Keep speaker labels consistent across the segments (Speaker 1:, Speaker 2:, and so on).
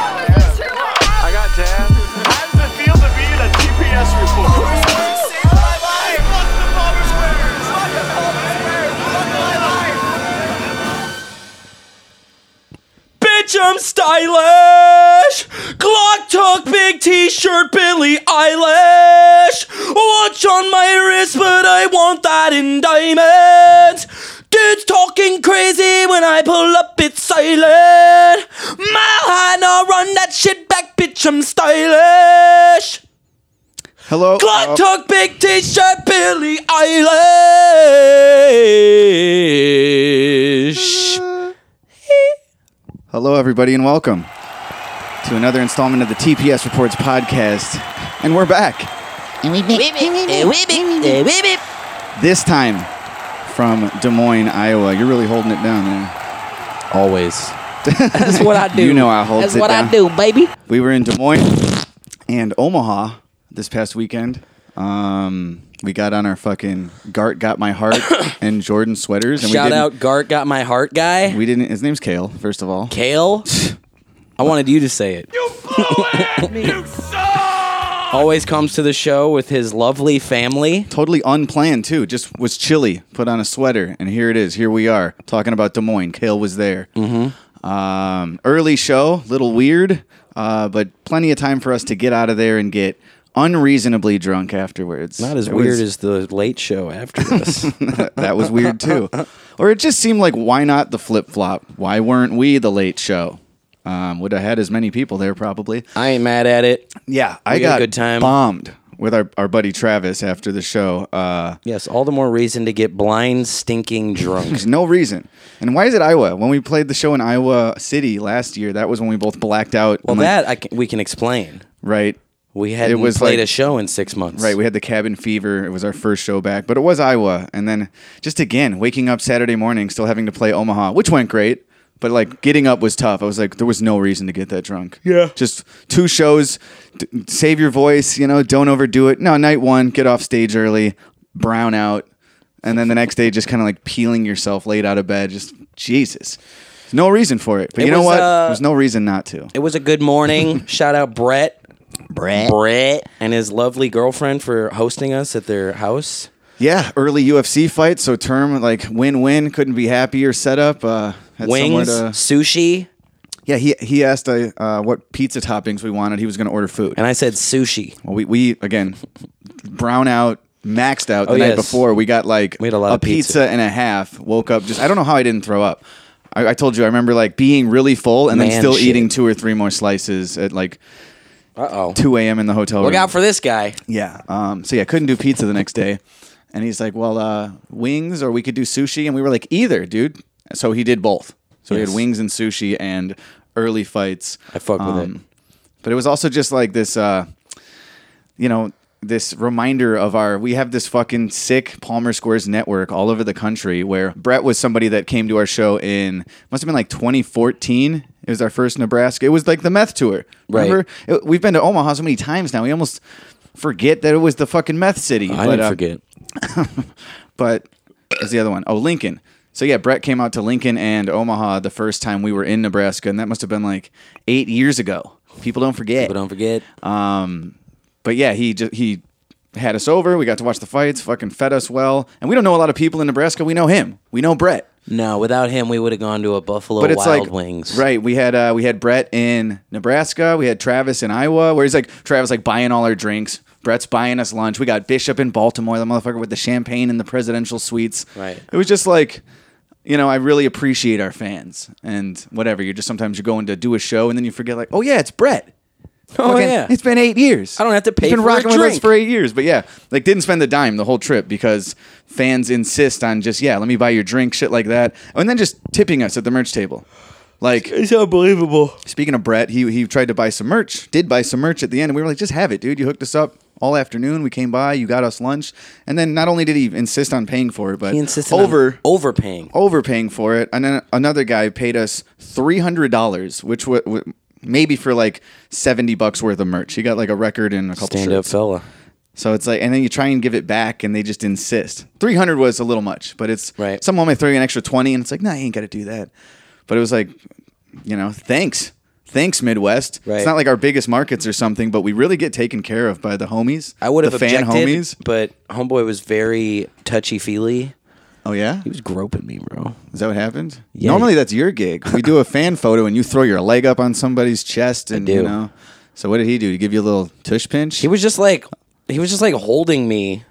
Speaker 1: I got tabs. How does it feel to be in a GPS report?
Speaker 2: Bitch, I'm stylish. Glock talk, big t-shirt, Billy Eilish. Watch on my wrist, but I want that in diamonds. Dudes talking crazy when I pull up, it's silent. Malhana, run that shit back, bitch, I'm stylish.
Speaker 3: Hello.
Speaker 2: Glock
Speaker 3: uh,
Speaker 2: talk, big t-shirt, Billy Eilish.
Speaker 3: hello, everybody, and welcome to another installment of the TPS Reports podcast. And we're back this time from Des Moines, Iowa. You're really holding it down, man.
Speaker 2: Always. That's what I do.
Speaker 3: You know I holds
Speaker 2: That's
Speaker 3: it
Speaker 2: what
Speaker 3: down.
Speaker 2: I do, baby.
Speaker 3: We were in Des Moines and Omaha this past weekend. Um, we got on our fucking Gart got my heart and Jordan sweaters, and we
Speaker 2: Shout
Speaker 3: didn't,
Speaker 2: out Gart got my heart guy.
Speaker 3: We didn't. His name's Kale. First of all,
Speaker 2: Kale. I wanted you to say it. Always comes to the show with his lovely family.
Speaker 3: totally unplanned too. Just was chilly, put on a sweater, and here it is. Here we are talking about Des Moines. Kale was there. Mm-hmm. Um, early show, little weird, uh, but plenty of time for us to get out of there and get unreasonably drunk afterwards.
Speaker 2: Not as
Speaker 3: It
Speaker 2: weird
Speaker 3: was-
Speaker 2: as the late show after this.
Speaker 3: that was weird too. Or it just seemed like why not the flip flop? Why weren't we the late show? Um, would have had as many people there probably.
Speaker 2: I ain't mad at it.
Speaker 3: Yeah, I
Speaker 2: We had a
Speaker 3: got
Speaker 2: good time.
Speaker 3: bombed with our, our buddy Travis after the show. Uh,
Speaker 2: Yes, all the more reason to get blind, stinking drunk.
Speaker 3: There's no reason. And why is it Iowa? When we played the show in Iowa City last year, that was when we both blacked out.
Speaker 2: Well,
Speaker 3: I'm like,
Speaker 2: that I can, we can explain.
Speaker 3: right,
Speaker 2: We hadn't
Speaker 3: was
Speaker 2: played
Speaker 3: like-
Speaker 2: a show in six months.
Speaker 3: right. We had the cabin fever. It was our first show back, but it was Iowa. And then just again, waking up Saturday morning, still having to play Omaha, which went great. But like getting up was tough. I was like, there was no reason to get that drunk. Yeah, just two shows. D- save your voice. You know, don't overdo it. No, night one, get off stage early, brown out, and then the next day, just kind of like peeling yourself late out of bed. Just Jesus. No reason for it, but
Speaker 2: It
Speaker 3: you know
Speaker 2: was,
Speaker 3: what?
Speaker 2: uh,
Speaker 3: There's no reason not to.
Speaker 2: It was a good morning. Shout out Brett. Brett. Brett. And his lovely girlfriend for hosting us at their house.
Speaker 3: Yeah, early UFC fight, so term like win-win. Couldn't be happier setup. Uh, had somewhere
Speaker 2: Wings,
Speaker 3: to-
Speaker 2: sushi.
Speaker 3: yeah, he he asked uh, uh, what pizza toppings we wanted. He was going to order food.
Speaker 2: And I said sushi.
Speaker 3: well, we we again brown out, maxed out the
Speaker 2: Oh,
Speaker 3: night
Speaker 2: yes.
Speaker 3: before. We got like
Speaker 2: We had a lot of pizza.
Speaker 3: and a half. Woke up just I don't know how I didn't throw up. I, I told you I remember like being really full and then
Speaker 2: Man
Speaker 3: still
Speaker 2: shit.
Speaker 3: eating two or three more slices at like
Speaker 2: Uh oh.
Speaker 3: 2 a.m. in the hotel room.
Speaker 2: Look out for this guy.
Speaker 3: Yeah. Um, so yeah, couldn't do pizza the next day. And he's like, well, uh, wings or we could do sushi. And we were like, either, dude. So he did both. So he
Speaker 2: Yes.
Speaker 3: had wings and sushi and early fights. Um,
Speaker 2: I fuck with it.
Speaker 3: But it was also just like this, uh, you know, this reminder of our, we have this fucking sick Palmer Squares network all over the country where Brett was somebody that came to our show in, must have been like 2014. It was our first Nebraska. It was like the meth tour.
Speaker 2: Right.
Speaker 3: Remember? It- we've been to Omaha so many times now. We almost forget that it was the fucking meth city.
Speaker 2: I
Speaker 3: but,
Speaker 2: didn't
Speaker 3: uh,
Speaker 2: forget.
Speaker 3: But what's the other one? Oh, Lincoln. So yeah, Brett came out to Lincoln and Omaha the first time we were in Nebraska, and that must have been like eight years ago. People don't forget.
Speaker 2: But don't forget.
Speaker 3: But yeah, he just he had us over. We got to watch the fights. Fucking fed us well, and we don't know a lot of people in Nebraska. We know him. We know Brett.
Speaker 2: no, without him, we would have gone to a Buffalo
Speaker 3: but it's
Speaker 2: Wild
Speaker 3: like
Speaker 2: Wings.
Speaker 3: right we had uh, we had brett in nebraska we had travis in iowa where he's like travis like buying all our drinks brett's buying us lunch we got bishop in baltimore the motherfucker with the champagne and the presidential suites
Speaker 2: Right.
Speaker 3: it was just like you know i really appreciate our fans and whatever you're just sometimes you're going to do a show and then you forget like oh yeah it's brett
Speaker 2: Oh,
Speaker 3: Fucking-
Speaker 2: yeah.
Speaker 3: it's been eight years.
Speaker 2: I don't have to pay
Speaker 3: He's been
Speaker 2: for a
Speaker 3: rocking with us
Speaker 2: drink.
Speaker 3: for eight years, but yeah, like didn't spend a dime the whole trip because fans insist on just yeah, let me buy your drink, shit like that, and then just tipping us at the merch table. Like
Speaker 2: It's unbelievable.
Speaker 3: speaking of Brett, he he tried to buy some merch, did buy some merch at the end, and we were like, just have it, dude. You hooked us up all afternoon. We came by, you got us lunch, and then not only did he insist on paying for it, but
Speaker 2: He insisted
Speaker 3: over
Speaker 2: on overpaying.
Speaker 3: overpaying for it. And then another guy paid us three hundred dollars, which wa- wa- maybe for like 70 bucks worth of merch. He got like a record and a couple
Speaker 4: Stand up
Speaker 3: shirts.
Speaker 4: fella.
Speaker 3: So it's like, and then you try and give it back, and they just insist. Three hundred was a little much, but it's
Speaker 4: Right.
Speaker 3: Someone might throw you an extra twenty, and it's like, no, nah, you ain't got to do that. But it was like, you know, thanks, thanks Midwest.
Speaker 4: Right.
Speaker 3: It's not like our biggest markets or something, but we really get taken care of by the homies.
Speaker 4: I would have
Speaker 3: the fan
Speaker 4: objected,
Speaker 3: homies.
Speaker 4: but homeboy was very touchy feely.
Speaker 3: Oh yeah,
Speaker 4: He was groping me, bro.
Speaker 3: is that what happened?
Speaker 4: Yeah.
Speaker 3: Normally that's your gig. We do a fan photo, and you throw your leg up on somebody's chest, and
Speaker 4: do.
Speaker 3: you know. So what did he do? Did he give you a little tush pinch?
Speaker 4: He was just like he was just like holding me.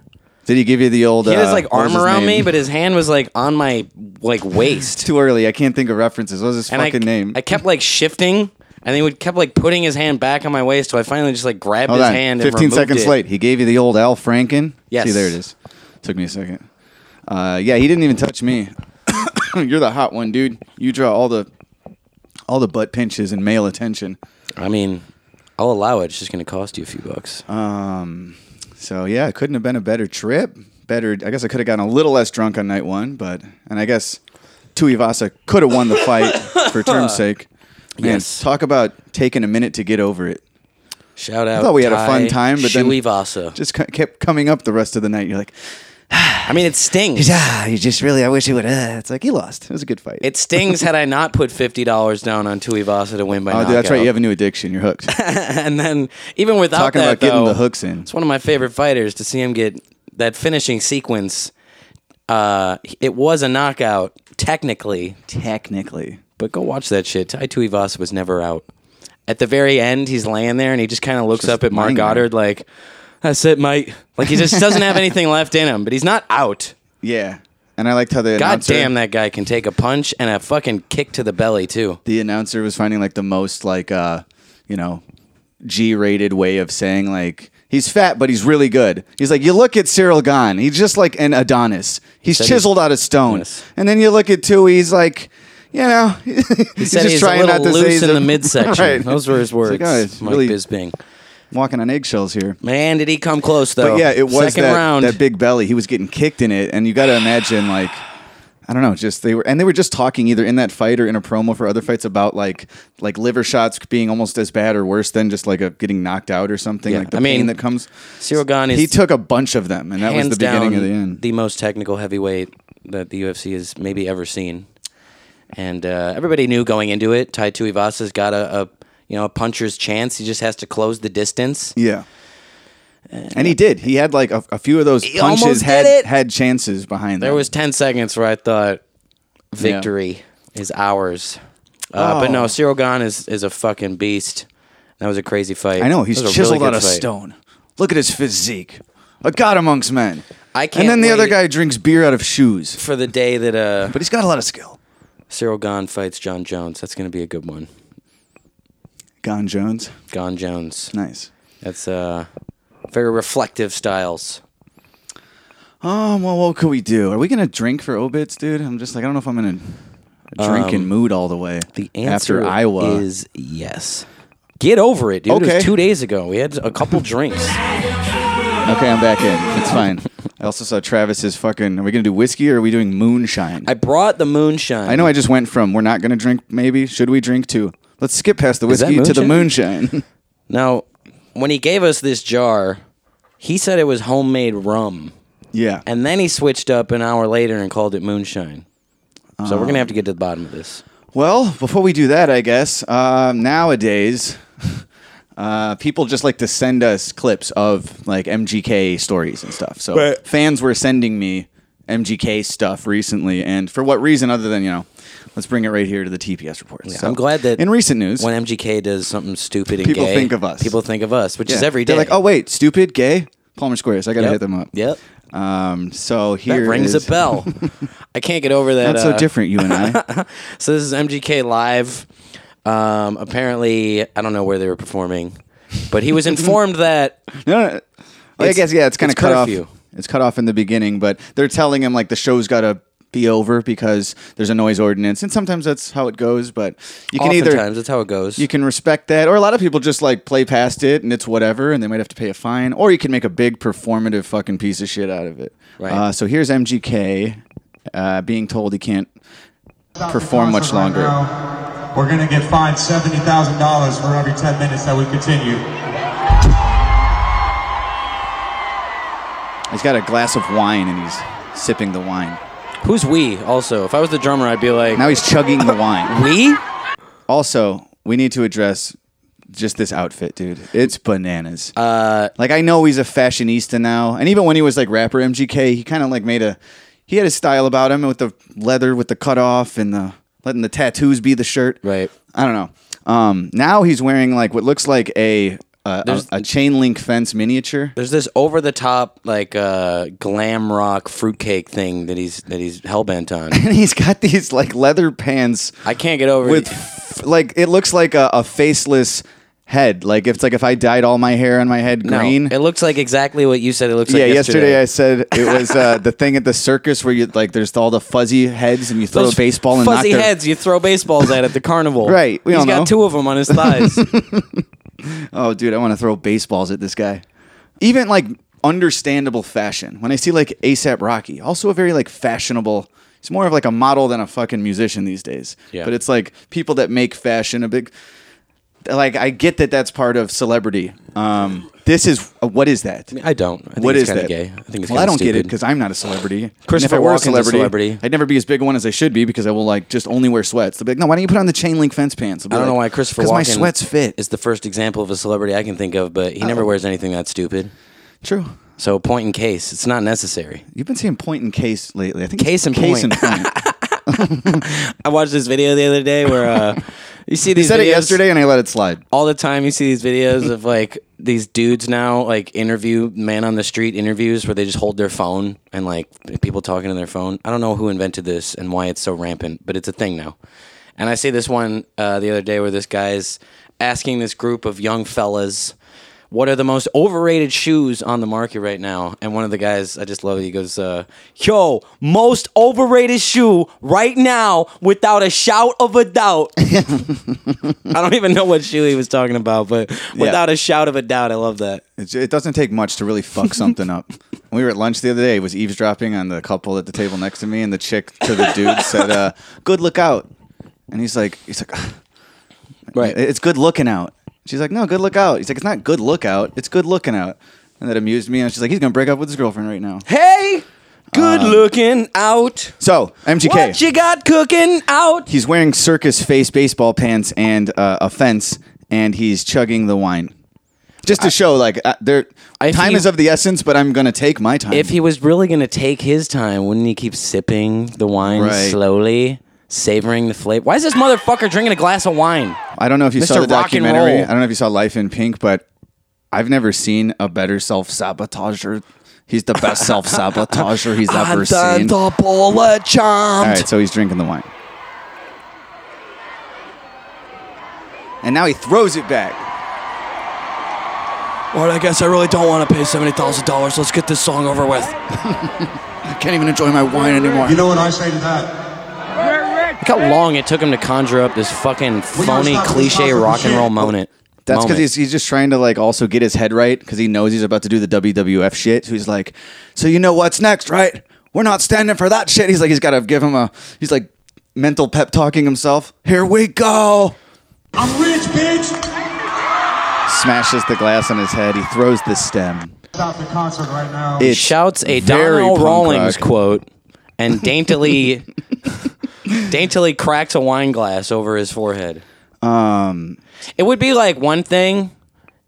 Speaker 3: did he give you the old?
Speaker 4: He had his
Speaker 3: uh,
Speaker 4: like
Speaker 3: what
Speaker 4: arm
Speaker 3: was his
Speaker 4: around me,
Speaker 3: name?
Speaker 4: but his hand was like on my like waist.
Speaker 3: too early. I can't think of references. What was his
Speaker 4: and
Speaker 3: fucking
Speaker 4: I,
Speaker 3: name?
Speaker 4: I kept like shifting, and they would kept like putting his hand back on my waist. So I finally just like grabbed
Speaker 3: Hold
Speaker 4: his
Speaker 3: on.
Speaker 4: hand.
Speaker 3: 15
Speaker 4: and removed
Speaker 3: seconds
Speaker 4: it.
Speaker 3: late. He gave you the old Al Franken.
Speaker 4: Yes.
Speaker 3: See, there it is. Took me a second. Uh, yeah, he didn't even touch me. You're the hot one, dude. You draw all the all the butt pinches and male attention.
Speaker 4: I mean, I'll allow it. It's just gonna cost you a few bucks.
Speaker 3: Uh, So yeah, it couldn't have been a better trip. Better. I guess I could have gotten a little less drunk on night one, but and I guess Tuivasa could have won the fight for term's sake. Man,
Speaker 4: Yes.
Speaker 3: Talk about taking a minute to get over it.
Speaker 4: Shout out.
Speaker 3: thought we had a fun time, but then-
Speaker 4: Shuivasa.
Speaker 3: Just c- kept coming up the rest of the night. You're like,
Speaker 4: I mean, it stings.
Speaker 3: ah, you just really. I wish he would. Uh. It's like he lost. It was a good fight.
Speaker 4: It stings had I not put fifty dollars down on Tuivasa to win by
Speaker 3: Oh,
Speaker 4: knockout.
Speaker 3: dude, that's right. You have a new addiction. You're hooked.
Speaker 4: and then even without
Speaker 3: Talking
Speaker 4: that,
Speaker 3: about getting
Speaker 4: though,
Speaker 3: the hooks in.
Speaker 4: It's one of my favorite fighters to see him get that finishing sequence. Uh, it was a knockout technically,
Speaker 3: Technically.
Speaker 4: but go watch that shit. Tai Tuivasa was never out. At the very end, he's laying there and he just kind of looks
Speaker 3: Just
Speaker 4: up at Mark
Speaker 3: lying there.
Speaker 4: Goddard like, "That's it, mate." Like he just doesn't have anything left in him, but he's not out.
Speaker 3: Yeah. And I liked how the
Speaker 4: God
Speaker 3: announcer,
Speaker 4: damn, that guy can take a punch and a fucking kick to the belly too.
Speaker 3: the announcer was finding like the most like uh, you know, G-rated way of saying like he's fat but he's really good. He's like you look at Cyril Gahn, he's just like an Adonis. He's
Speaker 4: said he's-
Speaker 3: chiseled out of stone.
Speaker 4: Yes.
Speaker 3: And then you look at Tui, he's like you know, he's
Speaker 4: Said
Speaker 3: just
Speaker 4: he's
Speaker 3: trying
Speaker 4: a little
Speaker 3: not to say
Speaker 4: loose
Speaker 3: he's
Speaker 4: in
Speaker 3: a-
Speaker 4: the midsection.
Speaker 3: Right.
Speaker 4: Those were his
Speaker 3: It's like,
Speaker 4: words.
Speaker 3: oh, it's
Speaker 4: Mike
Speaker 3: really
Speaker 4: Bisping.
Speaker 3: walking on eggshells here.
Speaker 4: Man, did he come close though?
Speaker 3: But yeah, it was
Speaker 4: second
Speaker 3: that,
Speaker 4: round.
Speaker 3: that big belly. He was getting kicked in it, and you got to imagine like. I don't know, just they were and they were just talking either in that fight or in a promo for other fights about like like liver shots being almost as bad or worse than just like a getting knocked out or something
Speaker 4: Yeah,
Speaker 3: like the
Speaker 4: I
Speaker 3: pain
Speaker 4: mean,
Speaker 3: that comes.
Speaker 4: Cyril Gahn is
Speaker 3: he took a bunch of them and that was
Speaker 4: hands
Speaker 3: the beginning
Speaker 4: down
Speaker 3: of the end.
Speaker 4: the most technical heavyweight that the UFC has maybe ever seen. And uh, everybody knew going into it, Tai Tuivasa's got a, a you know a puncher's chance. He just has to close the distance.
Speaker 3: yeah. And he did. He had like a, a few of those
Speaker 4: He
Speaker 3: punches
Speaker 4: almost
Speaker 3: had
Speaker 4: did it.
Speaker 3: had chances behind
Speaker 4: There
Speaker 3: them.
Speaker 4: was ten seconds where I thought victory is ours. Uh, But
Speaker 3: Oh.
Speaker 4: no, Cyril Gahn is is a fucking beast. That was a crazy fight.
Speaker 3: I know
Speaker 4: That
Speaker 3: he's
Speaker 4: was a
Speaker 3: chiseled
Speaker 4: really good
Speaker 3: out of
Speaker 4: fight.
Speaker 3: stone. Look at his physique, a god amongst men.
Speaker 4: I
Speaker 3: And
Speaker 4: can't
Speaker 3: then the other
Speaker 4: wait-
Speaker 3: guy drinks beer out of shoes,
Speaker 4: For the day that uh,
Speaker 3: but he's got a lot of skill.
Speaker 4: Cyril Gahn fights John Jones, that's going to be a good one.
Speaker 3: Gon Jones,
Speaker 4: Gone Jones.
Speaker 3: nice.
Speaker 4: That's uh, very reflective styles.
Speaker 3: Um, well, what could we do? Are we gonna drink for obits, dude? I'm just like, I don't know if I'm in a drinking mood all the way.
Speaker 4: Um, The answer
Speaker 3: after Iowa
Speaker 4: is yes. Get over it, dude. It
Speaker 3: Okay.
Speaker 4: was two days ago. We had a couple drinks.
Speaker 3: Okay, I'm back in. It's fine. I also saw Travis's fucking. Are we gonna do whiskey or are we doing moonshine?
Speaker 4: I brought the moonshine.
Speaker 3: I know I just went from we're not gonna drink. Maybe should we drink too? Let's skip past the
Speaker 4: Is that
Speaker 3: whiskey to the moonshine.
Speaker 4: Now, when he gave us this jar, he said it was homemade rum.
Speaker 3: yeah.
Speaker 4: And then he switched up an hour later and called it moonshine. So we're going to have to get to the bottom of this.
Speaker 3: Well, before we do that, I guess uh, nowadays uh, people just like to send us clips of like MGK stories and stuff. So fans were sending me MGK stuff recently, and for what reason other than you know, let's bring it right here to the TPS report. So,
Speaker 4: I'm glad that
Speaker 3: in recent news,
Speaker 4: When MGK does something stupid and
Speaker 3: People
Speaker 4: gay,
Speaker 3: think of us.
Speaker 4: People think of us, which
Speaker 3: yeah,
Speaker 4: is every day.
Speaker 3: they're like, oh wait, stupid, gay, Palmer Squares. I gotta
Speaker 4: Yep.
Speaker 3: hit them up.
Speaker 4: Yep.
Speaker 3: Um, so
Speaker 4: That
Speaker 3: here
Speaker 4: rings
Speaker 3: is-
Speaker 4: a bell. I can't get over that.
Speaker 3: Not so
Speaker 4: uh,
Speaker 3: different, you and I.
Speaker 4: So this is MGK live. Um, apparently, I don't know where they were performing, but he was informed that
Speaker 3: No, no. Well, I
Speaker 4: It's-
Speaker 3: guess yeah, it's kind of
Speaker 4: it's
Speaker 3: cut
Speaker 4: curfew.
Speaker 3: off. It's cut off in the beginning, but they're telling him like the show's got to be over because there's a noise ordinance, and sometimes that's how it goes. But you can
Speaker 4: oftentimes
Speaker 3: either
Speaker 4: that's how it goes.
Speaker 3: you can respect that, or a lot of people just like play past it, and it's whatever, and they might have to pay a fine, or you can make a big performative fucking piece of shit out of it.
Speaker 4: Right.
Speaker 3: Uh, so here's MGK uh, being told he can't perform much longer.
Speaker 5: We're going to get fined $70,000 for every 10 minutes that we continue.
Speaker 3: He's got a glass of wine and he's sipping the wine.
Speaker 4: Who's we? Also, if I was the drummer, I'd be like,
Speaker 3: Now he's chugging the wine.
Speaker 4: we?
Speaker 3: Also, we need to address just this outfit, dude. It's bananas. Uh, like I know he's a fashionista now, and even when he was like rapper MGK, he kind of like made a he had a style about him with the leather, with the cutoff, and the letting the tattoos be the shirt.
Speaker 4: Right.
Speaker 3: I don't know. Um, now he's wearing like what looks like a a, a,
Speaker 4: There's-
Speaker 3: a chain link fence miniature.
Speaker 4: There's this over the top like uh, glam rock fruitcake thing that he's that he's hell bent on.
Speaker 3: and he's got these like leather pants
Speaker 4: I can't get over
Speaker 3: with
Speaker 4: it.
Speaker 3: f- like it looks like a, a faceless head. Like it's like if I dyed all my hair on my head
Speaker 4: No,
Speaker 3: green.
Speaker 4: it looks like exactly what you said. It looks
Speaker 3: yeah,
Speaker 4: like
Speaker 3: yesterday. I said it was uh, the thing at the circus where you like there's all the fuzzy heads and you throw
Speaker 4: Those
Speaker 3: a baseball and knock
Speaker 4: fuzzy
Speaker 3: their-
Speaker 4: heads you throw baseballs at at the carnival.
Speaker 3: Right, we
Speaker 4: He's
Speaker 3: all know.
Speaker 4: got two of them on his thighs.
Speaker 3: Oh, dude, I want to throw baseballs at this guy. Even like understandable fashion. When I see like ASAP Rocky, also a very like fashionable. He's more of like a model than a fucking musician these days.
Speaker 4: Yeah.
Speaker 3: But it's like people that make fashion a big. Like I get that that's part of celebrity. Um, this is what is that?
Speaker 4: I don't. I think
Speaker 3: What
Speaker 4: it's
Speaker 3: is
Speaker 4: kinda
Speaker 3: that?
Speaker 4: gay. I think it's
Speaker 3: well, I
Speaker 4: kinda
Speaker 3: don't get it
Speaker 4: stupid.
Speaker 3: because I'm not a celebrity. And if
Speaker 4: Christopher
Speaker 3: I were a
Speaker 4: Walken's a
Speaker 3: celebrity,
Speaker 4: celebrity.
Speaker 3: I'd never be as big a one as I should be because I will like just only wear sweats. They'll be like, no, why don't you put on the chain link fence pants?
Speaker 4: I don't know why Christopher
Speaker 3: Because
Speaker 4: Walken
Speaker 3: my sweats fit.
Speaker 4: is the first example of a celebrity I can think of, but he never wears anything that stupid.
Speaker 3: true.
Speaker 4: So point in case, it's not necessary.
Speaker 3: You've been saying point and case lately. I think
Speaker 4: Case
Speaker 3: it's
Speaker 4: and point.
Speaker 3: Case and point.
Speaker 4: I watched this video the other day where uh, you see
Speaker 3: you
Speaker 4: these
Speaker 3: said it
Speaker 4: videos-
Speaker 3: yesterday, and I let it slide.
Speaker 4: all the time you see these videos of like these dudes now like interview man on the street interviews where they just hold their phone and like people talking to their phone i don't know who invented this and why it's so rampant but it's a thing now and i see this one uh, the other day where this guy's asking this group of young fellas what are the most overrated shoes on the market right now? And one of the guys, I just love it. He goes, uh, "Yo, most overrated shoe right now, without a shout of a doubt, I don't even know what shoe he was talking about, but without a shout of a doubt, I love that.
Speaker 3: It, it doesn't take much to really fuck something up. We were at lunch the other day. Was eavesdropping on the couple at the table next to me, and the chick to the dude said, uh, "Good look out," and he's like, "He's like, "Ah, it's good looking out." She's like, "No, good look out." He's like, "It's not good look out. It's good looking out." And that amused me. And she's like, "He's gonna break up with his girlfriend right now."
Speaker 4: Hey, good
Speaker 3: Um,
Speaker 4: looking out.
Speaker 3: So MGK.
Speaker 4: What you got cooking out?
Speaker 3: He's wearing circus face baseball pants and uh, a fence, and he's chugging the wine. Just to show, like, uh, there
Speaker 4: If
Speaker 3: time
Speaker 4: he-
Speaker 3: is of the essence, but I'm gonna take my time.
Speaker 4: If he was really going to take his time, wouldn't he keep sipping the wine
Speaker 3: Right.
Speaker 4: slowly, savoring the flavor? Why is this motherfucker drinking a glass of wine?
Speaker 3: I don't know if you saw
Speaker 4: Mr.
Speaker 3: the
Speaker 4: Rock and
Speaker 3: documentary.
Speaker 4: Roll.
Speaker 3: I don't know if you saw Life in Pink, but I've never seen a better self sabotager. He's the best self sabotager he's
Speaker 4: Ah,
Speaker 3: ever seen. All
Speaker 4: bullet chomped.
Speaker 3: right, so he's drinking the wine, and now he throws it back.
Speaker 4: Well, I guess I really don't want to pay seventy thousand dollars. Let's get this song over with. Look
Speaker 3: I can't even enjoy my wine anymore.
Speaker 5: You know what I say to that?
Speaker 4: how long it took him to conjure up this fucking phony,
Speaker 5: stop- we
Speaker 4: cliche
Speaker 5: stop with
Speaker 4: rock and
Speaker 5: shit.
Speaker 4: roll moment.
Speaker 3: That's because
Speaker 4: Moment.
Speaker 3: he's, he's just trying to like also get his head right because he knows he's about to do the WWF shit. So he's like, so you know what's next, right? We're not standing for that shit. He's like, he's got to give him a, he's like mental pep talking himself. Here we go.
Speaker 5: I'm rich, bitch!
Speaker 3: Smashes the glass on his head. He throws the stem.
Speaker 5: Stop the concert right now.
Speaker 3: It's
Speaker 4: shouts a
Speaker 3: very
Speaker 4: Donald
Speaker 3: punk
Speaker 4: Rawlings
Speaker 3: rock.
Speaker 4: quote and daintily daintily cracks a wine glass over his forehead.
Speaker 3: Um,
Speaker 4: It would be like one thing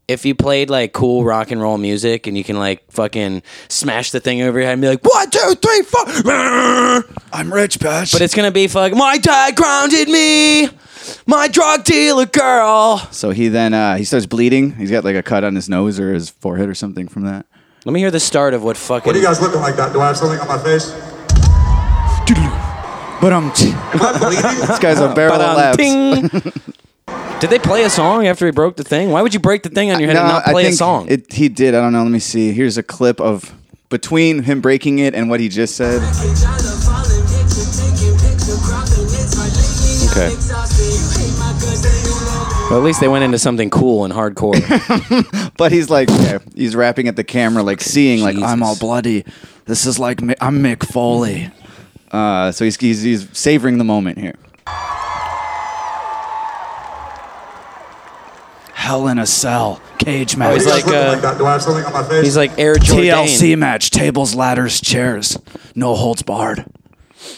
Speaker 4: if you played like cool rock and roll music and you can like fucking smash the thing over your head and be like, one, two, three, four.
Speaker 3: I'm rich, bitch.
Speaker 4: But it's gonna be fucking my dad grounded me, my drug dealer girl.
Speaker 3: so he then uh, he starts bleeding. He's got like a cut on his nose or his forehead or something from that.
Speaker 4: Let me hear the start of what fucking.
Speaker 5: what are you guys looking like that? Do I have something on my face?
Speaker 3: But um, this guy's a barrel of laughs.
Speaker 4: Ba-dum-ting. Did they play a song after he broke the thing? Why would you break the thing on your head and not play a song?
Speaker 3: It, he did. I don't know. Let me see. Here's a clip of between him breaking it and what he just said.
Speaker 4: Okay. Well, at least they went into something cool and hardcore.
Speaker 3: But he's like, yeah, he's rapping at the camera, like seeing, like I'm all
Speaker 4: Jesus.
Speaker 3: bloody. This is like Mi- I'm Mick Foley. Uh, so he's, he's he's savoring the moment here. Hell in a Cell cage
Speaker 2: What
Speaker 3: match.
Speaker 2: do you guys
Speaker 4: like,
Speaker 2: looking
Speaker 4: uh,
Speaker 2: like that? Do I have something on my face?
Speaker 4: He's like Air Jordan.
Speaker 3: TLC match, tables, ladders, chairs, no holds barred.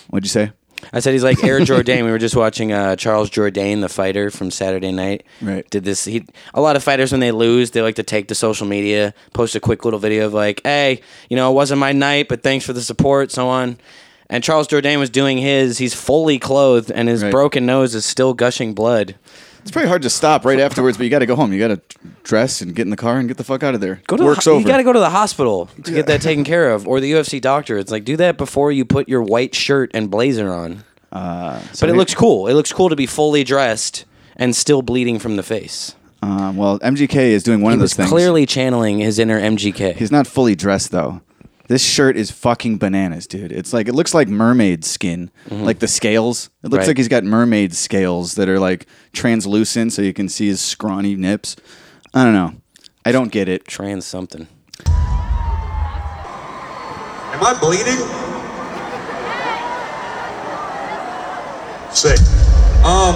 Speaker 3: What'd you say?
Speaker 4: I said he's like Air Jordan. We were just watching uh, Charles Jordan, the fighter from Saturday Night.
Speaker 3: Right.
Speaker 4: Did this? He a lot of fighters when they lose, they like to take to social media, post a quick little video of like, "Hey, you know, it wasn't my night, but thanks for the support," so on. And Charles Jordan was doing his. He's fully clothed, and his
Speaker 3: Right.
Speaker 4: broken nose is still gushing blood.
Speaker 3: It's pretty hard to stop right afterwards, but you got to go home. You got to dress and get in the car and get the fuck out of there.
Speaker 4: Go to
Speaker 3: Work's
Speaker 4: the, ho-
Speaker 3: over.
Speaker 4: You got to go to the hospital to get that taken care of, or the UFC doctor. It's like do that before you put your white shirt and blazer on.
Speaker 3: So
Speaker 4: But it
Speaker 3: here-
Speaker 4: looks cool. It looks cool to be fully dressed and still bleeding from the face.
Speaker 3: Um, well, MGK is doing
Speaker 4: He
Speaker 3: one of those
Speaker 4: was
Speaker 3: things.
Speaker 4: clearly channeling his inner MGK.
Speaker 3: He's not fully dressed though. This shirt is fucking bananas, dude. It's like it looks like mermaid skin, like the scales. It
Speaker 4: Mm-hmm.
Speaker 3: looks
Speaker 4: Right.
Speaker 3: like he's got mermaid scales that are like translucent, so you can see his scrawny nips. I don't know. I don't get it.
Speaker 4: trans something.
Speaker 2: Am I bleeding? Sick. Um,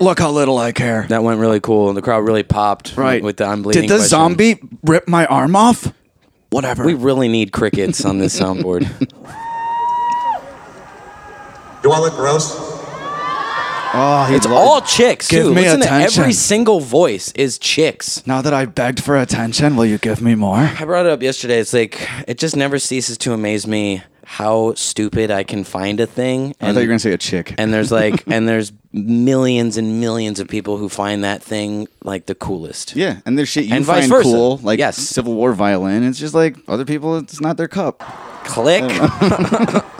Speaker 3: Look how little I care.
Speaker 4: That went really cool, and the crowd really popped.
Speaker 3: right.
Speaker 4: with the I'm bleeding.
Speaker 3: Did the
Speaker 4: question.
Speaker 3: zombie rip my arm off? Whatever.
Speaker 4: We really need crickets on this soundboard.
Speaker 2: do I look gross?
Speaker 3: oh, he
Speaker 4: It's
Speaker 3: loves-
Speaker 4: all chicks
Speaker 3: Give
Speaker 4: too.
Speaker 3: me
Speaker 4: Listen to
Speaker 3: attention.
Speaker 4: every single voice is chicks.
Speaker 3: Now that I begged for attention, will you give me more?
Speaker 4: I brought it up yesterday. It's like it just never ceases to amaze me how stupid I can find a thing.
Speaker 3: I thought you were gonna say a chick.
Speaker 4: and there's like and there's millions and millions of people who find that thing like the coolest.
Speaker 3: Yeah, and there's shit you
Speaker 4: And vice
Speaker 3: find
Speaker 4: versa.
Speaker 3: cool, like
Speaker 4: Yes.
Speaker 3: Civil War violin. It's just like other people, it's not their cup.
Speaker 4: Click.
Speaker 2: yes,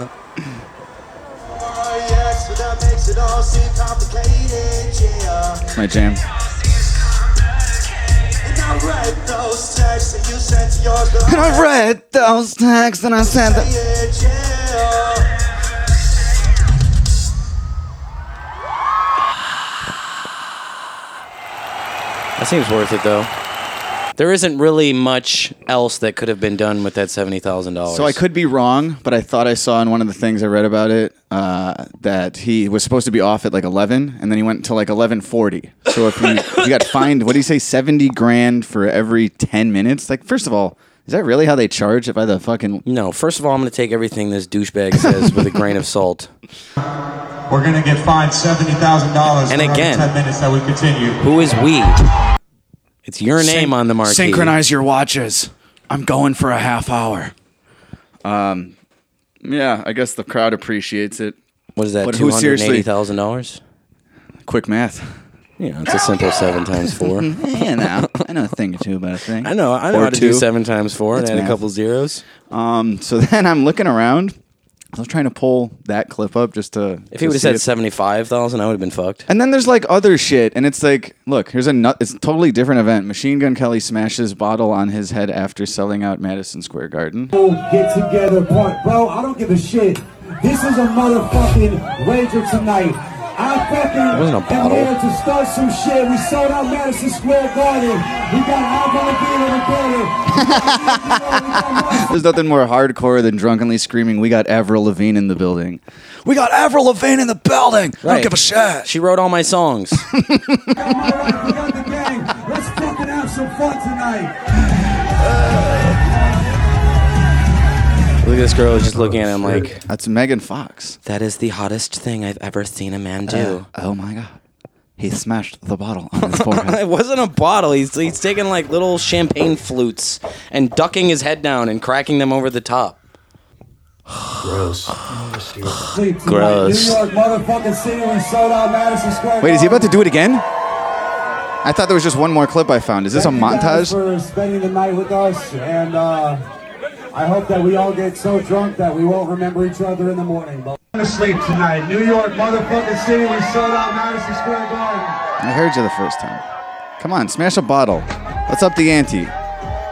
Speaker 2: but that makes it all seem complicated, yeah.
Speaker 3: It's my jam.
Speaker 2: And I read those texts that you sent to yours, but
Speaker 3: And I read those texts and I said that.
Speaker 2: it, yeah.
Speaker 4: that seems worth it though. There isn't really much else that could have been done with that seventy thousand dollars.
Speaker 3: So I could be wrong, but I thought I saw in one of the things I read about it uh, that he was supposed to be off at like 11, and then he went to like 11:40. So if you, you got fined, what do you say, 70 grand for every 10 minutes? Like, first of all, is that really how they charge? If I the fucking
Speaker 4: No, first of all, I'm going to take everything this douchebag says with a grain of salt.
Speaker 2: We're gonna get fined seventy thousand dollars
Speaker 4: And
Speaker 2: for
Speaker 4: again-
Speaker 2: every ten minutes that we continue.
Speaker 4: Who is we? It's your name on the marquee.
Speaker 3: Synchronize your watches. I'm going for a half hour. Um, yeah, I guess the crowd appreciates it.
Speaker 4: What is that?
Speaker 3: But
Speaker 4: Two
Speaker 3: who
Speaker 4: hundred
Speaker 3: seriously-
Speaker 4: eighty thousand dollars.
Speaker 3: Quick math.
Speaker 4: Yeah, it's a simple seven times four.
Speaker 3: Yeah, now I know a thing or two about a thing.
Speaker 4: I know. I know
Speaker 3: Or
Speaker 4: how to do seven times four and
Speaker 3: That's
Speaker 4: add a
Speaker 3: math.
Speaker 4: couple zeros.
Speaker 3: Um, so then I'm looking around. I was trying to pull that clip up just to.
Speaker 4: If he would have said seventy five thousand, I would have been fucked.
Speaker 3: And then there's like other shit, and it's like, look, here's a nut. It's a totally different event. Machine Gun Kelly smashes bottle on his head after selling out Madison Square Garden.
Speaker 5: get together part, bro. I don't give a shit. This is a motherfucking wager tonight. I fucking
Speaker 4: wasn't a
Speaker 5: am
Speaker 4: bottle.
Speaker 5: here to start some shit. We sold out Madison Square Garden. We got Alvin Bean in the building.
Speaker 3: There's nothing more hardcore than drunkenly screaming, "We got Avril Lavigne in the building." We got Avril Lavigne in the building. I
Speaker 4: Right.
Speaker 3: don't give a shit.
Speaker 4: She wrote all my songs.
Speaker 5: Am I right? We got the gang. Let's fucking have some fun tonight.
Speaker 4: Look at this girl who's just looking at him like,
Speaker 3: That's Megan Fox.
Speaker 4: that is the hottest thing I've ever seen a man do.
Speaker 3: Oh my god, he smashed the bottle on his forehead.
Speaker 4: it wasn't a bottle. He's, he's taking like little champagne flutes and ducking his head down and cracking them over the top.
Speaker 5: Sleep tonight.
Speaker 4: Gross.
Speaker 5: New York motherfucking city. We sold out Madison Square
Speaker 3: Wait, is he about
Speaker 5: Garden.
Speaker 3: to do it again? I thought there was just one more clip I found. Is this a
Speaker 5: Thank you
Speaker 3: montage?
Speaker 5: guys for spending the night with us, and uh, I hope that we all get so drunk that we won't remember each other in the morning. But to sleep tonight, New York, motherfucking city. We sold out Madison Square Garden.
Speaker 3: I heard you the first time. Come on, smash a bottle. Let's up the ante.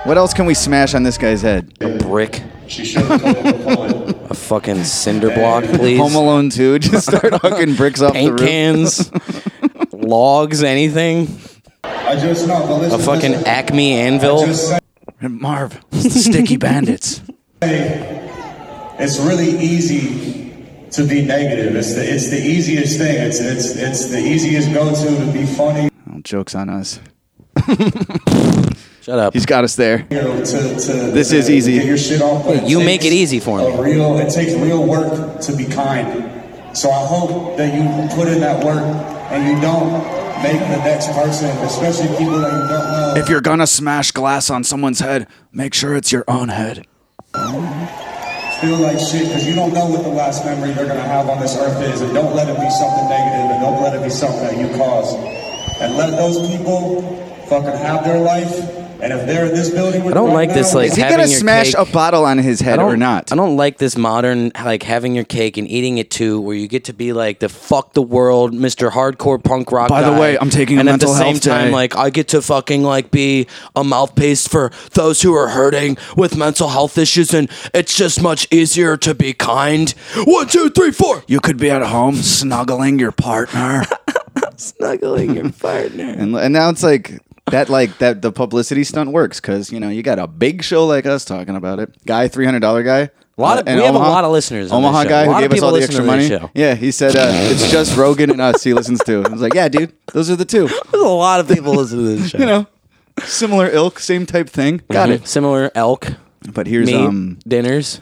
Speaker 3: What else can we smash on this guy's head?
Speaker 4: Brick. a fucking cinder block, please.
Speaker 3: Home Alone 2? Just start hucking bricks off the
Speaker 4: Paint
Speaker 3: roof.
Speaker 4: cans, logs, anything.
Speaker 2: I just know, but
Speaker 4: A
Speaker 2: listen,
Speaker 4: fucking
Speaker 2: listen.
Speaker 4: Acme anvil.
Speaker 3: Marv, it's the sticky bandits.
Speaker 6: it's really easy to be negative. It's the it's the easiest thing. It's it's it's the easiest go to to be funny.
Speaker 3: Oh Well, joke's on us.
Speaker 4: Shut up.
Speaker 3: He's got us there.
Speaker 5: you know, to, to
Speaker 3: This is
Speaker 5: to
Speaker 3: easy.
Speaker 5: Get your shit off, but
Speaker 4: You
Speaker 5: takes
Speaker 4: make it easy for
Speaker 5: a
Speaker 4: me.
Speaker 5: Real, it takes real work to be kind. So I hope that you put in that work and you don't make the next person, especially people that you don't know.
Speaker 3: If you're gonna smash glass on someone's head, make sure it's your own head.
Speaker 5: feel like shit because you don't know what the last memory they're going to have on this earth is. And don't let it be something negative and don't let it be something that you caused. And let those people fucking have their life. And if they're in this building,
Speaker 4: I
Speaker 5: with
Speaker 4: don't
Speaker 5: you
Speaker 4: like
Speaker 5: right
Speaker 4: this,
Speaker 5: now,
Speaker 4: like,
Speaker 3: Is he
Speaker 4: Having
Speaker 3: gonna
Speaker 4: your
Speaker 3: smash
Speaker 4: cake-
Speaker 3: a bottle on his head
Speaker 4: don't-
Speaker 3: or not?
Speaker 4: I don't like this modern like having your cake and eating it too, where you get to be like the fuck the world, Mister Hardcore Punk Rock.
Speaker 3: By the
Speaker 4: guy,
Speaker 3: way, I'm taking a
Speaker 4: and
Speaker 3: mental
Speaker 4: at the same
Speaker 3: health
Speaker 4: time,
Speaker 3: day.
Speaker 4: like I get to fucking like be a mouthpiece for those who are hurting with mental health issues, and it's just much easier to be kind. One, two, three, four.
Speaker 3: you could be at home snuggling your partner.
Speaker 4: Snuggling your partner.
Speaker 3: and, and now it's like that like that the publicity stunt works because you know you got a big show like us talking about it guy $300 guy a
Speaker 4: Lot of- we have a lot of listeners on
Speaker 3: omaha
Speaker 4: this show.
Speaker 3: guy
Speaker 4: A lot
Speaker 3: who
Speaker 4: of
Speaker 3: gave us
Speaker 4: people
Speaker 3: all the
Speaker 4: listen
Speaker 3: extra
Speaker 4: to
Speaker 3: money
Speaker 4: this show.
Speaker 3: yeah he said uh, it's just rogan and us he listens to i was like yeah dude those are the two
Speaker 4: There's a lot of people listening to this show. Mm-hmm.
Speaker 3: you know similar ilk same type thing got it
Speaker 4: Similar elk.
Speaker 3: but here's
Speaker 4: Meat,
Speaker 3: um
Speaker 4: dinners.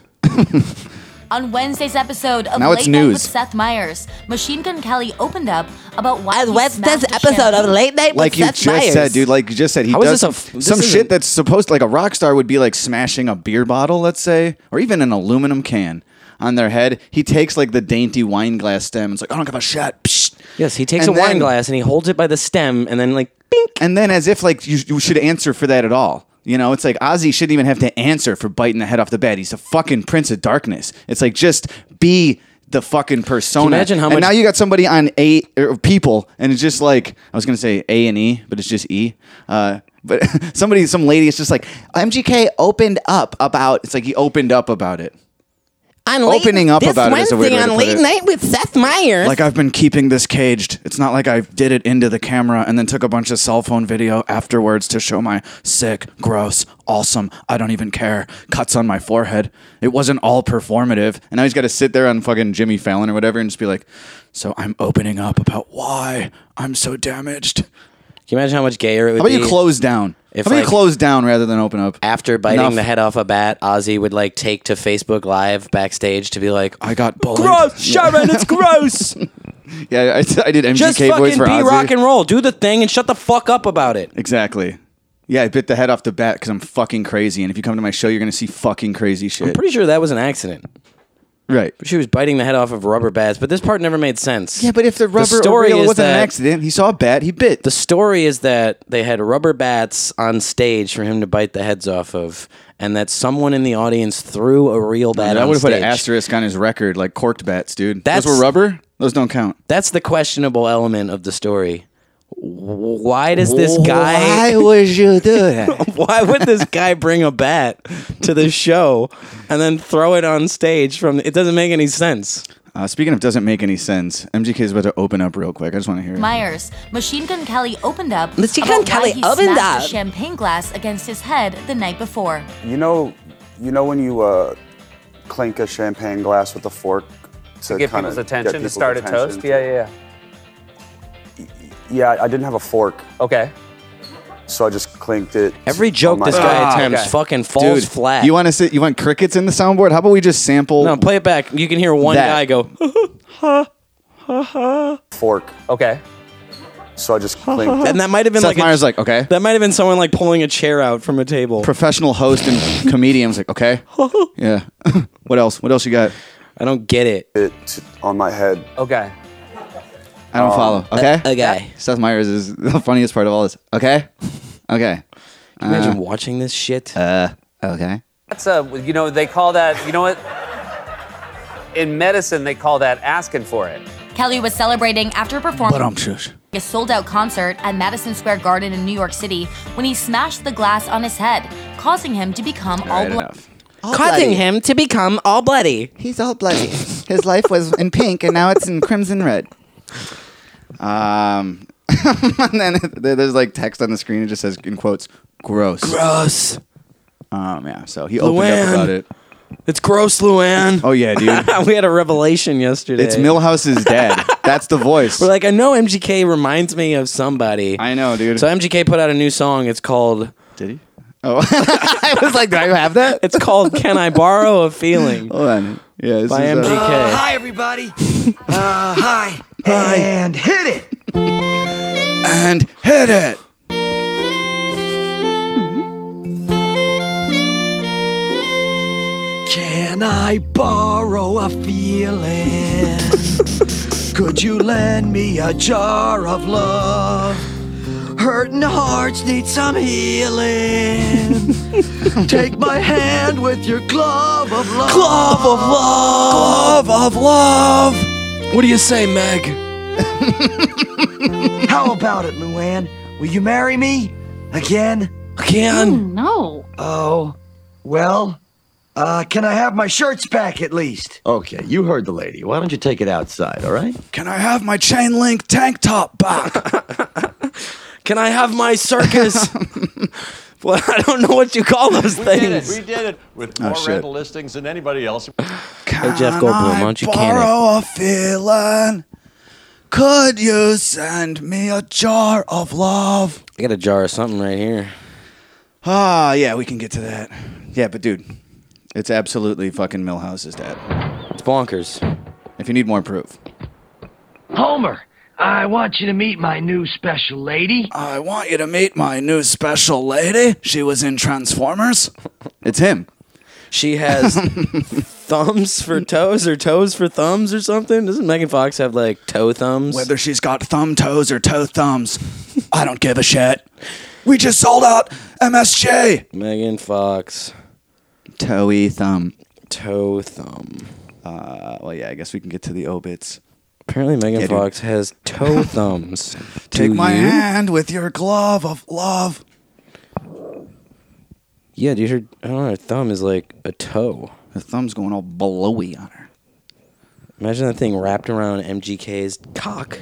Speaker 7: On Wednesday's episode of
Speaker 3: Now
Speaker 7: Late
Speaker 3: it's
Speaker 7: Night with
Speaker 3: news.
Speaker 7: Seth Meyers, Machine Gun Kelly opened up about why
Speaker 8: On
Speaker 7: he
Speaker 8: Wednesday's
Speaker 7: smashed a
Speaker 8: episode of
Speaker 7: champagne.
Speaker 8: Late Night with
Speaker 3: like you
Speaker 8: Seth
Speaker 3: just
Speaker 8: Meyers.
Speaker 3: said, dude. Like you just said, he
Speaker 4: How is
Speaker 3: does
Speaker 4: this a f- this
Speaker 3: some
Speaker 4: isn't-
Speaker 3: shit that's supposed like a rock star would be like smashing a beer bottle, let's say, or even an aluminum can on their head. He takes like the dainty wine glass stem. It's like I don't give a shit. Psh.
Speaker 4: Yes, he takes
Speaker 3: And
Speaker 4: a wine
Speaker 3: then-
Speaker 4: glass and he holds it by the stem, and then like, bink.
Speaker 3: And then as if like you, you should answer for that at all. You know, it's like Ozzy shouldn't even have to answer for biting the head off the bat. He's the fucking prince of darkness. It's like just be the fucking persona.
Speaker 4: imagine how
Speaker 3: and
Speaker 4: much-
Speaker 3: now you got somebody on a or people, and it's just like I was gonna say A and E, but it's just E. Uh, but somebody, some lady, is just like MGK opened up about. It's like he opened up about it.
Speaker 8: on late,
Speaker 3: opening up
Speaker 8: this
Speaker 3: about it is
Speaker 8: Wednesday
Speaker 3: a weird way to
Speaker 8: on
Speaker 3: put
Speaker 8: Late
Speaker 3: it.
Speaker 8: Night with Seth Meyers.
Speaker 3: Like I've been keeping this caged. It's not like I did it into the camera and then took a bunch of cell phone video afterwards to show my sick, gross, awesome, I don't even care cuts on my forehead. It wasn't all performative. And now he's got to sit there on fucking Jimmy Fallon or whatever and just be like, "So I'm opening up about why I'm so damaged."
Speaker 4: Can you imagine how much gayer it would
Speaker 3: How about
Speaker 4: be?
Speaker 3: you close down? How
Speaker 4: If,
Speaker 3: about you
Speaker 4: like,
Speaker 3: close down rather than open up?
Speaker 4: after biting
Speaker 3: Enough.
Speaker 4: the head off a bat, Ozzy would like take to Facebook Live backstage to be like,
Speaker 3: I got bullied.
Speaker 4: "Gross, Sharon, it's gross.
Speaker 3: Yeah, I, I did MGK
Speaker 4: Just
Speaker 3: voice
Speaker 4: fucking be
Speaker 3: for Ozzy.
Speaker 4: rock and roll. Do the thing and shut the fuck up about it."
Speaker 3: Exactly. Yeah, I bit the head off the bat because I'm fucking crazy. And if you come to my show, you're gonna see fucking crazy shit.
Speaker 4: I'm pretty sure that was an accident.
Speaker 3: right.
Speaker 4: She was biting the head off of rubber bats, but this part never made sense.
Speaker 3: Yeah, but if the rubber
Speaker 4: story
Speaker 3: or wheel
Speaker 4: is
Speaker 3: wasn't an
Speaker 4: that-
Speaker 3: accident, he saw a bat, he bit.
Speaker 4: the story is that they had rubber bats on stage for him to bite the heads off of, and that someone in the audience threw a real bat.
Speaker 3: and I
Speaker 4: on
Speaker 3: would have put an
Speaker 4: stage.
Speaker 3: asterisk on his record, like corked bats, dude.
Speaker 4: That's-
Speaker 3: Those were rubber. Those don't count.
Speaker 4: That's the questionable element of the story. W- Why does this guy?
Speaker 3: would you do that?
Speaker 4: Why would this guy bring a bat to this show and then throw it on stage from it doesn't make any sense.
Speaker 3: uh, speaking of, doesn't make any sense. MGK is about to open up real quick. I just want to hear. it.
Speaker 7: Myers, Machine Gun Kelly opened up
Speaker 8: Machine Gun
Speaker 7: about
Speaker 8: Kelly
Speaker 7: why he
Speaker 8: opened up.
Speaker 7: smashed a champagne glass against his head the night before.
Speaker 2: You know, you know when you uh, clink a champagne glass with a fork to,
Speaker 9: get
Speaker 2: kinda
Speaker 9: people's attention
Speaker 2: get
Speaker 9: to
Speaker 2: people's
Speaker 9: start a toast.
Speaker 2: attention?
Speaker 9: Yeah, yeah,
Speaker 2: Yeah, I didn't have a fork,
Speaker 9: yeah. Okay.
Speaker 2: so I just clinked it.
Speaker 3: Oh
Speaker 4: Every joke
Speaker 2: on my-
Speaker 4: this guy
Speaker 9: Ah,
Speaker 4: attempts
Speaker 9: okay.
Speaker 4: fucking falls
Speaker 3: Dude,
Speaker 4: flat.
Speaker 3: you want to sit? You want crickets in the soundboard? How about we just sample?
Speaker 4: no, play it back. You can hear one
Speaker 3: That.
Speaker 4: guy go.
Speaker 2: fork,
Speaker 9: Okay.
Speaker 2: so I just clinked. it.
Speaker 4: And that might have been
Speaker 3: Seth
Speaker 4: like a-
Speaker 3: Meyers, like, okay.
Speaker 4: that might have been someone like pulling a chair out from a table.
Speaker 3: Professional host and comedian was like, okay, yeah. what else? What else you got?
Speaker 4: I don't get it.
Speaker 2: it t- on my head.
Speaker 9: Okay.
Speaker 3: I don't follow. Okay.
Speaker 4: Okay.
Speaker 3: Seth Meyers is the funniest part of all this. Okay. Okay.
Speaker 4: Can you imagine watching this shit?
Speaker 3: Uh. Okay.
Speaker 9: That's a you know they call that you know what in medicine they call that asking for it.
Speaker 7: Kelly was celebrating after performing
Speaker 3: um,
Speaker 7: a sold out concert at Madison Square Garden in New York City when he smashed the glass on his head, causing him to become all,
Speaker 3: Right
Speaker 7: blo-
Speaker 3: enough.
Speaker 8: causing him to become all bloody.
Speaker 3: He's all bloody. His life was in pink, and now it's in crimson red. Um. and then there- there's like text on the screen. It just says in quotes, "gross."
Speaker 4: Gross.
Speaker 3: Um. Yeah. So he opened up
Speaker 4: Luann.
Speaker 3: about it.
Speaker 4: It's gross, Luann.
Speaker 3: Oh yeah, dude.
Speaker 4: we had a revelation yesterday.
Speaker 3: It's Millhouse's dad. That's the voice.
Speaker 4: We're like, I know MGK reminds me of somebody. I
Speaker 3: know, dude.
Speaker 4: So MGK put out a new song. It's called.
Speaker 3: Did he? Oh, I was like, do I have that?
Speaker 4: It's called "Can I Borrow a Feeling"
Speaker 3: Hold on. Yeah, this
Speaker 4: by
Speaker 3: is, uh,
Speaker 4: MGK.
Speaker 2: Uh, hi, everybody. Uh, hi. And hit it.
Speaker 3: and hit it.
Speaker 2: Can I borrow a feeling? Could you lend me a jar of love? Hurting hearts need some healing. Take my hand with your glove of love. Glove of love. Glove of love. What do you say, Meg? How about it, Luann? Will you marry me? Again? Again?
Speaker 7: No.
Speaker 2: Oh, well, uh, can I have my shirts back at least?
Speaker 10: Okay, you heard the lady. Why don't you take it outside, all right?
Speaker 2: Can I have my chain link tank top back?
Speaker 4: Can I have my circus? well, I don't know what you call those
Speaker 11: We did it.
Speaker 4: things.
Speaker 11: We did it with
Speaker 4: Oh,
Speaker 11: more
Speaker 4: shit.
Speaker 11: rental listings than anybody else.
Speaker 4: Hey, Jeff Goldblum, why don't you can it?
Speaker 11: borrow
Speaker 2: a feeling? Could you send me a jar of love?
Speaker 4: I got a jar of something right here.
Speaker 3: Ah, yeah, we can get to that. Yeah, but dude, it's absolutely fucking Millhouse's dad. It's
Speaker 4: bonkers.
Speaker 3: If you need more proof,
Speaker 2: Homer, I want you to meet my new special lady. I want you to meet my new special lady. She was in Transformers.
Speaker 3: it's him.
Speaker 4: She has thumbs for toes or toes for thumbs or something. Doesn't Megan Fox have like toe thumbs?
Speaker 2: Whether she's got thumb toes or toe thumbs, I don't give a shit. We just sold out MSJ.
Speaker 4: Megan Fox.
Speaker 3: Toey thumb.
Speaker 4: Toe thumb.
Speaker 3: Uh, well, yeah, I guess we can get to the obits.
Speaker 4: Apparently, Megan
Speaker 3: Yeah, dude.
Speaker 4: Fox has toe thumbs.
Speaker 3: Take
Speaker 4: Do
Speaker 3: my
Speaker 4: you?
Speaker 2: hand with your glove of love.
Speaker 4: Yeah, dude, her, I don't know, her thumb is like a toe.
Speaker 3: Her thumb's going all blowy on her.
Speaker 4: Imagine that thing wrapped around MGK's cock.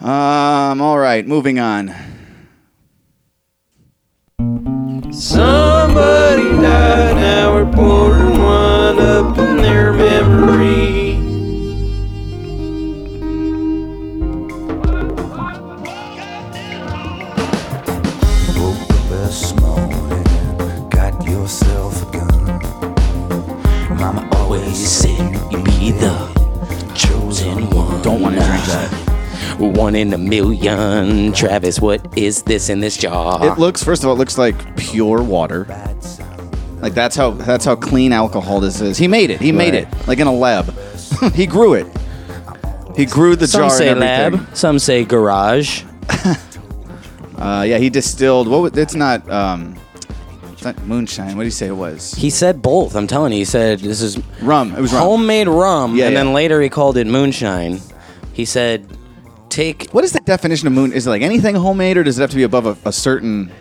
Speaker 3: Um, all right, moving on.
Speaker 12: Somebody died, now we're pouring one up in their memory.
Speaker 13: Woke up this morning, got yourself a gun. Mama always said you'd be the chosen one.
Speaker 4: Don't want to drink that. One in a million. Travis, what is this in this jar?
Speaker 3: It looks, first of all, it looks like pure water. Like that's how that's how clean alcohol this is. He made it. He made
Speaker 4: Right.
Speaker 3: it. Like in a lab. he grew it. He grew the
Speaker 4: Some
Speaker 3: jar.
Speaker 4: say
Speaker 3: and everything.
Speaker 4: lab, some say garage.
Speaker 3: Uh, yeah, he distilled. What? Was, it's not. Um, it's not moonshine. What do you say it was?
Speaker 4: He said both. I'm telling you, he said this is
Speaker 3: rum. It was rum.
Speaker 4: homemade rum,
Speaker 3: Yeah,
Speaker 4: and
Speaker 3: yeah.
Speaker 4: then later he called it moonshine. He said, "Take
Speaker 3: What is the definition of moon? Is it like anything homemade, or does it have to be above a, a certain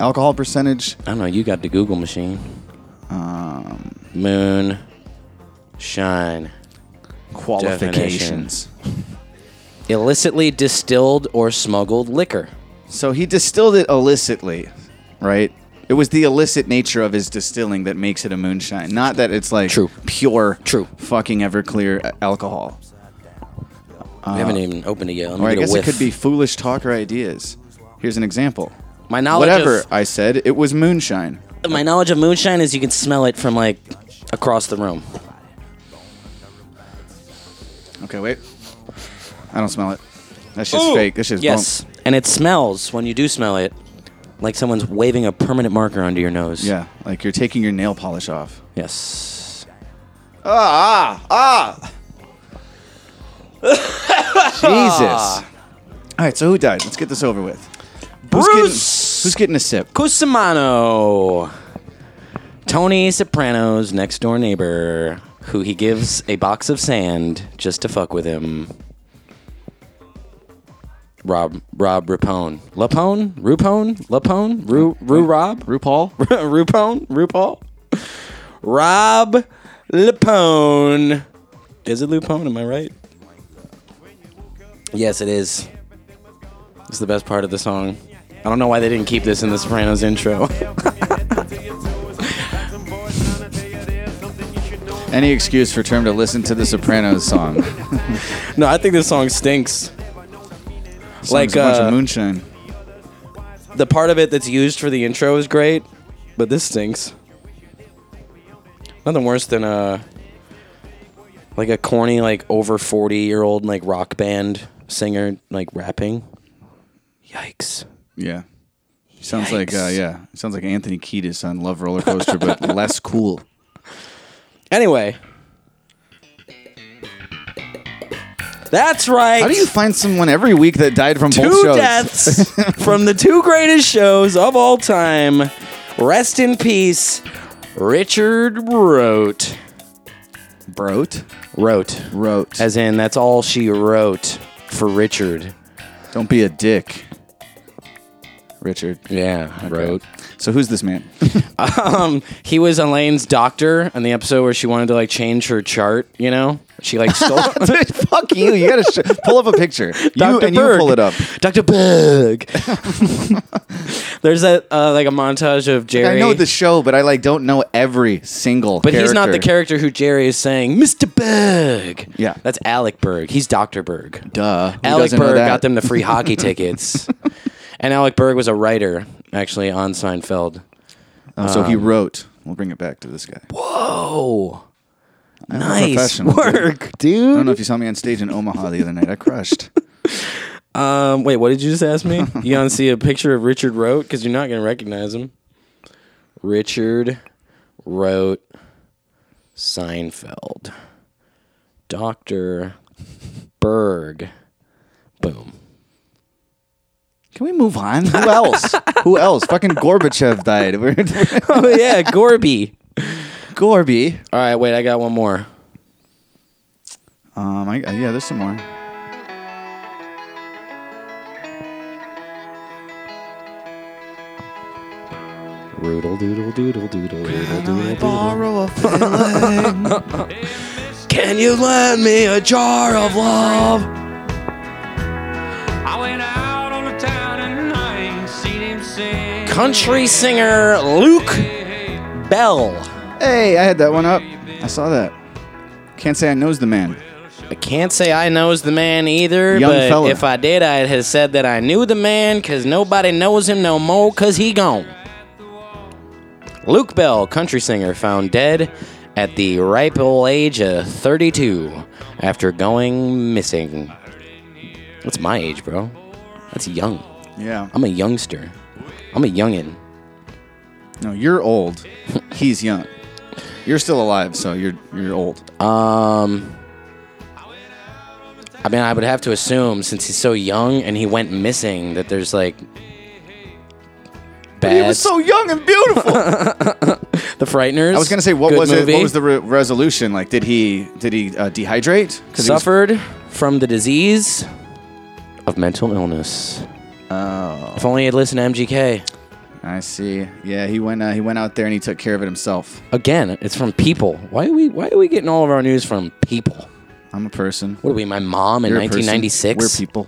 Speaker 3: alcohol percentage?
Speaker 4: I don't know. You got the Google machine.
Speaker 3: Um,
Speaker 4: moon shine
Speaker 3: Qualifications.
Speaker 4: Definition. illicitly distilled or smuggled liquor."
Speaker 3: So he distilled it illicitly, right? It was the illicit nature of his distilling that makes it a moonshine, not that it's like True. pure, True. fucking Everclear a- alcohol.
Speaker 4: we haven't even opened it yet. Let me
Speaker 3: Ah. Or I
Speaker 4: get a
Speaker 3: guess
Speaker 4: whiff.
Speaker 3: it could be foolish talk or ideas. Here's an example.
Speaker 4: My knowledge
Speaker 3: Whatever
Speaker 4: of-
Speaker 3: I said, it was moonshine.
Speaker 4: My knowledge of moonshine is you can smell it from like across the room.
Speaker 3: Okay, wait. I don't smell it. That's just fake. That's just
Speaker 4: yes, and it smells when you do smell it, like someone's waving a permanent marker onto your nose.
Speaker 3: Yeah, like you're taking your nail polish off.
Speaker 4: Yes.
Speaker 3: Ah, ah, ah. Jesus. All right, so who died? Let's get this over with. Bruce! Who's getting, a sip?
Speaker 4: Cusimano. Tony Soprano's next door neighbor, who he gives a box of sand just to fuck with him. Rob Rob Rapone. Lapone? Rupone? Lapone? Ru Ru Rob?
Speaker 3: RuPaul?
Speaker 4: Rupone? RuPaul? Rob Lapone. Is it Lupone? Am I right? Yes, it is. It's the best part of the song. I don't know why they didn't keep this in the Sopranos intro.
Speaker 3: and Any excuse for Term to listen to the Sopranos song.
Speaker 4: no, I think this song stinks.
Speaker 3: like
Speaker 4: Like,
Speaker 3: a bunch
Speaker 4: uh,
Speaker 3: of moonshine.
Speaker 4: The part of it that's used for the intro is great, but this stinks. Nothing worse than a like a corny like over 40 year old like rock band singer like rapping. Yikes.
Speaker 3: Yeah. Sounds like uh,
Speaker 4: Yikes.
Speaker 3: yeah. Sounds like Anthony Kiedis on Love Roller Coaster, but less cool.
Speaker 4: Anyway. That's right.
Speaker 3: How do you find someone every week that died from both
Speaker 4: two
Speaker 3: shows?
Speaker 4: deaths from the two greatest shows of all time. Rest in peace, Richard Rote.
Speaker 3: Brote?
Speaker 4: Wrote.
Speaker 3: Wrote.
Speaker 4: As in, that's all she wrote for Richard.
Speaker 3: Don't be a dick. Richard.
Speaker 4: Yeah, wrote.
Speaker 3: So who's this man?
Speaker 4: um, he was Elaine's doctor in the episode where she wanted to like change her chart. You know, she like stole.
Speaker 3: Dude, fuck you. You gotta sh- pull up a picture. You
Speaker 4: Dr.
Speaker 3: and
Speaker 4: Berg.
Speaker 3: you pull it up.
Speaker 4: Dr. Berg. There's that uh, like a montage of
Speaker 3: Like,
Speaker 4: Jerry.
Speaker 3: I know the show, but I like don't know every single.
Speaker 4: But he's not the
Speaker 3: character.
Speaker 4: character who Jerry is saying, Mr. Berg.
Speaker 3: Yeah.
Speaker 4: That's Alec Berg. He's Dr. Berg.
Speaker 3: Duh. Who
Speaker 4: Alec
Speaker 3: doesn't know
Speaker 4: Berg
Speaker 3: that?
Speaker 4: got them the free hockey tickets. And Alec Berg was a writer, actually, on Seinfeld.
Speaker 3: Oh, so he
Speaker 4: Um,
Speaker 3: wrote. We'll bring it back to this guy. Oh.
Speaker 4: Whoa.
Speaker 3: I'm a
Speaker 4: Nice
Speaker 3: professional, dude.
Speaker 4: work, dude.
Speaker 3: I don't know if you saw me on stage in Omaha the other night. I crushed.
Speaker 4: Um, wait, what did you just ask me? You gonna see a picture of Richard Rote? Because you're not gonna recognize him. Richard Rote Seinfeld. Doctor Berg. Boom.
Speaker 3: Can we move on? Who else? Who else? Fucking Gorbachev died. We're-
Speaker 4: oh yeah, Gorby.
Speaker 3: Gorby.
Speaker 4: All right, wait, I got one more.
Speaker 3: Um, I, yeah, there's some more.
Speaker 4: Roodle doodle doodle doodle doodle doodle
Speaker 14: borrow
Speaker 4: a Can you lend me a jar of love?
Speaker 15: I went out on the town and I ain't seen him since.
Speaker 4: Country singer Luke Bell.
Speaker 3: Hey, I had that one up. I saw that. Can't say I knows the man.
Speaker 4: I can't say I knows the man either,
Speaker 3: Young
Speaker 4: but
Speaker 3: fella.
Speaker 4: if I did, I'd have said that I knew the man, cause nobody knows him no more, cause he gone. Luke Bell, country singer, found dead at the ripe old age of 32 after going missing. That's my age, bro. That's young.
Speaker 3: Yeah.
Speaker 4: I'm a youngster. I'm a youngin.
Speaker 3: No, you're old. He's young. You're still alive, so you're you're old.
Speaker 4: Um, I mean, I would have to assume since he's so young and he went missing that there's like
Speaker 3: But
Speaker 4: bad.
Speaker 3: he was so young and beautiful.
Speaker 4: the Frighteners.
Speaker 3: I was gonna say, what
Speaker 4: good
Speaker 3: was it?
Speaker 4: movie.
Speaker 3: What was the re- resolution? Like, did he did he uh, dehydrate? 'Cause he was-
Speaker 4: suffered from the disease of mental illness?
Speaker 3: Oh.
Speaker 4: If only he'd listened to MGK
Speaker 3: I see. Yeah, he went. Uh, he went out there and he took care of it himself.
Speaker 4: again. It's from people. Why are we? Why are we getting all of our news from people?
Speaker 3: I'm a person.
Speaker 4: What are we? My mom in
Speaker 3: You're a person.
Speaker 4: 1996.
Speaker 3: We're people.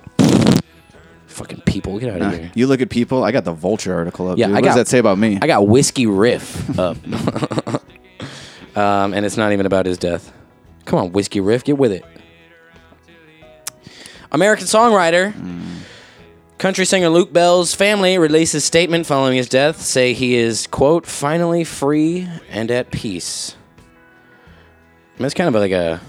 Speaker 4: Fucking people. Get out
Speaker 3: Nah,
Speaker 4: of here.
Speaker 3: you look at people. I got the vulture article up.
Speaker 4: Yeah,
Speaker 3: dude.
Speaker 4: I
Speaker 3: What
Speaker 4: got-
Speaker 3: does that say about me?
Speaker 4: I got whiskey riff up, um, and it's not even about his death. Come on, whiskey riff, get with it. American songwriter, country singer Luke Bell's family releases statement following his death, say he is quote finally free and at peace. I mean, it's kind of like a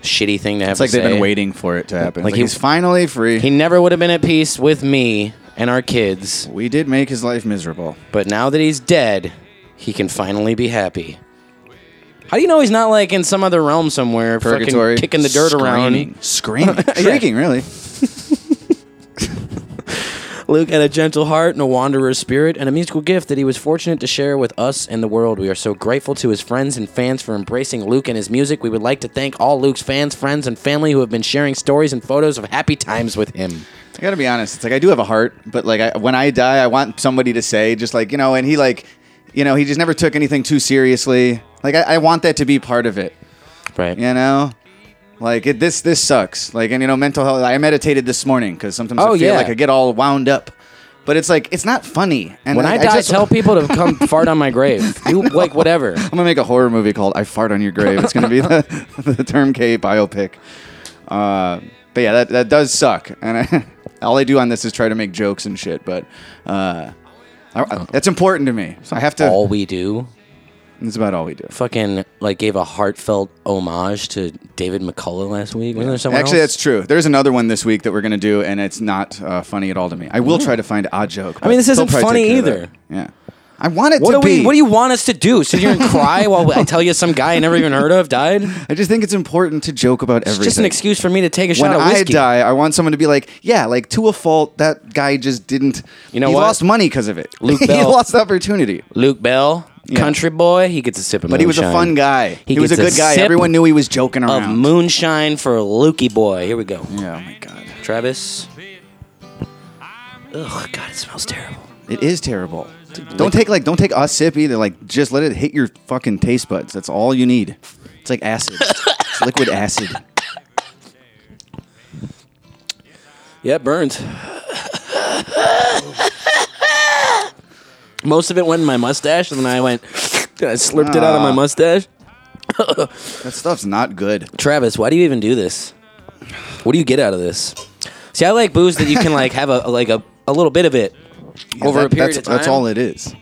Speaker 4: shitty thing to have.
Speaker 3: It's like
Speaker 4: to
Speaker 3: they've been
Speaker 4: say.
Speaker 3: waiting for it to happen.
Speaker 4: Like
Speaker 3: Like,
Speaker 4: he-
Speaker 3: he's finally free.
Speaker 4: He never would have been at peace with me and our kids.
Speaker 3: We did make his life miserable.
Speaker 4: But now that he's dead, he can finally be happy. How do you know he's not like in some other realm somewhere, fucking
Speaker 3: Purgatory,
Speaker 4: kicking the dirt around?
Speaker 3: screaming, screaming,
Speaker 4: Yeah.
Speaker 3: shrieking, really.
Speaker 4: Luke had a gentle heart and a wanderer's spirit and a musical gift that he was fortunate to share with us and the world. We are so grateful to his friends and fans for embracing Luke and his music. We would like to thank all Luke's fans, friends, and family who have been sharing stories and photos of happy times with him.
Speaker 3: I gotta be honest. It's like I do have a heart, but like I, when I die, I want somebody to say just like you know, and he like, you know, he just never took anything too seriously. Like I, I want that to be part of it.
Speaker 4: Right.
Speaker 3: You know, like it, this this sucks. Like and you know, mental health. I meditated this morning because sometimes
Speaker 4: Oh,
Speaker 3: I feel
Speaker 4: yeah.
Speaker 3: like I get all wound up. But it's like it's not funny. And
Speaker 4: when I, die,
Speaker 3: just-
Speaker 4: tell people to come fart on my grave. You like whatever.
Speaker 3: I'm gonna make a horror movie called "I Fart on Your Grave." It's gonna be the, the Term K biopic. Uh, but yeah, that, that does suck. And I, all I do on this is try to make jokes and shit. But uh, I, I- that's important to me. I have to.
Speaker 4: Oh. all we do.
Speaker 3: That's about all we do.
Speaker 4: Fucking like gave a heartfelt homage to David McCullough last week. Wasn't there someone
Speaker 3: Actually,
Speaker 4: else?
Speaker 3: that's true. There's another one this week that we're gonna do, and it's not uh, funny at all to me. I will
Speaker 4: Yeah.
Speaker 3: try to find a joke.
Speaker 4: I mean, this
Speaker 3: but they'll
Speaker 4: isn't
Speaker 3: probably
Speaker 4: funny
Speaker 3: take care
Speaker 4: either.
Speaker 3: of that. Yeah, I want it
Speaker 4: what
Speaker 3: to
Speaker 4: do
Speaker 3: be.
Speaker 4: We, what do you want us to do? Sit here and cry while I tell you some guy I never even heard of died?
Speaker 3: I just think it's important to joke about everything.
Speaker 4: It's just an excuse for me to take a
Speaker 3: when
Speaker 4: shot of whiskey.
Speaker 3: I die, I want someone to be like, yeah, like to a fault, that guy just didn't. You
Speaker 4: know
Speaker 3: he
Speaker 4: what?
Speaker 3: lost money because of it.
Speaker 4: Luke
Speaker 3: he
Speaker 4: Bell.
Speaker 3: lost the opportunity.
Speaker 4: Luke Bell, country boy, he gets a sip of
Speaker 3: But he was a
Speaker 4: moonshine.
Speaker 3: fun guy. He was
Speaker 4: gets
Speaker 3: a good guy.
Speaker 4: sip
Speaker 3: Everyone knew he was joking
Speaker 4: of
Speaker 3: around.
Speaker 4: moonshine for Lukey boy. Here we go.
Speaker 3: Yeah, oh my god.
Speaker 4: Travis. Ugh, God, it smells terrible.
Speaker 3: It is terrible. Don't take like don't take a sip either. Like just let it hit your fucking taste buds. That's all you need. It's like acid. it's liquid acid.
Speaker 4: Yeah, it burns. Most of it went in my mustache, and then I went, I slurped it out of my
Speaker 3: Ah.
Speaker 4: mustache.
Speaker 3: that stuff's not good.
Speaker 4: Travis, why do you even do this? What do you get out of this? See, I like booze that you can like have a like a, a little bit of it
Speaker 3: Yeah,
Speaker 4: over
Speaker 3: that-
Speaker 4: a period
Speaker 3: that's,
Speaker 4: of time.
Speaker 3: That's all it is.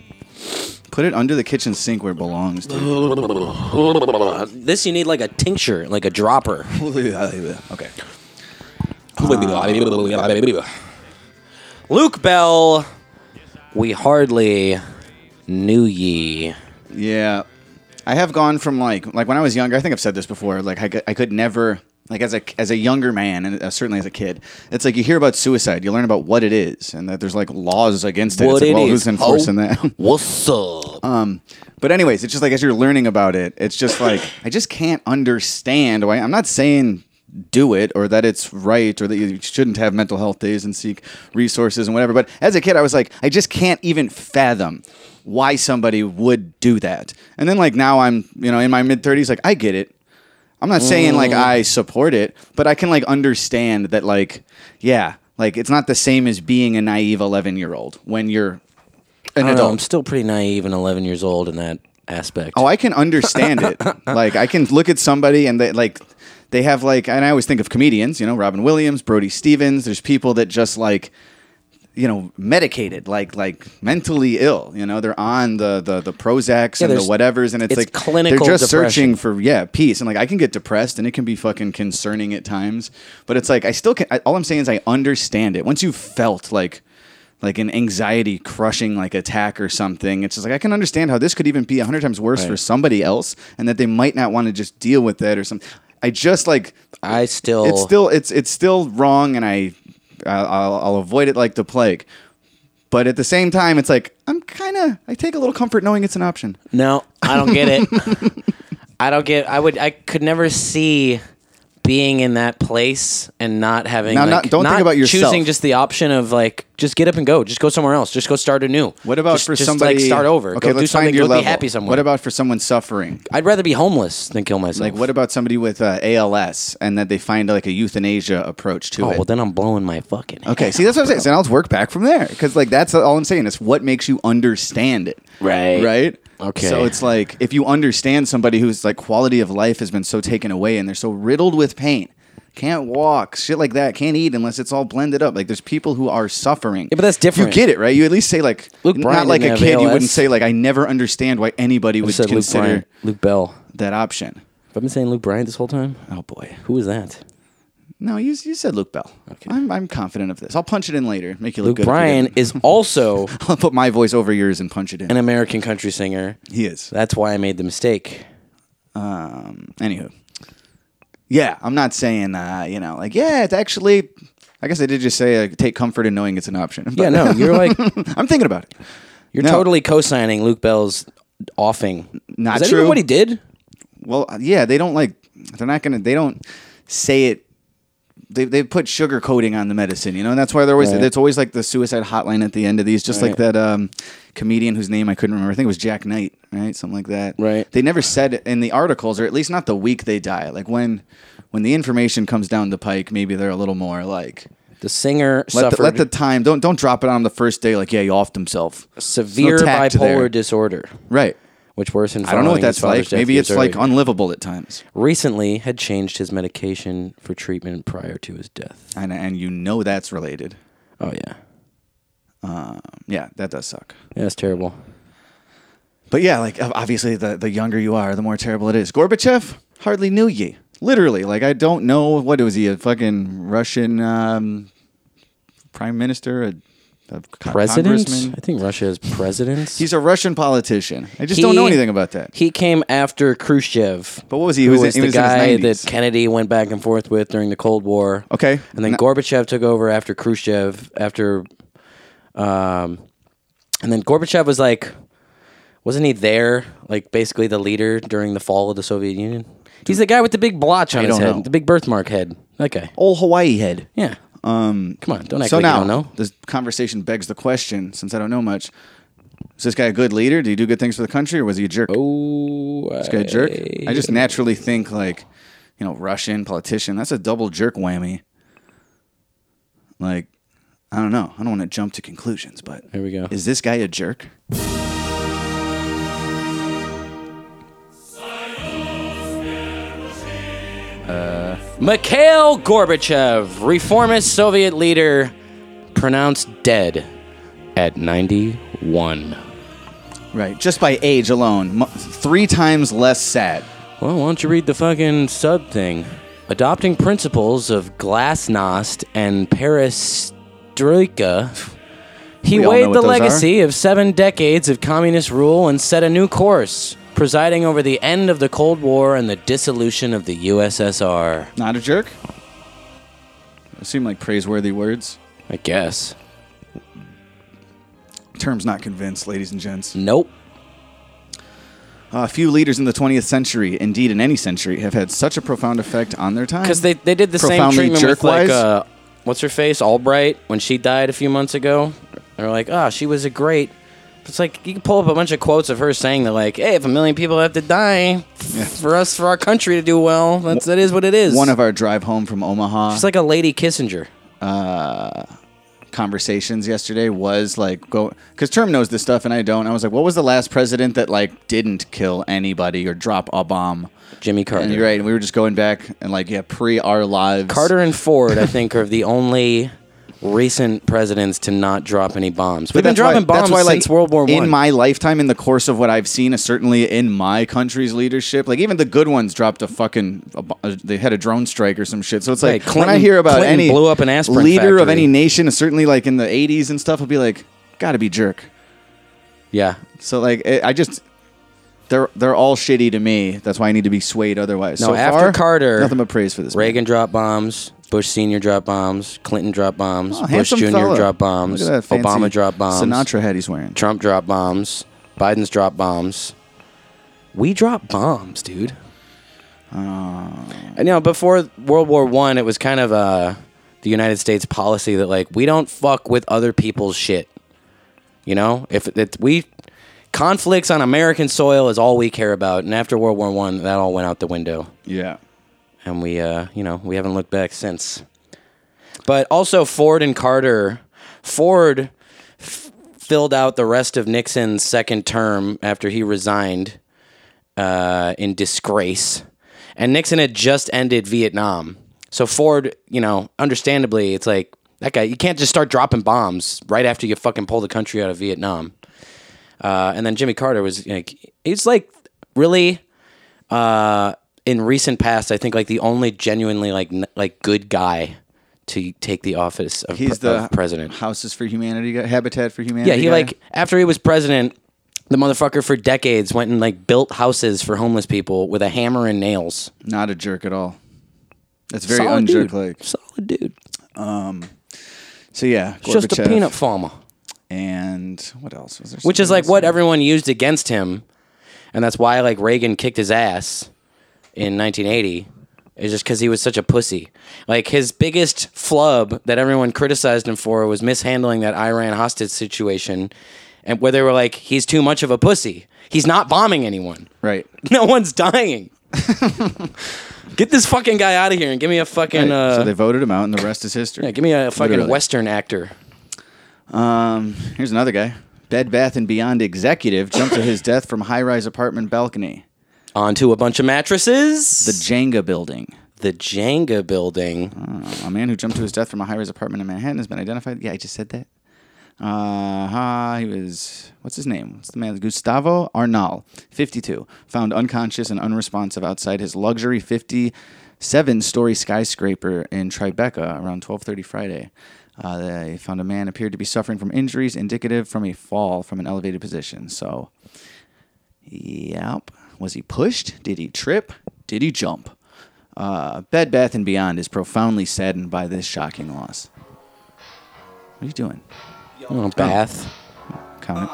Speaker 3: Put it under the kitchen sink where it belongs.
Speaker 4: This you need like a tincture, like a dropper.
Speaker 3: okay.
Speaker 4: Luke Bell, we hardly knew ye.
Speaker 3: Yeah. I have gone from like like when I was younger, I think I've said this before, like I could, I could never like as a as a younger man and uh, certainly as a kid, it's like you hear about suicide, you learn about what it is and that there's like laws against it.
Speaker 4: What
Speaker 3: it's like,
Speaker 4: it
Speaker 3: well,
Speaker 4: is,
Speaker 3: who's enforcing
Speaker 4: ho?
Speaker 3: that?
Speaker 4: What's up?
Speaker 3: Um but anyways, it's just like as you're learning about it, it's just like I just can't understand why I'm not saying do it or that it's right or that you shouldn't have mental health days and seek resources and whatever. But as a kid, I was like, I just can't even fathom why somebody would do that. And then like now I'm, you know, in my mid 30s, like I get it. I'm not saying like
Speaker 4: Mm.
Speaker 3: I support it, but I can like understand that like yeah, like it's not the same as being a naive 11-year-old when you're
Speaker 4: I don't
Speaker 3: an
Speaker 4: know,
Speaker 3: adult.
Speaker 4: I'm still pretty naive and 11 years old in that aspect.
Speaker 3: Oh, I can understand it. like I can look at somebody and they like they have like and I always think of comedians, you know, Robin Williams, Brody Stevens, there's people that just like you know, medicated, like like mentally ill. You know, they're on the the the Prozacs
Speaker 4: Yeah,
Speaker 3: and the
Speaker 4: there's-
Speaker 3: whatever's, and it's,
Speaker 4: it's
Speaker 3: like
Speaker 4: clinical
Speaker 3: They're just
Speaker 4: depression.
Speaker 3: searching for yeah peace, and like I can get depressed, and it can be fucking concerning at times. But it's like I still can. I, all I'm saying is I understand it. Once you felt like like an anxiety crushing like attack or something, it's just like I can understand how this could even be a hundred times worse
Speaker 4: Right.
Speaker 3: for somebody else, and that they might not want to just deal with that or something. I just like
Speaker 4: I still
Speaker 3: it's still it's it's still wrong, and I I'll, I'll I'll avoid it like the plague. But at the same time, it's like I'm kind of I take a little comfort knowing it's an option.
Speaker 4: No, I don't get it. I don't get. I would. I could never see being in that place and not having.
Speaker 3: Now,
Speaker 4: like,
Speaker 3: not- don't think about yourself.
Speaker 4: Choosing just the option of like, just get up and go. Just go somewhere else. Just go start anew.
Speaker 3: What about
Speaker 4: Just-
Speaker 3: for
Speaker 4: just,
Speaker 3: somebody
Speaker 4: Like, start over.
Speaker 3: Okay,
Speaker 4: Okay, go
Speaker 3: let's
Speaker 4: do something.
Speaker 3: find your
Speaker 4: go
Speaker 3: level.
Speaker 4: be happy somewhere.
Speaker 3: What about for someone suffering?
Speaker 4: I'd rather be homeless than kill myself.
Speaker 3: Like what about somebody with uh, ALS and that they find like a euthanasia approach to
Speaker 4: oh
Speaker 3: it?
Speaker 4: well, then I'm blowing my fucking.
Speaker 3: okay, see that's what I'm saying. So now let's work back from there because like that's all I'm saying is what makes you understand it,
Speaker 4: Right.
Speaker 3: Right.
Speaker 4: Okay.
Speaker 3: So it's like if you understand somebody whose like quality of life has been so taken away and they're so riddled with pain, can't walk, shit like that, can't eat unless it's all blended up. Like there's people who are suffering. Yeah, but that's
Speaker 4: different.
Speaker 3: You get it, right? You at least say like
Speaker 4: Luke
Speaker 3: not
Speaker 4: Bryan
Speaker 3: like
Speaker 4: didn't have
Speaker 3: a kid. You
Speaker 4: ALS.
Speaker 3: wouldn't say like I never understand why anybody
Speaker 4: I
Speaker 3: would
Speaker 4: said Luke,
Speaker 3: consider
Speaker 4: Bryan, Luke Bell.
Speaker 3: that option.
Speaker 4: Have I been saying Luke Bryant this whole time?
Speaker 3: Oh boy,
Speaker 4: who was that?
Speaker 3: No, you, you said Luke Bell. I'm, I'm confident of this. I'll punch it in later. Make you look
Speaker 4: Luke
Speaker 3: good. if you
Speaker 4: Bryan
Speaker 3: didn't.
Speaker 4: is also
Speaker 3: I'll put my voice over yours and punch it in.
Speaker 4: an American country singer.
Speaker 3: He is.
Speaker 4: That's why I made the mistake.
Speaker 3: Um. Anywho, yeah, I'm not saying uh, you know, like yeah, it's actually. I guess I did just say uh, take comfort in knowing it's an option.
Speaker 4: Yeah, no, you're like-
Speaker 3: I'm thinking about it.
Speaker 4: You're
Speaker 3: No.
Speaker 4: totally co-signing Luke Bell's offing.
Speaker 3: Not
Speaker 4: Is that
Speaker 3: true.
Speaker 4: Even what he did?
Speaker 3: Well, uh, yeah, they don't like. They're not gonna. They don't say it. They they put sugar coating on the medicine, you know, and that's why they're always.
Speaker 4: Right.
Speaker 3: It's always like the suicide hotline at the end of these, just like
Speaker 4: Right.
Speaker 3: that um, comedian whose name I couldn't remember. I think it was Jack Knight, right? Something like that. Right. They never said in the articles, or at least not the week they die. Like when when the information comes down the pike, maybe they're a little more like.
Speaker 4: The singer
Speaker 3: let
Speaker 4: suffered
Speaker 3: the, let the time don't don't drop it on him the first day like yeah he offed himself.
Speaker 4: severe
Speaker 3: There's no tact
Speaker 4: bipolar
Speaker 3: there.
Speaker 4: disorder.
Speaker 3: Right.
Speaker 4: Which worsened.
Speaker 3: I don't know what
Speaker 4: following his
Speaker 3: that's
Speaker 4: father's
Speaker 3: like.
Speaker 4: death
Speaker 3: Maybe
Speaker 4: years
Speaker 3: it's like
Speaker 4: earlier.
Speaker 3: unlivable at times.
Speaker 4: Recently, had changed his medication for treatment prior to his death.
Speaker 3: And and you know that's related.
Speaker 4: Oh yeah.
Speaker 3: Um, yeah, that does suck.
Speaker 4: Yeah, it's terrible.
Speaker 3: But yeah, like ob- obviously, the, the younger you are, the more terrible it is. Gorbachev hardly knew ye. Literally, like I don't know what was he a fucking Russian um, prime minister, a, a co-
Speaker 4: President?
Speaker 3: congressman?
Speaker 4: I think Russia has presidents.
Speaker 3: He's a Russian politician. I just don't know
Speaker 4: He-
Speaker 3: anything about that.
Speaker 4: He came after Khrushchev.
Speaker 3: But what was he? He
Speaker 4: who
Speaker 3: was in-
Speaker 4: was
Speaker 3: he
Speaker 4: the
Speaker 3: was in his
Speaker 4: guy
Speaker 3: 90s.
Speaker 4: that Kennedy went back and forth with during the Cold War.
Speaker 3: Okay.
Speaker 4: And then Gorbachev took over after Khrushchev. After, um, and then Gorbachev was like, wasn't he there? Like basically the leader during the fall of the Soviet Union. He's the guy with the big blotch on
Speaker 3: I
Speaker 4: his
Speaker 3: don't
Speaker 4: head,
Speaker 3: know.
Speaker 4: the big birthmark head. That guy.
Speaker 3: Old Hawaii head.
Speaker 4: Yeah.
Speaker 3: Um,
Speaker 4: Come on, don't act
Speaker 3: so
Speaker 4: like you
Speaker 3: now,
Speaker 4: don't know.
Speaker 3: This conversation begs the question, since I don't know much. Is this guy a good leader? Did he do good things for the country, or was he a jerk?
Speaker 4: Oh,
Speaker 3: this guy a jerk. I just naturally think like, you know, Russian politician. That's a double jerk whammy. Like, I don't know. I don't want to jump to conclusions, but
Speaker 4: here we go.
Speaker 3: Is this guy a jerk?
Speaker 4: Uh, Mikhail Gorbachev, reformist Soviet leader, pronounced dead at 91.
Speaker 3: Right, just by age alone, mu- three times less sad.
Speaker 4: Well, why don't you read the fucking sub thing? Adopting principles of glasnost and perestroika, he
Speaker 14: We all know
Speaker 4: weighed
Speaker 14: what
Speaker 4: the
Speaker 14: those
Speaker 4: legacy of seven decades of communist rule and set a new course, presiding over the end of the Cold War and the dissolution of the USSR.
Speaker 3: Not a jerk. Those seem like praiseworthy words.
Speaker 4: I guess.
Speaker 3: Term's not convinced, ladies and gents.
Speaker 4: Nope.
Speaker 3: A few leaders in the 20th century, indeed in any century, have had such a profound effect on their time.
Speaker 4: Because they, they did the same
Speaker 3: Profoundly
Speaker 4: treatment with
Speaker 3: jerk-wise?
Speaker 4: like uh, what's her face Albright when she died a few months ago. They were like, oh, she was a great. It's like you can pull up a bunch of quotes of her saying that like, hey, if a million people have to die for us for our country to do well, that's that is what it is.
Speaker 3: One of our drive home from Omaha.
Speaker 4: She's like a Lady Kissinger.
Speaker 3: uh, conversations yesterday was like go because term knows this stuff and i don't i was like what was the last president that like didn't kill anybody or drop a bomb
Speaker 4: jimmy carter
Speaker 3: and you're right and we were just going back and like yeah pre our lives
Speaker 4: Carter and Ford, I think, are the only recent presidents to not drop any bombs. We've been
Speaker 3: that's why-
Speaker 4: dropping bombs
Speaker 3: that's why, like,
Speaker 4: since World War One.
Speaker 3: In my lifetime, in the course of what I've seen, uh, certainly in my country's leadership, like even the good ones dropped a fucking, a, bo- uh, they had a drone strike or some shit. So it's
Speaker 4: Right,
Speaker 3: like
Speaker 4: Clinton-
Speaker 3: when I hear about
Speaker 4: Clinton
Speaker 3: any
Speaker 4: blew up an aspirin
Speaker 3: leader of
Speaker 4: factory.
Speaker 3: any nation, uh, certainly like in the '80s and stuff, I'll be like, gotta be jerk.
Speaker 4: Yeah.
Speaker 3: So like, it, I just. They're, they're all shitty to me. That's why I need to be swayed otherwise.
Speaker 4: No,
Speaker 3: so
Speaker 4: after
Speaker 3: far,
Speaker 4: Carter,
Speaker 3: nothing but praise for this.
Speaker 4: Reagan dropped bombs. Bush Senior dropped bombs. Clinton dropped bombs.
Speaker 3: Oh,
Speaker 4: Bush
Speaker 3: handsome
Speaker 4: Junior
Speaker 3: fella.
Speaker 4: dropped bombs.
Speaker 3: Look at that fancy
Speaker 4: Obama dropped bombs.
Speaker 3: Sinatra hat he's wearing.
Speaker 4: Trump dropped bombs. Biden's dropped bombs. We dropped bombs, dude.
Speaker 3: Oh.
Speaker 4: And you know, before World War One, it was kind of uh, the United States policy that like we don't fuck with other people's shit. You know, if it, we conflicts on American soil is all we care about, and after World War One, that all went out the window.
Speaker 3: Yeah,
Speaker 4: and we, uh, you know, we haven't looked back since. But also Ford and Carter, Ford f- filled out the rest of Nixon's second term after he resigned uh, in disgrace, and Nixon had just ended Vietnam. So Ford, you know, understandably, it's like that guy. You can't just start dropping bombs right after you fucking pull the country out of Vietnam. Uh, and then Jimmy Carter was like, he's like really uh, in recent past, I think like the only genuinely like n- like good guy to take the office of,
Speaker 3: He's
Speaker 4: pre-
Speaker 3: the
Speaker 4: of uh, president.
Speaker 3: Houses for Humanity, guy, Habitat for Humanity.
Speaker 4: Yeah, he
Speaker 3: guy.
Speaker 4: like after he was president, the motherfucker for decades went and like built houses for homeless people with a hammer and nails.
Speaker 3: Not a jerk at all. That's very
Speaker 4: Solid dude.
Speaker 3: unjerk like.
Speaker 4: Solid dude.
Speaker 3: Um, so yeah,
Speaker 4: It's just a
Speaker 3: Gorbachev.
Speaker 4: peanut farmer.
Speaker 3: And what else was there?
Speaker 4: which is
Speaker 3: something
Speaker 4: like what everyone used against him, and that's why like Reagan kicked his ass in 1980. Is just because he was such a pussy. Like his biggest flub that everyone criticized him for was mishandling that Iran hostage situation, and where they were like, he's too much of a pussy. He's not bombing anyone.
Speaker 3: Right.
Speaker 4: No one's dying. Get this fucking guy out of here and give me a fucking.
Speaker 3: Right,
Speaker 4: Uh,
Speaker 3: so they voted him out, and the rest is history.
Speaker 4: Yeah, give me a fucking
Speaker 3: Literally.
Speaker 4: Western actor.
Speaker 3: Um, here's another guy. Bed Bath and Beyond executive jumped to his death from high-rise apartment balcony
Speaker 4: onto a bunch of mattresses.
Speaker 3: The Jenga building.
Speaker 4: The Jenga building.
Speaker 3: a man who jumped to his death from a high-rise apartment in Manhattan has been identified. Yeah, I just said that. Uh, huh, he was what's his name? What's the man? Gustavo Arnal, 52, found unconscious and unresponsive outside his luxury 57-story skyscraper in Tribeca around 12:30 Friday. Uh, they found a man appeared to be suffering from injuries indicative from a fall from an elevated position. So, Yep. Was he pushed? Did he trip? Did he jump? Uh, Bed Bath and Beyond is profoundly saddened by this shocking loss. What are you doing?
Speaker 4: Oh, bath.
Speaker 3: Count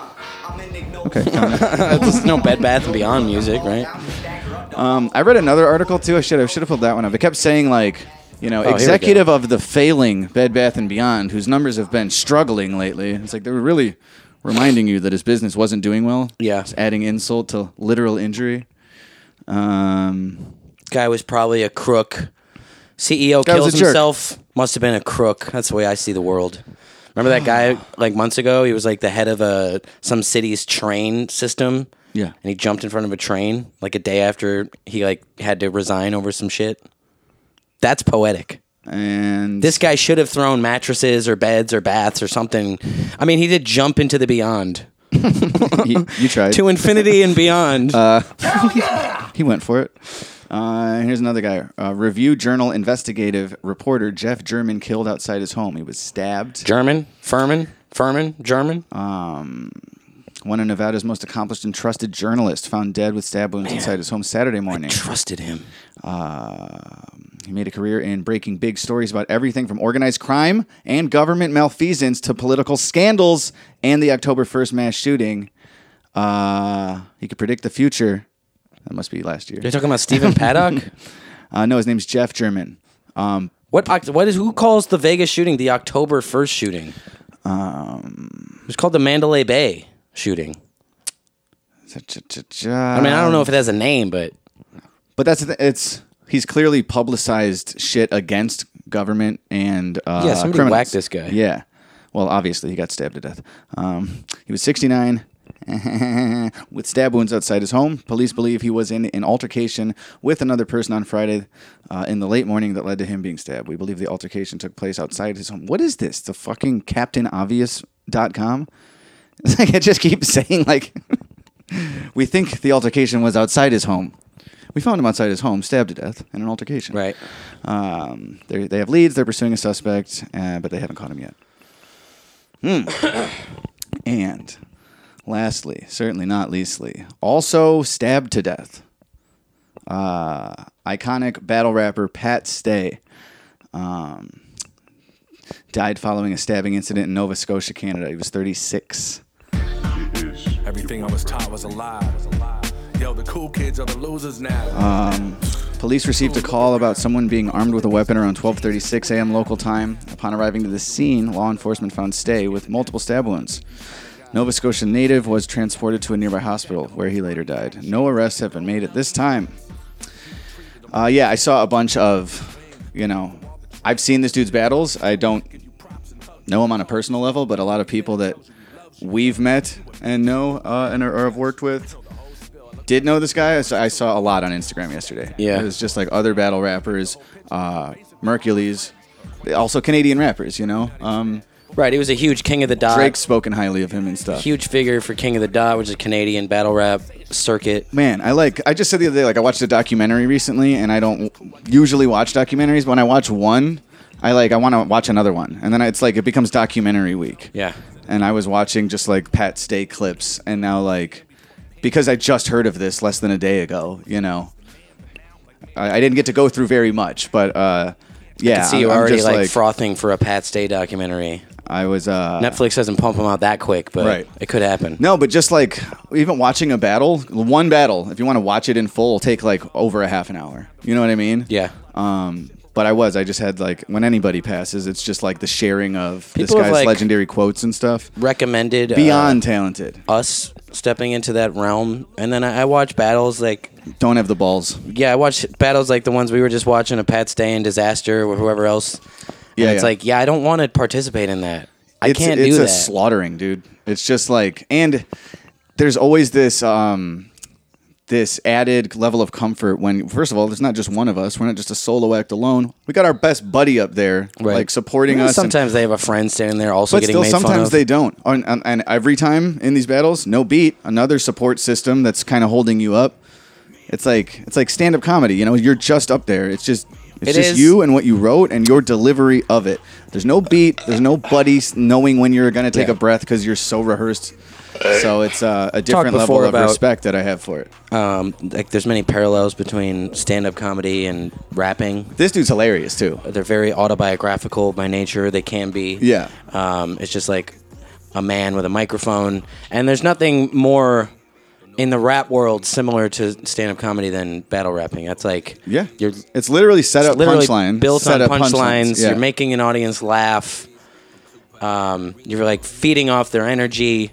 Speaker 3: it. Okay. Count it.
Speaker 4: There's no Bed Bath and Beyond music, right?
Speaker 3: Um, I read another article too. I should have should have pulled that one up. It kept saying like, you know,
Speaker 4: Oh, here we go.
Speaker 3: executive of the failing Bed Bath and Beyond, whose numbers have been struggling lately. It's like they were really reminding you that his business wasn't doing well. Yeah, it's adding insult to literal injury. Um,
Speaker 4: Guy was probably a crook. CEO
Speaker 3: Guy was
Speaker 4: kills
Speaker 3: a jerk.
Speaker 4: himself. Must have been a crook. That's the way I see the world. Remember that guy like months ago? He was like the head of a some city's train system.
Speaker 3: Yeah.
Speaker 4: And he jumped in front of a train like a day after he like had to resign over some shit. That's poetic.
Speaker 3: And
Speaker 4: this guy should have thrown mattresses or beds or baths or something. I mean, he did jump into the beyond.
Speaker 3: you, you tried
Speaker 4: To infinity and beyond.
Speaker 3: Uh, he went for it. Uh, here's another guy. Uh, Review Journal investigative reporter Jeff German killed outside his home. He was stabbed.
Speaker 4: German, Furman, Furman, German.
Speaker 3: Um, one of Nevada's most accomplished and trusted journalists found dead with stab wounds inside his home Saturday morning.
Speaker 4: trusted him.
Speaker 3: Uh, he made a career in breaking big stories about everything from organized crime and government malfeasance to political scandals and the October 1st mass shooting. Uh, he could predict the future. That must be last year.
Speaker 4: You're talking about Stephen Paddock?
Speaker 3: uh, no, his name's Jeff German. Um,
Speaker 4: What oct- what is who calls the Vegas shooting the October first shooting?
Speaker 3: Um,
Speaker 4: it was called the Mandalay Bay shooting.
Speaker 3: I
Speaker 4: mean, I don't know if it has a name, but
Speaker 3: but that's the, it's he's clearly publicized shit against government and uh,
Speaker 4: Yeah, somebody
Speaker 3: criminals.
Speaker 4: whacked this guy.
Speaker 3: Yeah, well, obviously he got stabbed to death. Um, he was 69 with stab wounds outside his home. Police believe he was in an altercation with another person on Friday uh, in the late morning that led to him being stabbed. We believe the altercation took place outside his home. What is this? The fucking CaptainObvious.com? It's like I just keep saying like we think the altercation was outside his home. We found him outside his home, stabbed to death in an altercation.
Speaker 4: Right.
Speaker 3: Um, they they have leads. They're pursuing a suspect, uh, but they haven't caught him yet. Hmm. and lastly, certainly not leastly, also stabbed to death. Uh, iconic battle rapper Pat Stay um, died following a stabbing incident in Nova Scotia, Canada. He was 36.
Speaker 7: Everything I was taught was a lie. Yo, the cool kids are the losers now.
Speaker 2: Uh.
Speaker 3: Um, police received a call about someone being armed with a weapon around 12:36 a.m. local time. Upon arriving to the scene, law enforcement found Stay with multiple stab wounds. Nova Scotia native was transported to a nearby hospital where he later died. No arrests have been made at this time. Uh, yeah, I saw a bunch of, you know, I've seen this dude's battles. I don't know him on a personal level, but a lot of people that we've met and know uh, and are, or have worked with did know this guy. I saw, I saw a lot on Instagram yesterday.
Speaker 4: Yeah.
Speaker 3: it was just like other battle rappers, uh, Mercules, also Canadian rappers. You know, um,
Speaker 4: right? He was a huge king of the dot.
Speaker 3: Drake's spoken highly of him and stuff.
Speaker 4: Huge figure for King of the Dot, which is a Canadian battle rap circuit.
Speaker 3: Man, I like. I just said the other day, like I watched a documentary recently, and I don't usually watch documentaries. But when I watch one, I like I want to watch another one, and then it's like it becomes documentary week.
Speaker 4: Yeah.
Speaker 3: And I was watching just like Pat Stay clips, and now like because I just heard of this less than a day ago, you know, I, I didn't get to go through very much, but uh, yeah,
Speaker 4: I can see
Speaker 3: I'm-
Speaker 4: you
Speaker 3: I'm
Speaker 4: already
Speaker 3: just,
Speaker 4: like, frothing for a Pat Stay documentary.
Speaker 3: I was uh,
Speaker 4: Netflix doesn't pump them out that quick, but
Speaker 3: Right.
Speaker 4: it could happen.
Speaker 3: No, but just like even watching a battle, one battle, if you want to watch it in full, will take like over a half an hour. You know what I mean?
Speaker 4: Yeah.
Speaker 3: Um, but I was, I just had like when anybody passes, it's just like the sharing of this
Speaker 4: People have,
Speaker 3: guy's
Speaker 4: like,
Speaker 3: legendary quotes and stuff.
Speaker 4: Recommended uh,
Speaker 3: Beyond talented.
Speaker 4: us stepping into that realm. And then I, I watch battles like
Speaker 3: don't have the balls.
Speaker 4: yeah, I watch battles like the ones we were just watching, a Pat's Day and Disaster or whoever else.
Speaker 3: Yeah,
Speaker 4: and it's
Speaker 3: yeah.
Speaker 4: like, yeah, I don't want to participate in that. I
Speaker 3: it's,
Speaker 4: can't do
Speaker 3: it's a
Speaker 4: that.
Speaker 3: slaughtering, dude. It's just like, and there's always this, um, this added level of comfort when, first of all, there's not just one of us. We're not just a solo act alone. We got our best buddy up there, like supporting
Speaker 4: Yeah,
Speaker 3: us. and-
Speaker 4: Sometimes they have a friend standing there also
Speaker 3: but
Speaker 4: getting
Speaker 3: still,
Speaker 4: made
Speaker 3: sometimes
Speaker 4: fun of.
Speaker 3: they don't. And, and, and every time in these battles, no beat, another support system that's kind of holding you up. It's like it's like stand up comedy. You know, you're just up there. It's just it's
Speaker 4: It
Speaker 3: just
Speaker 4: is-
Speaker 3: you and what you wrote and your delivery of it. There's no beat. There's no buddies knowing when you're gonna take
Speaker 4: Yeah.
Speaker 3: a breath because you're so rehearsed. So it's uh, a different
Speaker 4: before
Speaker 3: level of
Speaker 4: about-
Speaker 3: respect that I have for it.
Speaker 4: um, like there's many parallels between stand-up comedy and rapping.
Speaker 3: This dude's hilarious too.
Speaker 4: They're very autobiographical by nature. They can be.
Speaker 3: Yeah.
Speaker 4: Um, it's just like a man with a microphone, and there's nothing more in the rap world similar to stand-up comedy than battle rapping. That's like
Speaker 3: Yeah, it's literally set up
Speaker 4: it's literally
Speaker 3: punchline,
Speaker 4: built
Speaker 3: set
Speaker 4: on
Speaker 3: up punchlines,
Speaker 4: punchlines.
Speaker 3: yeah.
Speaker 4: You're making an audience laugh. Um, you're like feeding off their energy.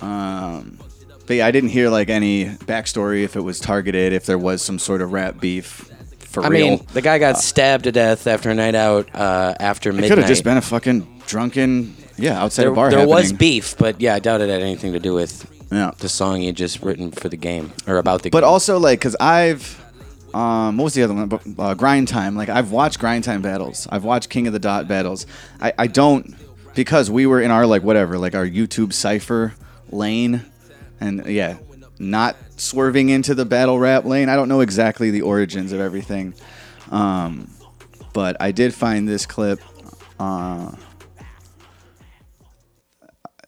Speaker 3: Um, but yeah, I didn't hear like any backstory if it was targeted, if there was some sort of rap beef. For
Speaker 4: I
Speaker 3: real,
Speaker 4: mean, the guy got stabbed to death after a night out uh, after midnight.
Speaker 3: it could have just been a fucking drunken, yeah, outside
Speaker 4: there,
Speaker 3: a bar.
Speaker 4: there was
Speaker 3: happening.
Speaker 4: beef, but yeah, I doubt it had anything to do with
Speaker 3: Yeah.
Speaker 4: the song you just written for the game or about the
Speaker 3: but
Speaker 4: game.
Speaker 3: also like because I've, um, what was the other one? Bu- Uh, Grind Time. Like I've watched Grind Time battles. I've watched King of the Dot battles. I, I don't because we were in our like whatever like our YouTube cipher lane, and yeah, not swerving into the battle rap lane. I don't know exactly the origins of everything, um, but I did find this clip. Uh,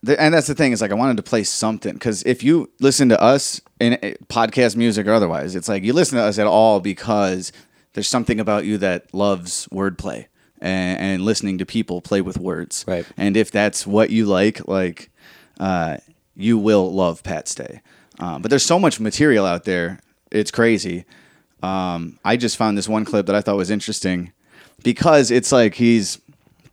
Speaker 3: the, and that's the thing is like I wanted to play something because if you listen to us in uh, podcast music or otherwise, it's like you listen to us at all because there's something about you that loves wordplay and, and listening to people play with words. Right. And if that's what you like, like uh, you will love Pat's Day. Um, but there's so much material out there, it's crazy. Um, I just found this one clip that I thought was interesting because it's like he's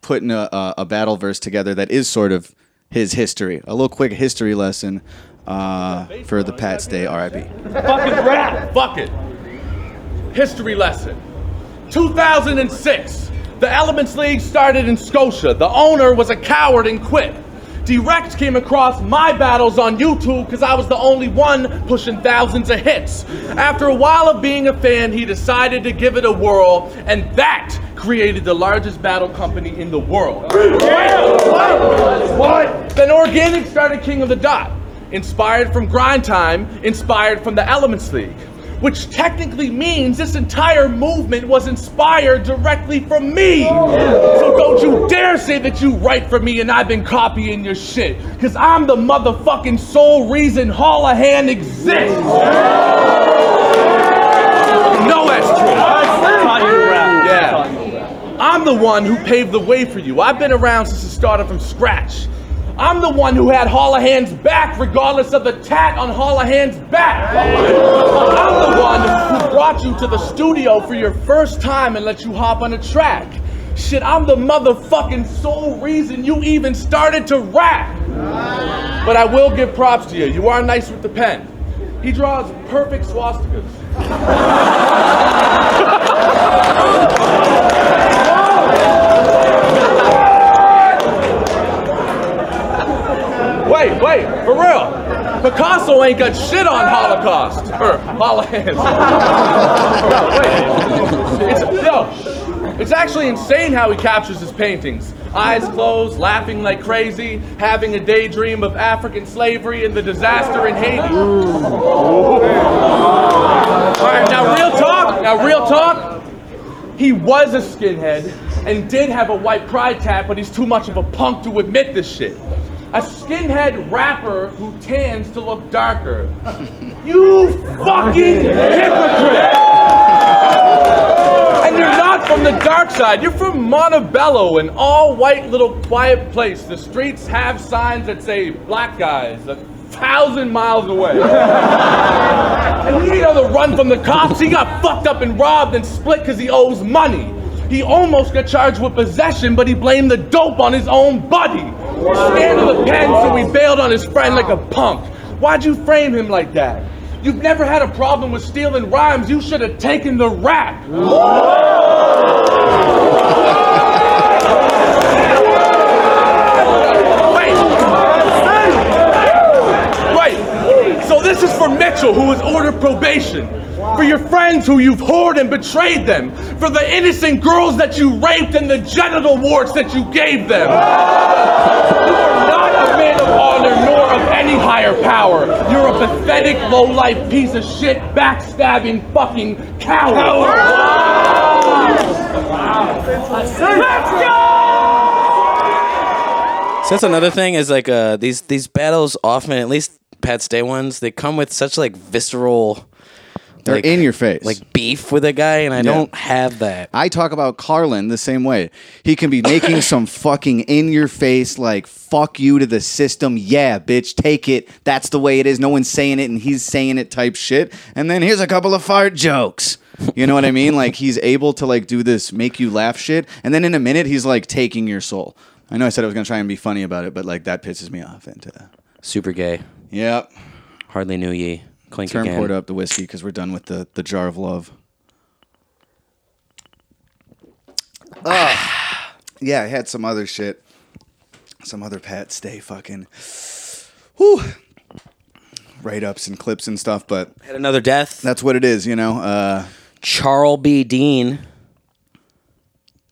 Speaker 3: putting a, a, a battle verse together that is sort of his history. A little quick history lesson uh, for the Pat's Day RIP.
Speaker 16: Fucking rap. Fuck it. History lesson. 2006. The Elements League started in Scotia. The owner was a coward and quit. Direct came across my battles on YouTube because I was the only one pushing thousands of hits. After a while of being a fan, he decided to give it a whirl, and that created the largest battle company in the world. What? What? Then Organic started King of the Dot, inspired from Grind Time, inspired from the Elements League, which technically means this entire movement was inspired directly from me. So don't you dare say that you write for me and I've been copying your shit, because I'm the motherfucking sole reason Hallahan exists. No extra. Yeah. I'm the one who paved the way for you. I've been around since it started from scratch. I'm the one who had Hallahan's back, regardless of the tat on Hallahan's back. I'm the one who brought you to the studio for your first time and let you hop on a track. Shit, I'm the motherfucking sole reason you even started to rap. But I will give props to you. You are nice with the pen. He draws perfect swastikas. Wait, wait, for real. Picasso ain't got shit on Holocaust. Or Holocaust. wait. It's, yo, it's actually insane how he captures his paintings. Eyes closed, laughing like crazy, having a daydream of African slavery and the disaster in Haiti. All right, now real talk. Now real talk. He was a skinhead and did have a white pride tat, but he's too much of a punk to admit this shit. A skinhead rapper who tans to look darker. You fucking hypocrite! And you're not from the dark side. You're from Montebello, an all-white little quiet place. The streets have signs that say "Black guys" a thousand miles away. and he on the run from the cops. He got fucked up and robbed and split because he owes money. He almost got charged with possession, but he blamed the dope on his own buddy. Stand to the pen, so he bailed on his friend like a punk. Why'd you frame him like that? You've never had a problem with stealing rhymes. You should have taken the rap. Right. So this is for Mitchell, who was ordered probation. For your friends who you've whored and betrayed them. For the innocent girls that you raped and the genital warts that you gave them. You are not a man of honor nor of any higher power. You're a pathetic, low-life piece of shit, backstabbing fucking coward.
Speaker 4: So that's another thing is like uh, these these battles often, at least Pat's Day ones, they come with such like visceral.
Speaker 3: They're
Speaker 4: like-
Speaker 3: in your face.
Speaker 4: Like beef with a guy, and I
Speaker 3: Yeah.
Speaker 4: don't have that.
Speaker 3: I talk about Carlin the same way. He can be making some fucking in your face, like, fuck you to the system. Yeah, bitch, take it. That's the way it is. No one's saying it and he's saying it type shit. And then here's a couple of fart jokes. You know what I mean? Like, he's able to, like, do this make you laugh shit. And then in a minute, he's, like, taking your soul. I know I said I was going to try and be funny about it, but, like, that pisses me off. And, uh,
Speaker 4: Super gay.
Speaker 3: Yep.
Speaker 4: Hardly knew ye. Clink
Speaker 3: Turn
Speaker 4: again.
Speaker 3: poured up the whiskey because we're done with the, the jar of love. Ah. yeah, I had some other shit. Some other Pat Stay fucking whew, write ups and clips and stuff, but.
Speaker 4: Had another death.
Speaker 3: That's what it is, you know? Uh,
Speaker 4: Charles B. Dean.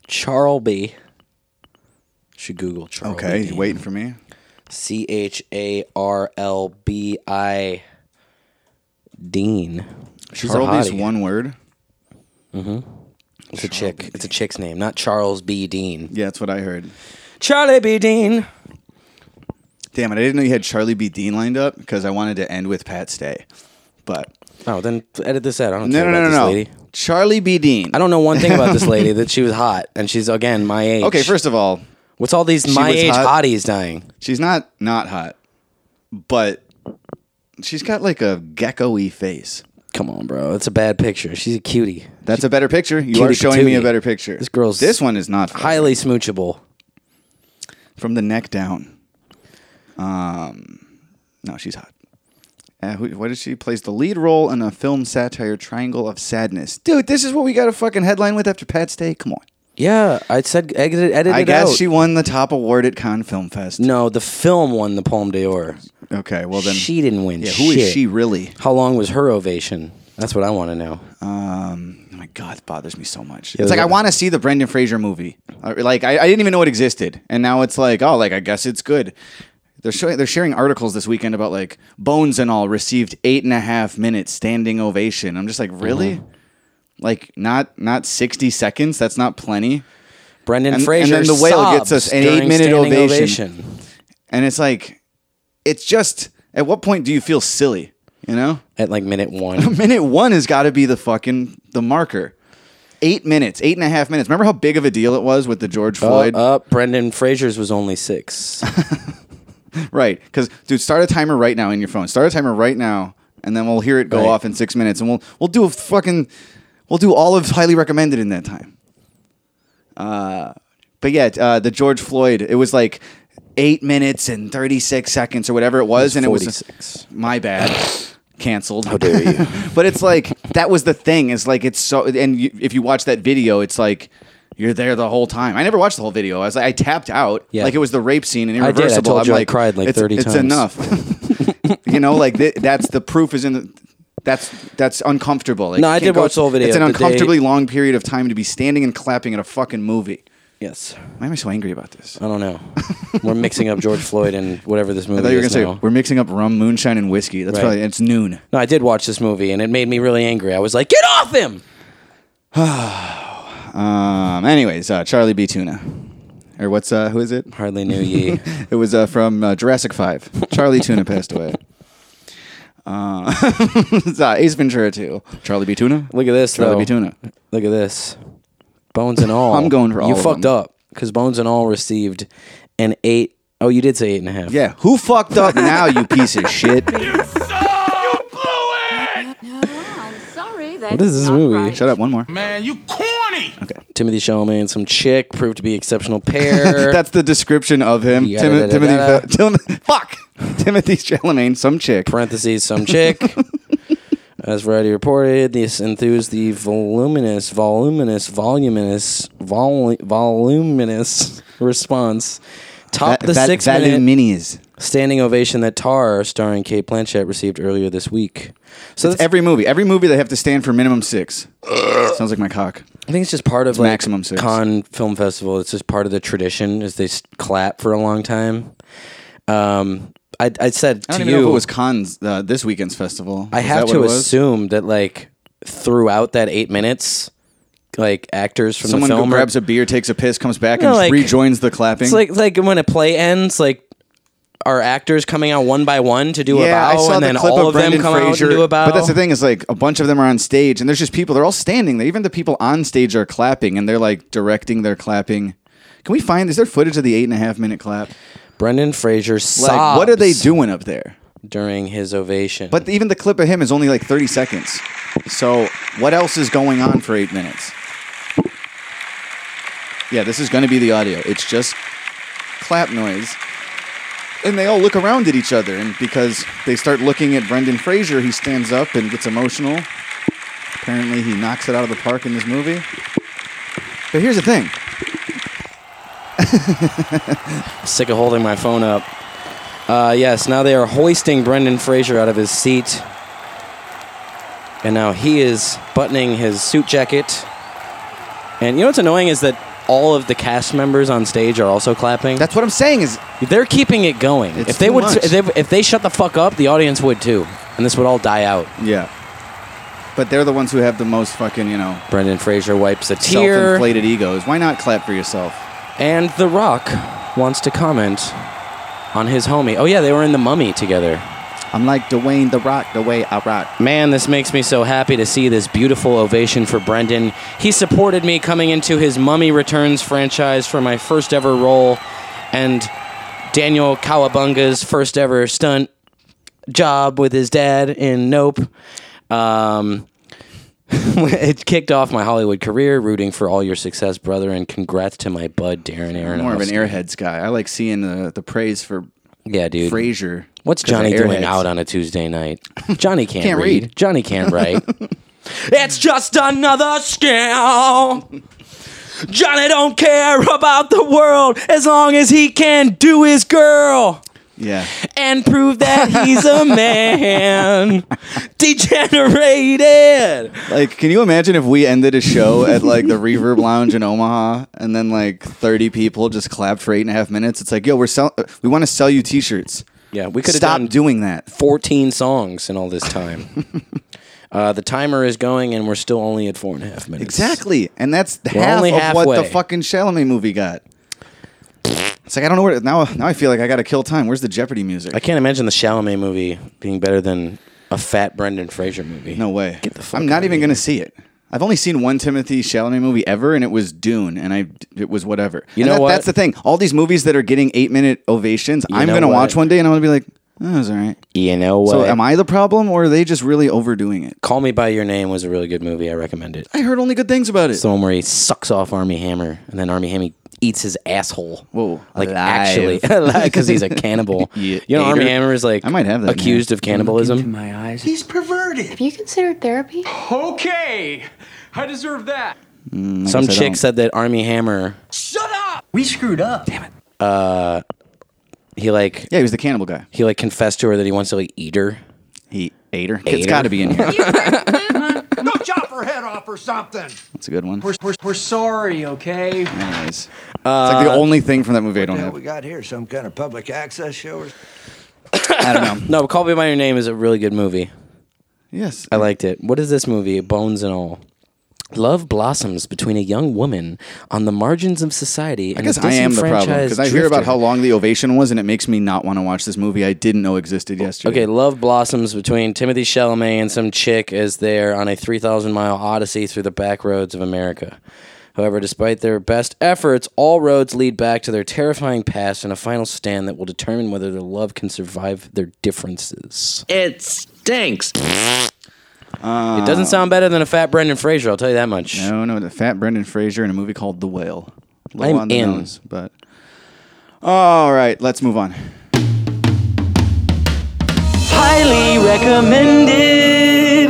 Speaker 4: Charles B. Should Google Charles.
Speaker 3: Okay,
Speaker 4: B.
Speaker 3: you waiting for me?
Speaker 4: C H A R L B I Dean. She's
Speaker 3: Charles
Speaker 4: a
Speaker 3: B's
Speaker 4: hottie.
Speaker 3: one word.
Speaker 4: Mm-hmm. It's a chick. It's a chick's name, not Charles B. Dean.
Speaker 3: Yeah, that's what I heard.
Speaker 4: Charlie B. Dean.
Speaker 3: Damn it, I didn't know you had Charlie B. Dean lined up because I wanted to end with Pat Stay. But.
Speaker 4: Oh, then edit this out. I don't
Speaker 3: No,
Speaker 4: care
Speaker 3: no, no,
Speaker 4: about
Speaker 3: no,
Speaker 4: this
Speaker 3: no.
Speaker 4: lady.
Speaker 3: Charlie B. Dean.
Speaker 4: I don't know one thing about this lady that she was hot, and she's again my age.
Speaker 3: Okay, first of all,
Speaker 4: what's all these
Speaker 3: she
Speaker 4: my
Speaker 3: was
Speaker 4: age
Speaker 3: hot.
Speaker 4: hotties dying?
Speaker 3: She's not not hot, but she's got like a gecko-y face.
Speaker 4: Come on, bro. That's a bad picture. She's a cutie.
Speaker 3: That's a better picture. You
Speaker 4: Cutie
Speaker 3: are showing me a
Speaker 4: patootie.
Speaker 3: better picture.
Speaker 4: This girl's
Speaker 3: this one is not
Speaker 4: highly smoochable
Speaker 3: from the neck down. Um, no, she's hot. Uh, who, what is she? Plays the lead role in a film satire, Triangle of Sadness. Dude, this is what we got a fucking headline with after Pat's Day. Come on.
Speaker 4: Yeah, I said edit, edit
Speaker 3: I
Speaker 4: it
Speaker 3: guess
Speaker 4: out.
Speaker 3: she won the top award at Cannes Film Fest.
Speaker 4: No, the film won the Palme d'Or.
Speaker 3: Okay, well then
Speaker 4: she didn't win.
Speaker 3: Yeah, who is
Speaker 4: shit.
Speaker 3: she really?
Speaker 4: How long was her ovation? That's what I want to know.
Speaker 3: Um, oh my God, it bothers me so much.
Speaker 4: Yeah,
Speaker 3: it's like
Speaker 4: the-
Speaker 3: I want to see the Brendan Fraser movie. Uh, Like I, I didn't even know it existed, and now it's like, oh, like I guess it's good. They're showing, they're sharing articles this weekend about like Bones and all received eight and a half minutes standing ovation. I'm just like, really? Like not not 60 seconds? That's not plenty.
Speaker 4: Brendan
Speaker 3: and,
Speaker 4: Fraser
Speaker 3: and then the whale
Speaker 4: sobs
Speaker 3: gets us an
Speaker 4: during
Speaker 3: eight minute
Speaker 4: standing
Speaker 3: ovation.
Speaker 4: ovation.
Speaker 3: and it's like, it's just at what point do you feel silly? You know,
Speaker 4: at like minute one.
Speaker 3: minute one has got to be the fucking the marker. Eight minutes, eight and a half minutes. Remember how big of a deal it was with the George Floyd,
Speaker 4: Uh, uh, Brendan Fraser's was only six.
Speaker 3: right? Because dude, start a timer right now in your phone. Start a timer right now, and then we'll hear it go
Speaker 4: Right.
Speaker 3: off in six minutes, and we'll we'll do a fucking we'll do all of highly recommended in that time. Uh, but yeah, uh, the George Floyd, it was like eight minutes and thirty six seconds or whatever it was, and it was my bad. Canceled. How dare you? but it's like that was the thing. Is like it's so. And you, if you watch that video, it's like you're there the whole time. I never watched the whole video. I was like, I tapped out.
Speaker 4: Yeah.
Speaker 3: Like it was the rape scene and
Speaker 4: I did. I
Speaker 3: irreversible.
Speaker 4: told
Speaker 3: am
Speaker 4: you I
Speaker 3: like,
Speaker 4: cried, like,
Speaker 3: it's,
Speaker 4: 30
Speaker 3: it's
Speaker 4: times.
Speaker 3: enough. you know, like th- that's the proof is in. The, that's that's uncomfortable. Like,
Speaker 4: No,
Speaker 3: you
Speaker 4: I
Speaker 3: can't
Speaker 4: did watch the whole video.
Speaker 3: It's an
Speaker 4: The day-
Speaker 3: uncomfortably long period of time to be standing and clapping at a fucking movie.
Speaker 4: Yes.
Speaker 3: Why am I so angry about this?
Speaker 4: I don't know. We're mixing up George Floyd and whatever this movie
Speaker 3: I thought you were
Speaker 4: is
Speaker 3: gonna
Speaker 4: now.
Speaker 3: say we're mixing up rum, moonshine, and whiskey. That's
Speaker 4: Right.
Speaker 3: probably it's noon.
Speaker 4: No, I did watch this movie and it made me really angry. I was like, get off him!
Speaker 3: um. Anyways, uh, Charlie B. Tuna, or what's uh, who is it?
Speaker 4: Hardly knew ye.
Speaker 3: it was uh, from uh, Jurassic Five. Charlie Tuna passed away. Uh, it's, uh, Ace Ventura too. Charlie B. Tuna.
Speaker 4: Look at this,
Speaker 3: Charlie
Speaker 4: though.
Speaker 3: B. Tuna.
Speaker 4: Look at this. Bones and all.
Speaker 3: I'm going for all
Speaker 4: You
Speaker 3: of
Speaker 4: fucked
Speaker 3: them.
Speaker 4: up because Bones and all received an eight oh you did say eight and a half.
Speaker 3: Yeah. Who fucked up now, you piece of shit?
Speaker 17: Sorry,
Speaker 4: What is this movie?
Speaker 3: Shut up. One more.
Speaker 17: Man, you corny.
Speaker 4: Timothy Chalamet, some chick, proved to be exceptional pair.
Speaker 3: That's the description of him. Tim- Timothy.
Speaker 4: Yada-da-da-da.
Speaker 3: Fel- Tim- fuck. Timothy Chalamet, some chick.
Speaker 4: Parentheses, some chick. As Variety reported, this enthused the voluminous, voluminous, voluminous, volu- voluminous response topped
Speaker 3: Va-
Speaker 4: the
Speaker 3: va-
Speaker 4: six
Speaker 3: voluminous.
Speaker 4: minute standing ovation that Tar, starring Kate Blanchett, received earlier this week. So
Speaker 3: it's every movie. Every movie they have to stand for minimum six. Sounds like my cock.
Speaker 4: I think it's just part of
Speaker 3: It's
Speaker 4: like
Speaker 3: maximum six.
Speaker 4: Cannes Film Festival. It's just part of the tradition is they s- clap for a long time. Um, I, I said
Speaker 3: I don't
Speaker 4: to
Speaker 3: even
Speaker 4: you,
Speaker 3: know if it was Cannes uh, this weekend's festival.
Speaker 4: I
Speaker 3: Is
Speaker 4: have
Speaker 3: that
Speaker 4: to
Speaker 3: what it was?
Speaker 4: assume that like throughout that eight minutes, like actors from
Speaker 3: Someone
Speaker 4: the
Speaker 3: go-
Speaker 4: film are-
Speaker 3: grabs a beer, takes a piss, comes back,
Speaker 4: No,
Speaker 3: and
Speaker 4: like-
Speaker 3: rejoins the clapping.
Speaker 4: It's like like when a play ends, like are actors coming out one by one to do
Speaker 3: yeah,
Speaker 4: a bow,
Speaker 3: I saw
Speaker 4: and
Speaker 3: the
Speaker 4: then
Speaker 3: clip
Speaker 4: all
Speaker 3: of
Speaker 4: of, them
Speaker 3: Brendan
Speaker 4: come out
Speaker 3: Fraser.
Speaker 4: and do a bow.
Speaker 3: But that's the thing is like a bunch of them are on stage, and there's just people. They're all standing. there. Even the people on stage are clapping, and they're like directing their clapping. Can we find? Is there footage of the eight and a half minute clap?
Speaker 4: Brendan Fraser
Speaker 3: Like, what are they
Speaker 4: sobs.
Speaker 3: doing up there?
Speaker 4: during his ovation.
Speaker 3: But even the clip of him is only like 30 seconds. So what else is going on for eight minutes? Yeah, this is going to be the audio. It's just clap noise. And they all look around at each other. And because they start looking at Brendan Fraser, he stands up and gets emotional. Apparently, he knocks it out of the park in this movie. But here's the thing
Speaker 4: Sick of holding my phone up. Uh, yes, now they are hoisting Brendan Fraser out of his seat. And now he is buttoning his suit jacket. And you know what's annoying is that all of the cast members on stage are also clapping. That's
Speaker 3: what I'm saying is
Speaker 4: they're keeping it going. If they
Speaker 3: too
Speaker 4: would
Speaker 3: much.
Speaker 4: if they, if they shut the fuck up, the audience would too. And this would all die out.
Speaker 3: Yeah. But they're the ones who have the most fucking, you know.
Speaker 4: Brendan Fraser wipes a tear.
Speaker 3: Self-inflated egos. Why not clap for yourself?
Speaker 4: And The Rock wants to comment on his homie. Oh yeah, they were in The Mummy together.
Speaker 3: I'm like Dwayne The Rock, the way I rock.
Speaker 4: Man, this makes me so happy to see this beautiful ovation for Brendan. He supported me coming into his Mummy Returns franchise for my first ever role and Daniel Kawabunga's first ever stunt job with his dad in Nope. Um, it kicked off my Hollywood career, rooting for all your success, brother, and congrats to my bud, Darren Aaron.
Speaker 3: I'm more of an airheads guy. I like seeing the, the praise for
Speaker 4: yeah, dude.
Speaker 3: Frasier.
Speaker 4: What's
Speaker 3: 'cause of
Speaker 4: Johnny doing
Speaker 3: Airheads.
Speaker 4: out on a Tuesday night? Johnny can't,
Speaker 3: Can't
Speaker 4: read.
Speaker 3: read.
Speaker 4: Johnny can't write.
Speaker 2: It's just another scam. Johnny don't care about the world as long as he can do his girl
Speaker 3: Yeah.
Speaker 2: and prove that he's a man. Degenerated.
Speaker 3: Like, can you imagine if we ended a show at like the Reverb Lounge in Omaha, and then like 30 people just clapped for eight and a half minutes? It's like, yo, we're sell- we want to sell you T-shirts.
Speaker 4: Yeah, we could
Speaker 3: stop doing that.
Speaker 4: 14 songs in all this time. uh, the timer is going, and we're still only at four and a half minutes.
Speaker 3: Exactly, and that's
Speaker 4: We're
Speaker 3: half
Speaker 4: only
Speaker 3: of what the
Speaker 4: halfway.
Speaker 3: fucking Chalamet movie got. It's like I don't know where now. Now I feel like I got to kill time. Where's the Jeopardy music?
Speaker 4: I can't imagine the Chalamet movie being better than a fat Brendan Fraser movie.
Speaker 3: No way. I'm not even going to see it. I've only seen one Timothy Chalamet movie ever, and it was Dune, and I it was whatever.
Speaker 4: You
Speaker 3: And
Speaker 4: know
Speaker 3: that-
Speaker 4: what?
Speaker 3: That's the thing. All these movies that are getting eight minute ovations,
Speaker 4: You
Speaker 3: I'm
Speaker 4: know
Speaker 3: going to
Speaker 4: what?
Speaker 3: watch one day, and I'm going to be like, "That was all right."
Speaker 4: You know what?
Speaker 3: So, am I the problem, or are they just really overdoing it?
Speaker 4: Call Me By Your Name was a really good movie. I recommend it.
Speaker 3: I heard only good things about it.
Speaker 4: It's the one where he sucks off Army Hammer, and then Army Hammer eats his asshole.
Speaker 3: Whoa!
Speaker 4: Like
Speaker 3: alive.
Speaker 4: actually, because he's a cannibal.
Speaker 3: Yeah,
Speaker 4: you know, Army
Speaker 3: gator.
Speaker 4: Hammer is like
Speaker 3: I might have that, man.
Speaker 4: accused of cannibalism. My eyes.
Speaker 15: He's perverted. Have you considered therapy? Okay.
Speaker 17: I deserve that.
Speaker 3: Mm, I
Speaker 4: Some
Speaker 3: guess I
Speaker 4: chick
Speaker 3: don't.
Speaker 4: said that Army Hammer
Speaker 17: Shut up!
Speaker 15: We screwed up. Damn it.
Speaker 4: uh he like
Speaker 3: yeah he was the cannibal guy
Speaker 4: he like confessed to her that he wants to like eat her
Speaker 3: he ate her It's got to be in here.
Speaker 15: Go chop her head off or something.
Speaker 3: That's a good one.
Speaker 15: We're, we're, we're sorry, okay?
Speaker 3: Anyways, it's
Speaker 4: Uh,
Speaker 3: like the only thing from that movie I don't have.
Speaker 15: we got here? Some kind of public access show? Or...
Speaker 3: I don't know.
Speaker 4: no call me by your name is a really good movie
Speaker 3: yes
Speaker 4: i liked it what is this movie bones and all Love blossoms between a young woman on the margins of society.
Speaker 3: I
Speaker 4: and
Speaker 3: guess
Speaker 4: a
Speaker 3: I am the problem
Speaker 4: disenfranchised
Speaker 3: because I hear about
Speaker 4: drifter.
Speaker 3: how long the ovation was, and it makes me not want to watch this movie I didn't know existed yesterday.
Speaker 4: Okay, love blossoms between Timothy Chalamet and some chick as they're on a 3,000 mile odyssey through the back roads of America. However, despite their best efforts, all roads lead back to their terrifying past and a final stand that will determine whether their love can survive their differences.
Speaker 15: It stinks.
Speaker 4: it doesn't sound better than a fat Brendan Fraser, I'll tell you that much.
Speaker 3: Ah. No, no, the fat Brendan Fraser in a movie called The Whale.
Speaker 4: I'm
Speaker 3: on the
Speaker 4: in.
Speaker 3: but all right, let's move on.
Speaker 15: highly recommended.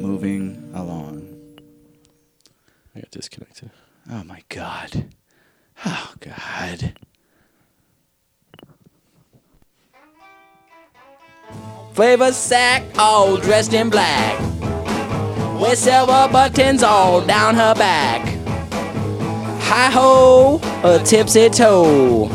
Speaker 3: Moving along.
Speaker 2: I got disconnected.
Speaker 3: Oh my god. Oh god.
Speaker 15: Flavor sack, all dressed in black. With silver buttons all down her back. Hi ho, a tipsy toe.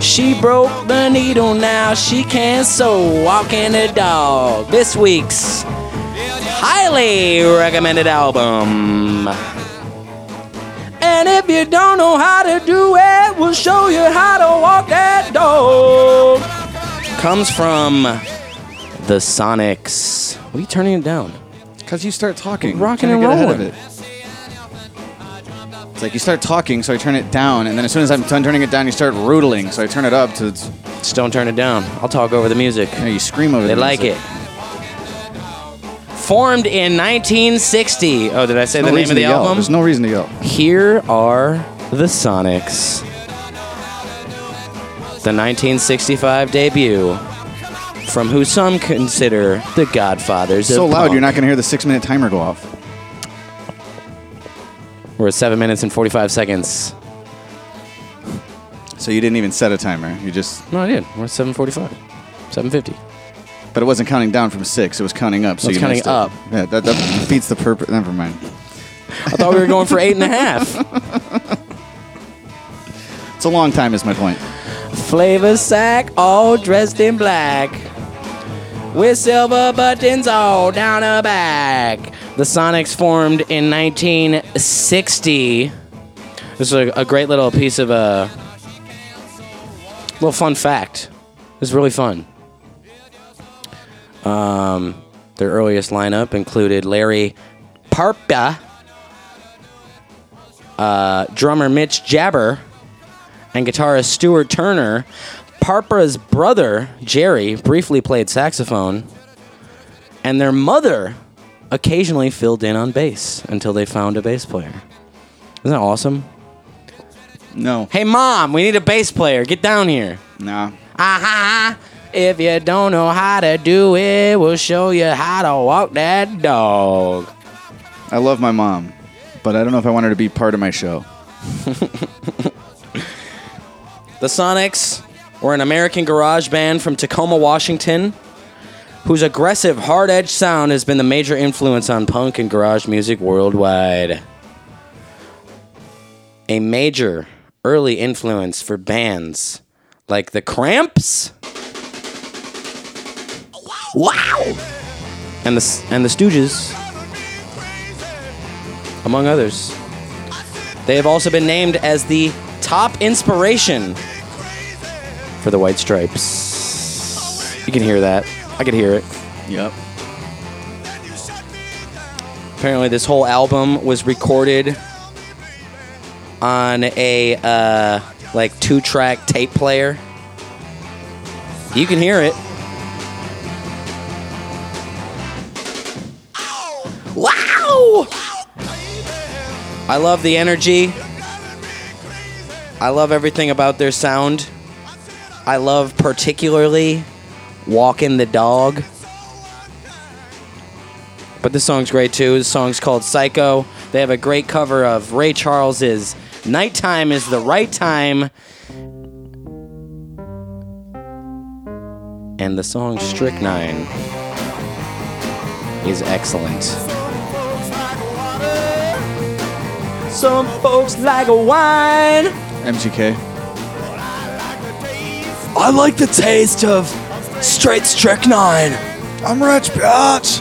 Speaker 15: She broke the needle, now she can't sew. Walking the dog. This week's highly recommended album. And if you don't know how to do it, we'll show you how to walk that dog.
Speaker 4: Comes from the Sonics. What are you turning it down?
Speaker 3: Because you start talking.
Speaker 4: Rocking
Speaker 3: Trying
Speaker 4: and
Speaker 3: to get ahead of
Speaker 4: rolling.
Speaker 3: it. It's like you start talking, so I turn it down, and then as soon as I'm done turning it down, you start rootling, so I turn it up to. Just
Speaker 4: don't turn it down. I'll talk over the music.
Speaker 3: Yeah, you scream over
Speaker 4: They
Speaker 3: the
Speaker 4: like
Speaker 3: music.
Speaker 4: Formed in 1960. Oh, did I say the
Speaker 3: There's no
Speaker 4: name
Speaker 3: reason
Speaker 4: of the
Speaker 3: to yell.
Speaker 4: album?
Speaker 3: There's no reason to yell.
Speaker 4: Here are the Sonics. The 1965 debut from who some consider the godfathers
Speaker 3: so
Speaker 4: of
Speaker 3: loud,
Speaker 4: punk.
Speaker 3: you're not going to hear the six minute timer go off.
Speaker 4: We're at 7 minutes and 45 seconds.
Speaker 3: So you didn't even set a timer. You just.
Speaker 4: No, I did. We're at 745. 750.
Speaker 3: But it wasn't counting down from six, it was counting up. So
Speaker 4: It's
Speaker 3: you
Speaker 4: counting
Speaker 3: missed it.
Speaker 4: up.
Speaker 3: Yeah, that, that beats the purpose. Never mind.
Speaker 4: I thought we were going for eight and a half.
Speaker 3: It's a long time, is my point.
Speaker 15: Flavor sack, all dressed in black.
Speaker 4: With silver buttons all down her back. The Sonics formed in 1960. This is a, a great little piece of a little fun fact. It's really fun. Um, their earliest lineup included Larry Parpa, uh, drummer Mitch Jabber, and guitarist Stuart Turner. Parpa's brother, Jerry, briefly played saxophone, and their mother occasionally filled in on bass until they found a bass player. Isn't that awesome?
Speaker 3: No.
Speaker 4: Hey, mom, we need a bass player. Get down here.
Speaker 3: Nah.
Speaker 4: Aha! If you don't know how to do it, we'll show you how to walk that dog.
Speaker 3: I love my mom, but I don't know if I want her to be part of my show.
Speaker 4: The Sonics were an American garage band from Tacoma, Washington, whose aggressive, hard edged sound has been the major influence on punk and garage music worldwide. A major early influence for bands like the Cramps wow. and the, and the Stooges, among others. They have also been named as the top inspiration for the White Stripes. You can hear that. I could hear it.
Speaker 3: Yep.
Speaker 4: Apparently, this whole album was recorded on a uh, like two-track tape player. You can hear it. Wow! I love the energy. I love everything about their sound. I love particularly Walking the Dog. But this song's great too. This song's called Psycho. They have a great cover of Ray Charles's Nighttime is the Right Time. And the song Strychnine is excellent.
Speaker 15: Some folks like a wine.
Speaker 3: MGK.
Speaker 14: I like the taste of straight strychnine. I'm rich, bitch.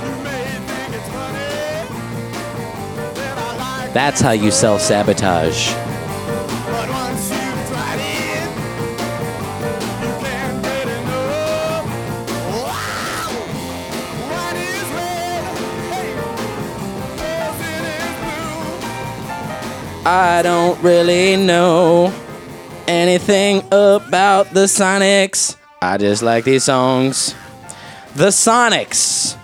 Speaker 4: That's how you self sabotage. I don't really know anything about the Sonics. I just like these songs. The Sonics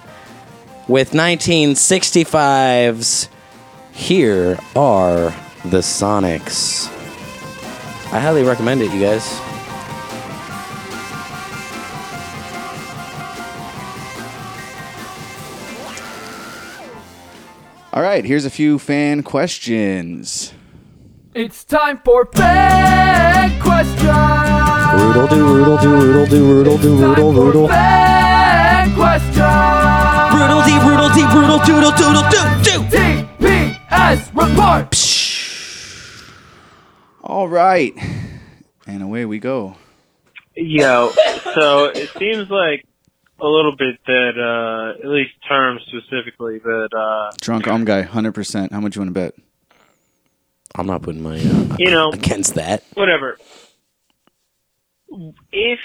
Speaker 4: with 1965's Here Are the Sonics. I highly recommend it, you guys.
Speaker 3: All right, here's a few fan questions.
Speaker 17: It's time for Bad Question!
Speaker 18: Roodle do roodle do roodle do roodle do roodle roodle.
Speaker 17: Bad Question! Brutal D, brutal D, brutal doodle doodle doo doo! TPS Report!
Speaker 3: All right, and away we go.
Speaker 19: Yo, so it seems like a little bit that, uh, at least terms specifically, that, uh,
Speaker 3: Drunk um guy, hundred percent. How much you want to bet?
Speaker 4: I'm not putting my uh,
Speaker 19: you know,
Speaker 4: against that.
Speaker 19: whatever. If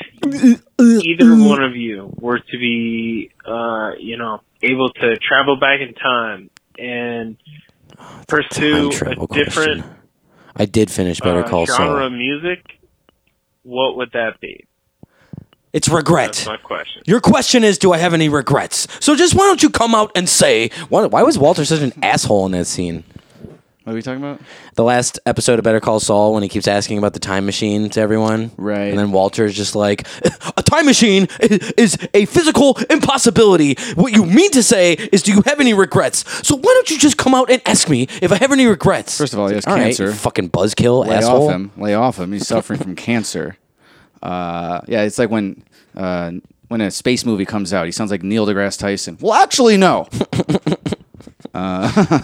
Speaker 19: either one of you were to be, uh, you know, able to travel back in time and pursue
Speaker 4: travel
Speaker 19: a different
Speaker 4: I did finish Better
Speaker 19: uh,
Speaker 4: Call
Speaker 19: genre
Speaker 4: Saul.
Speaker 19: of music, what would that be?
Speaker 2: It's regret.
Speaker 19: That's my question.
Speaker 2: Your question is, do I have any regrets? So just why don't you come out and say,
Speaker 4: Why, why was Walter such an asshole in that scene?
Speaker 3: What are we talking about?
Speaker 4: The last episode of Better Call Saul, when he keeps asking about the time machine to everyone, right? And then Walter's just like,
Speaker 2: a time machine i- is a physical impossibility. What you mean to say is, do you have any regrets? So why don't you just come out and ask me if I have any regrets? First
Speaker 3: of all, he has cancer.
Speaker 4: fucking buzzkill,
Speaker 3: Lay
Speaker 4: asshole.
Speaker 3: off him. Lay off him. He's suffering from cancer. Uh, yeah, it's like when uh, when a space movie comes out. He sounds like Neil deGrasse Tyson. Well, actually, no. uh,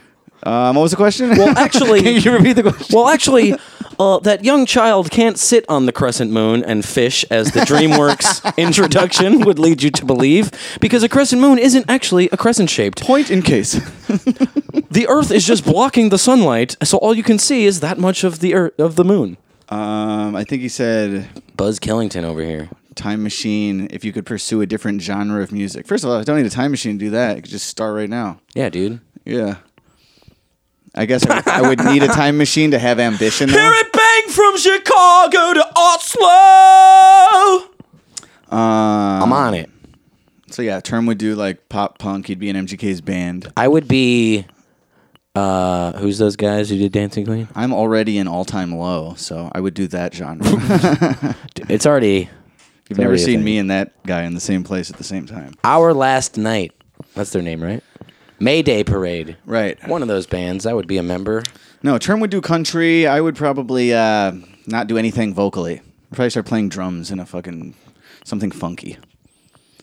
Speaker 3: um, what was the question?
Speaker 2: Well, actually,
Speaker 3: Can you repeat the question?
Speaker 2: Well, actually, uh, that young child can't sit on the crescent moon and fish, as the DreamWorks introduction would lead you to believe, because a crescent moon isn't actually a crescent shaped.
Speaker 3: Point in case.
Speaker 2: the Earth is just blocking the sunlight, so all you can see is that much of the Earth of the moon.
Speaker 3: Um, I think he said
Speaker 4: Buzz Killington over here.
Speaker 3: Time machine. If you could pursue a different genre of music, first of all, I don't need a time machine to do that. I could just start right now.
Speaker 4: Yeah, dude.
Speaker 3: Yeah. I guess I, I would need a time machine to have ambition. Though.
Speaker 2: Hear it bang from Chicago to Oslo.
Speaker 3: Um, I'm
Speaker 4: on it.
Speaker 3: So yeah, Term would do like pop punk. He'd be in MGK's band.
Speaker 4: I would be. Uh, who's those guys who did Dancing Queen?
Speaker 3: I'm already in all time low, so I would do that genre.
Speaker 4: it's already.
Speaker 3: You've
Speaker 4: it's
Speaker 3: never
Speaker 4: already a
Speaker 3: seen
Speaker 4: thing.
Speaker 3: me and that guy in the same place at the same time.
Speaker 4: Our Last Night. That's their name, right? Mayday Parade.
Speaker 3: Right.
Speaker 4: One of those bands. I would be a member.
Speaker 3: No, Term would do country. I would probably uh, not do anything vocally. I'd probably start playing drums in a fucking something funky.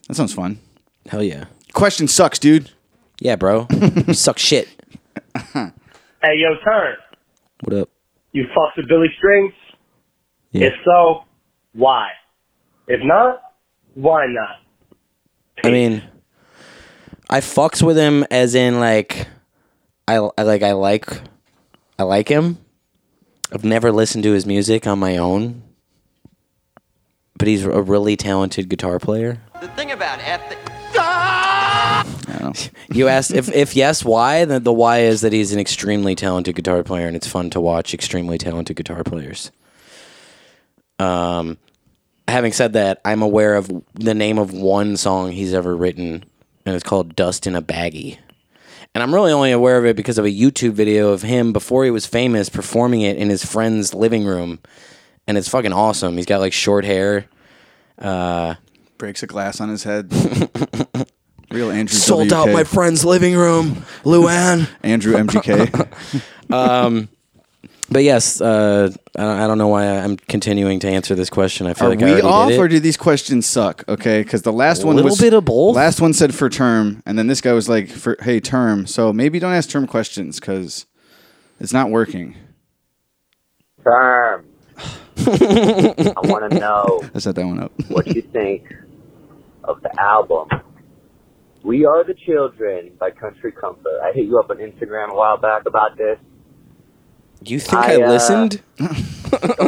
Speaker 3: That sounds fun.
Speaker 4: Hell yeah.
Speaker 3: Question sucks, dude.
Speaker 4: Yeah, bro. you suck shit.
Speaker 20: Hey, yo, turn.
Speaker 4: What up?
Speaker 20: You fucked with Billy Strings?
Speaker 4: Yeah.
Speaker 20: If so, why? If not, why not?
Speaker 4: I mean, I fucks with him as in like, I, I like I like, I like him. I've never listened to his music on my own, but he's a really talented guitar player.
Speaker 14: The thing about ethics.
Speaker 4: You asked if if yes, why? Then the why is that he's an extremely talented guitar player, and it's fun to watch extremely talented guitar players. Um, having said that, I'm aware of the name of one song he's ever written, and it's called "Dust in a Baggie." And I'm really only aware of it because of a YouTube video of him before he was famous performing it in his friend's living room, and it's fucking awesome. He's got like short hair. Uh,
Speaker 3: Breaks a glass on his head. Real Andrew.
Speaker 2: Sold out
Speaker 3: WK.
Speaker 2: my friend's living room, Luann.
Speaker 3: Andrew MGK.
Speaker 4: um, but yes, uh, I I don't know why I'm continuing to answer this question. I feel
Speaker 3: Are
Speaker 4: like I
Speaker 3: we
Speaker 4: already
Speaker 3: off,
Speaker 4: did
Speaker 3: or
Speaker 4: it.
Speaker 3: do these questions suck? Okay, because the last one
Speaker 4: Little
Speaker 3: was
Speaker 4: bit of both.
Speaker 3: Last one said for term, and then this guy was like, for, "Hey, term." So maybe don't ask term questions because it's not working.
Speaker 21: Term. I want to know
Speaker 3: I set that one up.
Speaker 21: what you think of the album "We Are the Children" by Country Comfort. I hit you up on Instagram a while back about this.
Speaker 4: You think
Speaker 21: I,
Speaker 4: I,
Speaker 21: uh,
Speaker 4: listened?
Speaker 21: Don't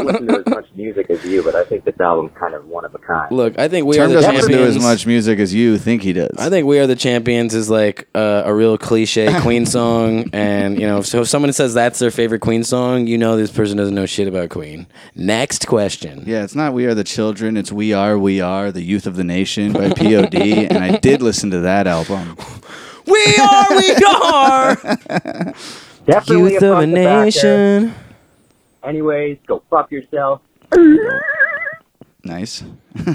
Speaker 21: listen to as much music as you, but I think this album's kind of one of a kind.
Speaker 4: Look, I think we
Speaker 3: term
Speaker 4: are the
Speaker 3: doesn't
Speaker 4: champions.
Speaker 3: listen to as much music as you think he does.
Speaker 4: I think we are the champions is like uh, a real cliche Queen song, and you know, so if someone says that's their favorite Queen song, you know this person doesn't know shit about Queen. Next question.
Speaker 3: Yeah, it's not "We Are the Children." It's "We Are, We Are the Youth of the Nation" by P.O.D. and I did listen to that album.
Speaker 2: We are, we are.
Speaker 21: Definitely
Speaker 4: Youth
Speaker 21: a
Speaker 4: of a
Speaker 21: front to backer.
Speaker 4: nation.
Speaker 21: Anyways, go fuck yourself.
Speaker 3: Nice.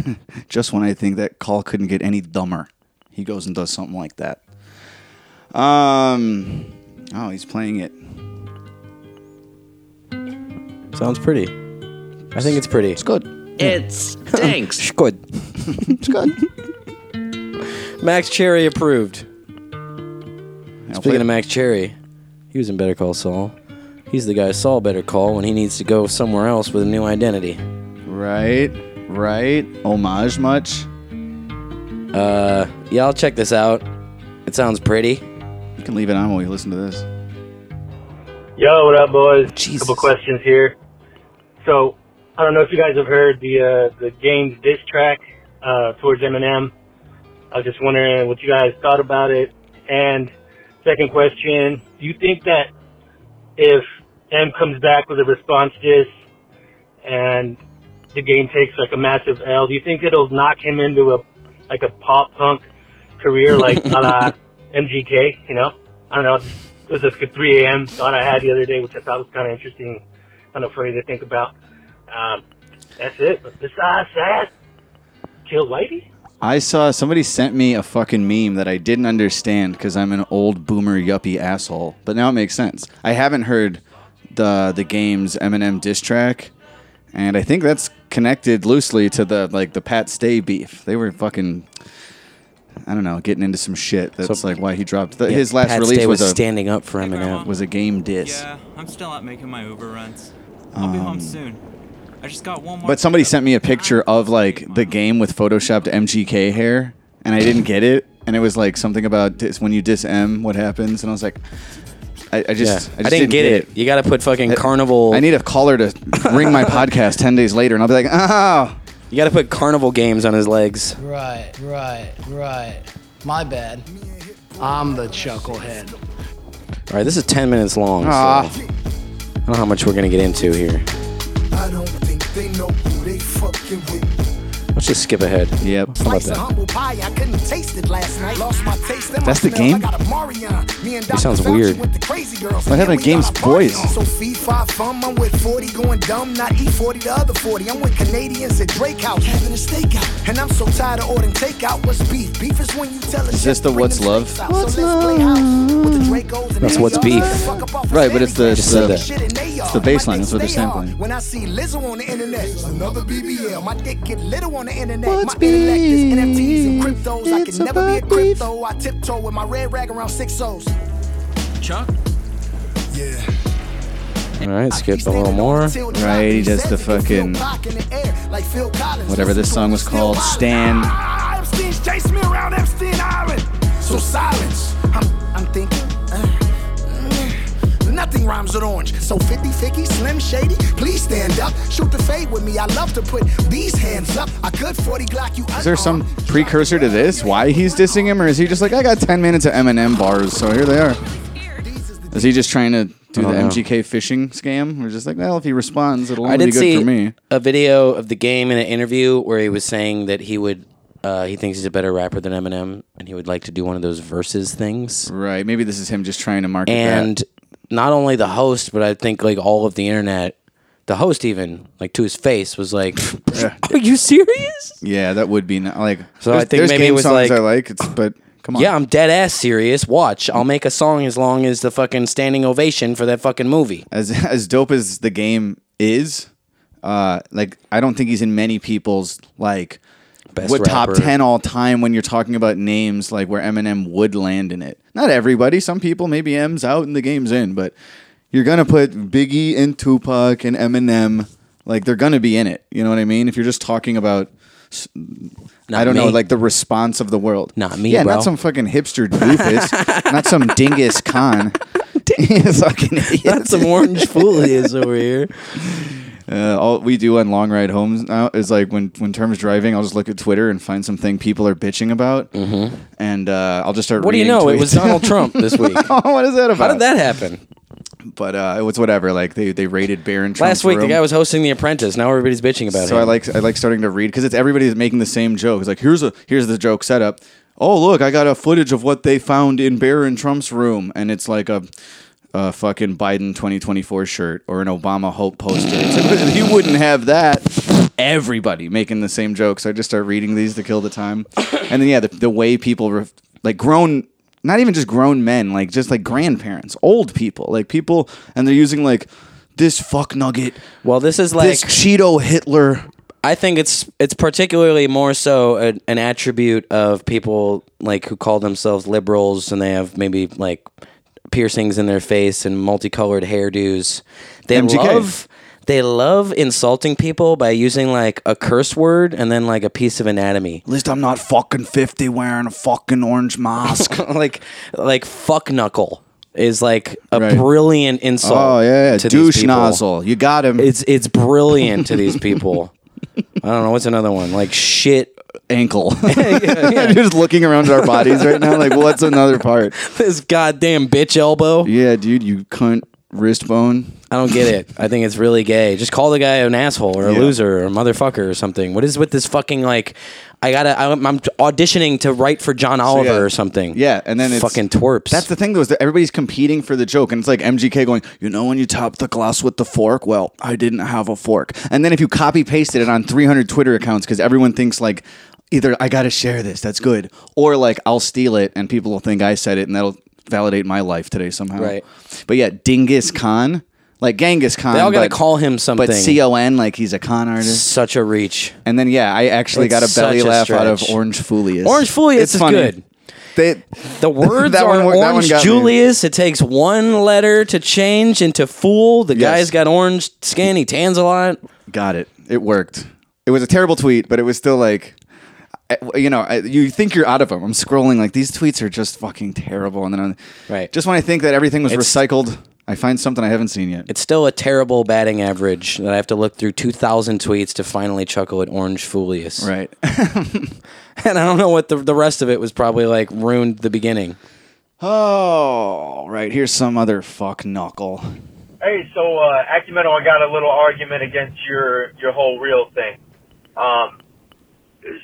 Speaker 3: Just when I think that call couldn't get any dumber, he goes and does something like that. Um, oh, he's playing it.
Speaker 4: Sounds pretty. I think it's pretty. It's good.
Speaker 15: It stinks.
Speaker 4: It's good. it's good. Max Cherry approved. Speaking of Max Cherry, he was in Better Call Saul. He's the guy Saul better call when he needs to go somewhere else with a new identity.
Speaker 3: Right, right. Homage much?
Speaker 4: Uh, yeah, I'll check this out. It sounds pretty.
Speaker 3: You can leave it on while you listen to this.
Speaker 20: Yo, what up, boys? Couple questions here. So, I don't know if you guys have heard the uh, the game's diss track uh, towards Eminem. I was just wondering what you guys thought about it. And second question, do you think that if M comes back with a response diss and the game takes like a massive L, do you think it'll knock him into a like a pop punk career like uh, a la MGK? You know, I don't know. It was just a 3 a.m. thought I had the other day, which I thought was kind of interesting, kind of funny to think about. Um, that's it. But besides that, kill Whitey.
Speaker 3: I saw somebody sent me a fucking meme that I didn't understand because I'm an old boomer yuppie asshole. But now it makes sense. I haven't heard the the game's Eminem diss track, and I think that's connected loosely to the like the Pat Stay beef. They were fucking. I don't know, getting into some shit. That's like why he dropped the,
Speaker 4: Yeah,
Speaker 3: his last
Speaker 4: Pat
Speaker 3: release
Speaker 4: Stay
Speaker 3: was,
Speaker 4: was
Speaker 3: a,
Speaker 4: standing up for Eminem.
Speaker 3: was a game diss.
Speaker 22: I'm still out making my Uber runs. I'll be home
Speaker 3: Um,
Speaker 22: soon. I just got one more.
Speaker 3: But somebody sent me a picture of like the game with photoshopped MGK hair, and I didn't get it. And it was like something about dis- when you diss M, what happens? And I was like, I, I just,
Speaker 4: Yeah.
Speaker 3: I, just
Speaker 4: I didn't get it. You got to put fucking Carnival.
Speaker 3: I need a caller to ring my podcast ten days later, and I'll be like, ah.
Speaker 4: You got to put Carnival games on his legs.
Speaker 23: Right, right, right. My bad. I'm the chucklehead.
Speaker 4: All right, this is 10 minutes long. So
Speaker 23: Ah.
Speaker 4: I don't know how much we're going to get into here.
Speaker 24: I don't think they know who they fucking with.
Speaker 4: Let's just skip ahead.
Speaker 3: Yep.
Speaker 4: How about
Speaker 24: Slice of
Speaker 4: that?
Speaker 24: humble pie, I couldn't taste it last night. Lost my taste and my
Speaker 4: That's the
Speaker 24: smell.
Speaker 4: game?
Speaker 24: I got a Marion. Me and
Speaker 4: It
Speaker 24: Dr.
Speaker 4: sounds
Speaker 24: Fauci
Speaker 4: weird.
Speaker 24: with the crazy girls.
Speaker 3: What happened to Game's voice?
Speaker 24: So FIFA fun, I'm with 40 going dumb, not E40 to other 40. I'm with Canadians at Drake House having a stakeout. And I'm so tired of ordering takeout. What's beef? Beef is when you tell a
Speaker 3: Is this the What's Love?
Speaker 24: What's so let's play house with the Dracos and
Speaker 3: That's What's Beef.
Speaker 24: Fuck up off
Speaker 3: Right, but it's the
Speaker 24: Just
Speaker 3: it's the,
Speaker 24: said that.
Speaker 3: it's the bass line. That's what they're sampling.
Speaker 24: When I see Lizzo on the internet, another BBL. My dick get little on the internet. my intellect is NFTs and cryptos. I can never be a crypto. I tiptoe with my red rag around six O's.
Speaker 23: Chuck?
Speaker 24: Yeah.
Speaker 4: All right, skip a little more.
Speaker 24: Right,
Speaker 3: he does the fucking
Speaker 24: Rock in the air like Phil Collins.
Speaker 3: whatever this song was called, Stan.
Speaker 24: Ah, Epstein's chase me around Epstein Island. So silence. I'm, I'm thinking. uh, mm, Nothing rhymes with orange. So 50 50, slim shady. Please stand up. Shoot the fade with me. I love to put these hands up. I could 40 Glock you.
Speaker 3: Is there some precursor to this? Why he's dissing him, or is he just like, I got ten minutes of Eminem bars, so here they are? Is he just trying to do the
Speaker 4: don't know.
Speaker 3: MGK phishing scam? We're just like, well, if he responds, it'll
Speaker 4: I
Speaker 3: only be
Speaker 4: did
Speaker 3: good
Speaker 4: see
Speaker 3: for me.
Speaker 4: a video of the game in an interview where he was saying that he would, uh, he thinks he's a better rapper than Eminem, and he would like to do one of those verses things.
Speaker 3: Right. Maybe this is him just trying to market that.
Speaker 4: and not only the host, but I think like all of the internet, the host even like to his face was like, "Are you serious?"
Speaker 3: Yeah, that would be not, like.
Speaker 4: So I
Speaker 3: there's-
Speaker 4: think
Speaker 3: there's
Speaker 4: maybe it
Speaker 3: game
Speaker 4: was
Speaker 3: songs
Speaker 4: like-
Speaker 3: I like, it's, but come on.
Speaker 4: Yeah, I'm dead ass serious. Watch, I'll make a song as long as the fucking standing ovation for that fucking movie.
Speaker 3: As as dope as the game is, uh, like I don't think he's in many people's like
Speaker 4: Best
Speaker 3: what top
Speaker 4: rapper.
Speaker 3: ten all time when you're talking about names like where Eminem would land in it. Not everybody. Some people maybe M's out and the game's in, but you're gonna put Biggie and Tupac and Eminem. Like they're gonna be in it. You know what I mean? If you're just talking about. s- I don't know,
Speaker 4: me.
Speaker 3: like the response of the world. Not
Speaker 4: me,
Speaker 3: Yeah,
Speaker 4: bro.
Speaker 3: not some fucking hipster doofus, not some dingus con. fucking idiot.
Speaker 4: That's some orange fool he is over here.
Speaker 3: Uh, all we do on long ride homes now is like when when terms driving, I'll just look at Twitter and find something people are bitching about, and uh, I'll just start.
Speaker 4: Mm-hmm. What do you
Speaker 3: reading
Speaker 4: know? It
Speaker 3: tweets. Oh,
Speaker 4: was Donald Trump this week.
Speaker 3: what is that about?
Speaker 4: How did that happen?
Speaker 3: but uh, it was whatever. Like they they rated Baron. Trump's
Speaker 4: Last week,
Speaker 3: room.
Speaker 4: the guy was hosting The Apprentice. Now everybody's bitching about
Speaker 3: So
Speaker 4: him.
Speaker 3: I like I like starting to read because it's everybody's making the same joke. It's like here's a here's the joke setup. Oh look, I got a footage of what they found in Barron Trump's room, and it's like a, a fucking Biden 2024 shirt or an Obama hope poster. It's like, you wouldn't have that. Everybody making the same joke. So I just start reading these to kill the time, and then yeah, the, the way people ref like grown not even just grown men, like just like grandparents, old people, like people, and they're using like this fuck nugget.
Speaker 4: Well, this is
Speaker 3: this
Speaker 4: like-
Speaker 3: Cheeto Hitler.
Speaker 4: I think it's it's particularly more so a, an attribute of people like who call themselves liberals and they have maybe like piercings in their face and multicolored hairdos. They
Speaker 3: MGK.
Speaker 4: love they love insulting people by using like a curse word and then like a piece of anatomy.
Speaker 3: At least I'm not fucking fifty wearing a fucking orange mask.
Speaker 4: like like fuck knuckle is like a brilliant insult.
Speaker 3: Oh, yeah, yeah.
Speaker 4: to these
Speaker 3: Douche
Speaker 4: people.
Speaker 3: nozzle. You got him.
Speaker 4: It's it's brilliant to these people. I don't know what's another one like shit
Speaker 3: ankle. just looking around our bodies right now, like what's another part?
Speaker 4: This goddamn bitch elbow.
Speaker 3: Yeah, dude, you cunt wrist bone.
Speaker 4: I don't get it. I think it's really gay. Just call the guy an asshole or a
Speaker 3: Yeah.
Speaker 4: loser or a motherfucker or something. What is with this fucking like? I gotta. I'm, I'm auditioning to write for John Oliver
Speaker 3: yeah.
Speaker 4: or something.
Speaker 3: Yeah, and then it's,
Speaker 4: fucking twerps.
Speaker 3: That's the thing, though, is that everybody's competing for the joke, and it's like MGK going, "You know, when you top the glass with the fork, well, I didn't have a fork." And then if you copy pasted it on 300 Twitter accounts, because everyone thinks like. Either I gotta share this, that's good, or like I'll steal it and people will think I said it and that'll validate my life today somehow.
Speaker 4: Right.
Speaker 3: But yeah, Dingus Khan, like Genghis Khan.
Speaker 4: They all gotta
Speaker 3: but-
Speaker 4: call him something.
Speaker 3: But C O N, like he's a con artist.
Speaker 4: Such a reach.
Speaker 3: And then yeah, I actually
Speaker 4: It's
Speaker 3: got a belly
Speaker 4: such a
Speaker 3: laugh out of
Speaker 4: stretch.
Speaker 3: Orange Julius.
Speaker 4: Orange Julius
Speaker 3: It's
Speaker 4: is
Speaker 3: funny.
Speaker 4: good.
Speaker 3: They,
Speaker 4: the words
Speaker 3: That
Speaker 4: are
Speaker 3: one wor- that one
Speaker 4: orange
Speaker 3: got me.
Speaker 4: Julius. It takes one letter to change into fool. The guy's got orange skin. He tans a lot.
Speaker 3: Got it. It worked. It was a terrible tweet, but it was still like, I- you know, I, you think you're out of them. I'm scrolling like these tweets are just fucking terrible, and then I'm,
Speaker 4: Right.
Speaker 3: just when I think that everything was
Speaker 4: It's-
Speaker 3: recycled, I find something I haven't seen yet.
Speaker 4: It's still a terrible batting average that I have to look through 2,000 tweets to finally chuckle at Orange Julius.
Speaker 3: Right.
Speaker 4: and I don't know what the, the rest of it was probably like ruined the beginning.
Speaker 3: Oh, right. Here's some other fuck knuckle.
Speaker 20: Hey, so uh, Acumento, I got a little argument against your your whole real thing. Um,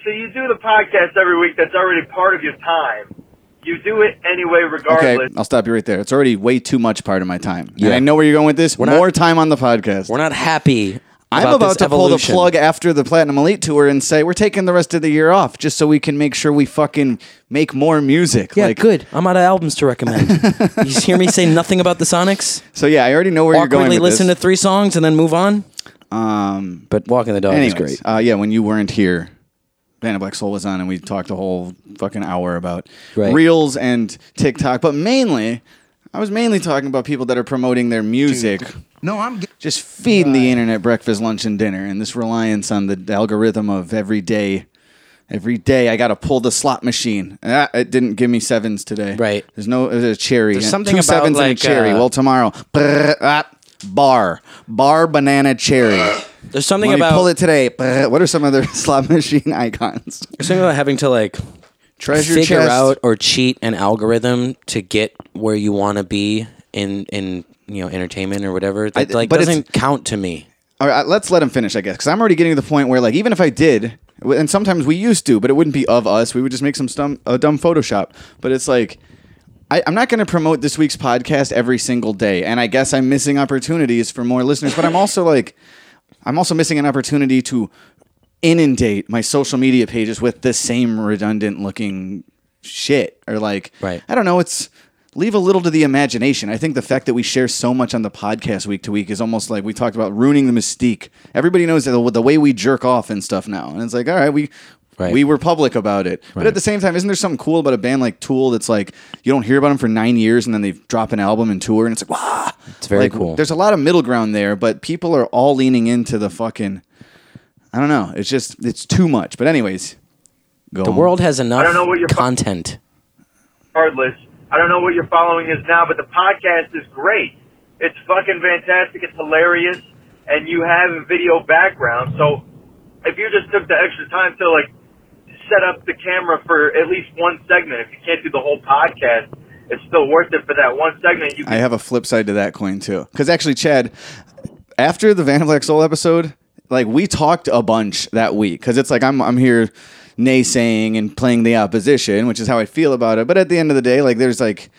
Speaker 20: so you do the podcast every week. That's already part of your time. You do it anyway,
Speaker 3: Okay,
Speaker 20: regardless.
Speaker 3: I'll stop you right there. It's already way too much part of my time. And
Speaker 4: Yeah.
Speaker 3: I know where you're going with this. More time on the podcast.
Speaker 4: We're not happy.
Speaker 3: I'm
Speaker 4: about
Speaker 3: about,
Speaker 4: this
Speaker 3: to pull the
Speaker 4: evolution.
Speaker 3: plug after the Platinum Elite tour and say we're taking the rest of the year off just so we can make sure we fucking make more music.
Speaker 4: Yeah,
Speaker 3: like,
Speaker 4: good. I'm out of albums to recommend. you just hear me say nothing about the Sonics?
Speaker 3: So yeah, I already know where
Speaker 4: Awkwardly
Speaker 3: you're going. With
Speaker 4: listen to three songs and then move on?
Speaker 3: to. Um,
Speaker 4: but walking the dog
Speaker 3: anyways,
Speaker 4: is great.
Speaker 3: Uh, yeah, when you weren't here, Vanna Black Soul was on, and we talked a whole fucking hour about
Speaker 4: Right.
Speaker 3: reels and TikTok, but mainly, I was mainly talking about people that are promoting their music. No, I'm just feeding the internet breakfast, lunch, and dinner, and this reliance on the algorithm of every day. Every day I got to pull the slot machine. Ah, it didn't give me sevens today. Right. There's no there's a cherry.
Speaker 4: There's
Speaker 3: and
Speaker 4: something
Speaker 3: two
Speaker 4: about,
Speaker 3: sevens and
Speaker 4: like,
Speaker 3: a cherry.
Speaker 4: uh,
Speaker 3: well, tomorrow. Brr, ah, bar. Bar banana cherry.
Speaker 4: There's something
Speaker 3: Let me
Speaker 4: about
Speaker 3: pull it today. Brr, what are some other slot machine icons?
Speaker 4: There's something about having to like
Speaker 3: Treasure
Speaker 4: figure
Speaker 3: chest.
Speaker 4: out or cheat an algorithm to get where you want to be in in you know entertainment or whatever. That
Speaker 3: I-
Speaker 4: like
Speaker 3: but it's-
Speaker 4: doesn't count to me.
Speaker 3: All right, let's let him finish, I guess, because I'm already getting to the point where, like, even if I did, and sometimes we used to, but it wouldn't be of us. We would just make some stum- a dumb Photoshop. But it's like, I, I'm not going to promote this week's podcast every single day, and I guess I'm missing opportunities for more listeners. But I'm also like, I'm also missing an opportunity to inundate my social media pages with the same redundant looking shit or like right. I don't know it's leave a little to the imagination. I think the fact that we share so much on the podcast week to week is almost like we talked about ruining the mystique. Everybody knows that the, the way we jerk off and stuff now. And it's like all right, we we were public about it. But at the same time, isn't there something cool about a band like Tool that's like you don't hear about them for 9 years and then they drop an album and tour and it's like wow.
Speaker 4: It's very
Speaker 3: Like,
Speaker 4: cool.
Speaker 3: There's a lot of middle ground there, but people are all leaning into the fucking I don't know. It's just it's too much. But anyways, go.
Speaker 4: The
Speaker 3: on.
Speaker 4: world has
Speaker 20: I don't
Speaker 4: enough
Speaker 20: know what you're
Speaker 4: content.
Speaker 20: regardless. I don't know what your following is now, but the podcast is great. It's fucking fantastic. It's hilarious, and you have a video background. So if you just took the extra time to like set up the camera for at least one segment, if you can't do the whole podcast, it's still worth it for that one segment. You
Speaker 3: I have a flip side to that coin too. Because actually, Chad, after the Van Black Soul episode, like we talked a bunch that week. Because it's like I'm I'm here naysaying and playing the opposition, which is how I feel about it. But at the end of the day, like there's like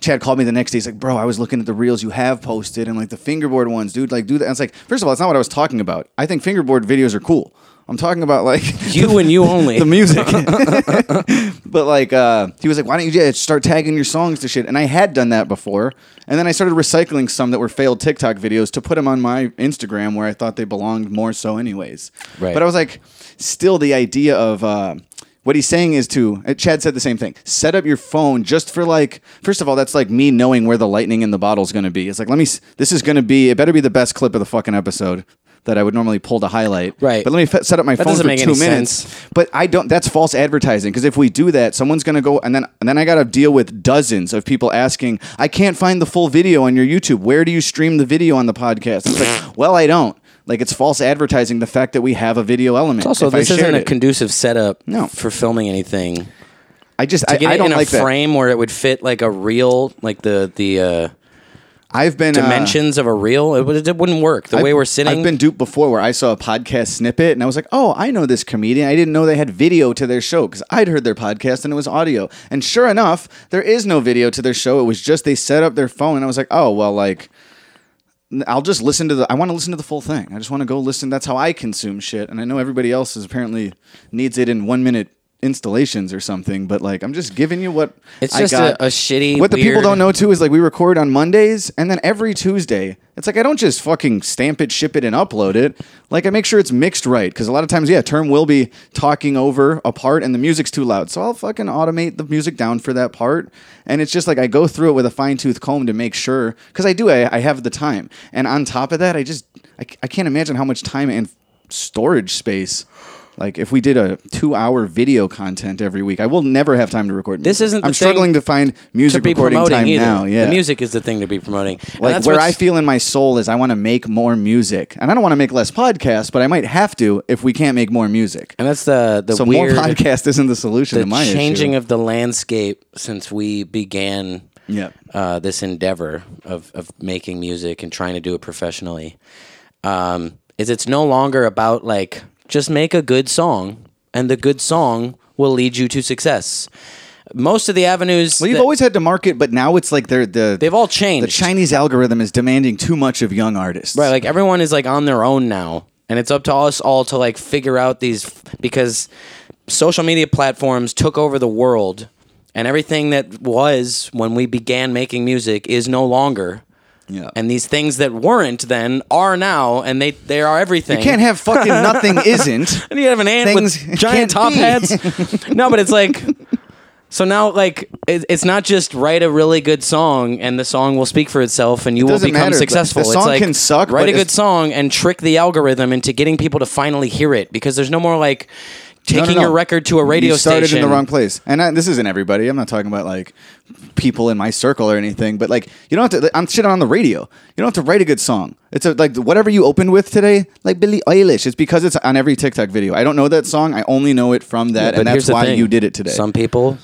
Speaker 3: Chad called me the next day. He's like, "Bro, I was looking at the reels you have posted and like the fingerboard ones, dude. Like, do that." And it's like, first of all, it's not what I was talking about. I think fingerboard videos are cool. I'm talking about like
Speaker 4: You and you only.
Speaker 3: the music. but like uh, he was like, why don't you just start tagging your songs to shit? And I had done that before, and then I started recycling some that were failed TikTok videos to put them on my Instagram where I thought they belonged more so, anyways.
Speaker 4: Right.
Speaker 3: But I was like, still the idea of. Uh, what he's saying is to uh, Chad said the same thing. Set up your phone just for like. First of all, that's like me knowing where the lightning in the bottle is going to be. It's like let me. s- This is going to be. It better be the best clip of the fucking episode that I would normally pull to highlight. Right. But let me f- set up my
Speaker 4: That
Speaker 3: phone
Speaker 4: doesn't
Speaker 3: for
Speaker 4: make
Speaker 3: two
Speaker 4: any
Speaker 3: minutes.
Speaker 4: sense.
Speaker 3: But I don't. That's false advertising. Because if we do that, someone's gonna go, and then and then I gotta deal with dozens of people asking, "I can't find the full video on your YouTube. Where do you stream the video on the podcast?" It's like, well, I don't. Like it's false advertising. The fact that we have a video element.
Speaker 4: It's also,
Speaker 3: If I
Speaker 4: this isn't
Speaker 3: shared
Speaker 4: a
Speaker 3: it-
Speaker 4: conducive setup
Speaker 3: No.
Speaker 4: for filming anything.
Speaker 3: I just
Speaker 4: to
Speaker 3: I,
Speaker 4: get
Speaker 3: I
Speaker 4: it
Speaker 3: don't
Speaker 4: in a
Speaker 3: like that.
Speaker 4: frame where it would fit like a reel, like the the uh,
Speaker 3: I've been uh,
Speaker 4: dimensions of a reel. It, would, it wouldn't work the
Speaker 3: I've-
Speaker 4: way we're sitting.
Speaker 3: I've been duped before where I saw a podcast snippet and I was like, oh, I know this comedian. I didn't know they had video to their show because I'd heard their podcast and it was audio. And sure enough, there is no video to their show. It was just they set up their phone and I was like, oh, well, like, I'll just listen to the. I want to listen to the full thing. I just want to go listen. That's how I consume shit. And I know everybody else is apparently needs it in one minute installations or something. But like, I'm just giving you what
Speaker 4: it's
Speaker 3: I
Speaker 4: just
Speaker 3: got.
Speaker 4: a, a shitty.
Speaker 3: What the people
Speaker 4: weird-
Speaker 3: don't know too is like we record on Mondays and then every Tuesday. It's like I don't just fucking stamp it, ship it, and upload it. Like I make sure it's mixed right because a lot of times, yeah, term will be talking over a part and the music's too loud, so I'll fucking automate the music down for that part. And it's just like I go through it with a fine tooth comb to make sure because I do. I, I have the time, and on top of that, I just I, c- I can't imagine how much time and storage space. Like if we did a two-hour video content every week, I will never have time to record.
Speaker 4: This
Speaker 3: music.
Speaker 4: isn't the
Speaker 3: I'm
Speaker 4: thing
Speaker 3: struggling to find music
Speaker 4: to be
Speaker 3: recording
Speaker 4: promoting
Speaker 3: time
Speaker 4: either.
Speaker 3: now. Yeah,
Speaker 4: The music is the thing to be promoting. And
Speaker 3: like
Speaker 4: that's
Speaker 3: where I
Speaker 4: what's-
Speaker 3: feel in my soul is I want to make more music, and I don't want to make less podcasts, but I might have to if we can't make more music.
Speaker 4: And that's the the
Speaker 3: so
Speaker 4: weird
Speaker 3: more podcast isn't the solution
Speaker 4: the
Speaker 3: to my
Speaker 4: changing
Speaker 3: issue.
Speaker 4: of the landscape since we began
Speaker 3: Yep.
Speaker 4: uh, this endeavor of, of making music and trying to do it professionally um, is it's no longer about like just make a good song and the good song will lead you to success most of the avenues
Speaker 3: well, you've
Speaker 4: that-
Speaker 3: always had to market, but now it's like they're the they've
Speaker 4: all changed.
Speaker 3: The Chinese algorithm is demanding too much of young artists.
Speaker 4: Right, like everyone is like on their own now, and it's up to us all to like figure out these because social media platforms took over the world, and everything that was when we began making music is no longer.
Speaker 3: Yeah.
Speaker 4: And these things that weren't then are now, and they they are everything.
Speaker 3: You can't have fucking nothing isn't.
Speaker 4: and you have an ant
Speaker 3: Things
Speaker 4: with giant
Speaker 3: can't
Speaker 4: top
Speaker 3: be.
Speaker 4: hats. no, but it's like. So now, like, it, it's not just write a really good song and the song will speak for itself and you will
Speaker 3: doesn't
Speaker 4: become
Speaker 3: matter. The-
Speaker 4: successful.
Speaker 3: the song
Speaker 4: it's like,
Speaker 3: can suck,
Speaker 4: Write
Speaker 3: but
Speaker 4: a good
Speaker 3: if-
Speaker 4: song and trick the algorithm into getting people to finally hear it because there's no more like
Speaker 3: No,
Speaker 4: taking
Speaker 3: no, no.
Speaker 4: your record to a radio
Speaker 3: you started
Speaker 4: station.
Speaker 3: in the wrong place. And I, this isn't everybody. I'm not talking about like people in my circle or anything. But like you don't have to. I'm shitting on the radio. You don't have to write a good song. It's a, like whatever you opened with today, like Billie Eilish. It's because it's on every TikTok video. I don't know that song. I only know it from that,
Speaker 4: but
Speaker 3: and
Speaker 4: here's
Speaker 3: that's
Speaker 4: the
Speaker 3: why
Speaker 4: thing.
Speaker 3: you did it today.
Speaker 4: Some people,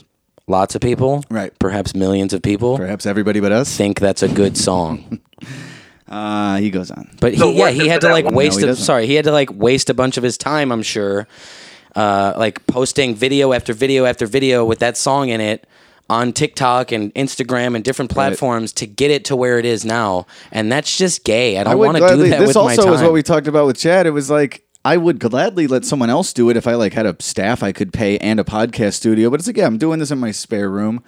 Speaker 4: lots of people, right? Perhaps millions of people,
Speaker 3: perhaps everybody but us,
Speaker 4: think that's a good song.
Speaker 3: uh, he goes on,
Speaker 4: but
Speaker 3: No,
Speaker 4: he, yeah,
Speaker 3: worth
Speaker 4: he
Speaker 3: it
Speaker 4: had
Speaker 3: for
Speaker 4: to
Speaker 3: that
Speaker 4: like
Speaker 3: one. No,
Speaker 4: waste.
Speaker 3: he
Speaker 4: a,
Speaker 3: doesn't.
Speaker 4: sorry, he had to like waste a bunch of his time. I'm sure, uh, like posting video after video after video with that song in it on TikTok and Instagram and different platforms to get it to where it is now. And that's just gay. I don't
Speaker 3: would
Speaker 4: want to do
Speaker 3: gladly-
Speaker 4: that
Speaker 3: This
Speaker 4: with my
Speaker 3: also
Speaker 4: time.
Speaker 3: is what we talked about with Chad. It was like I would gladly let someone else do it if I like had a staff I could pay and a podcast studio. But it's like, yeah, I'm doing this in my spare room.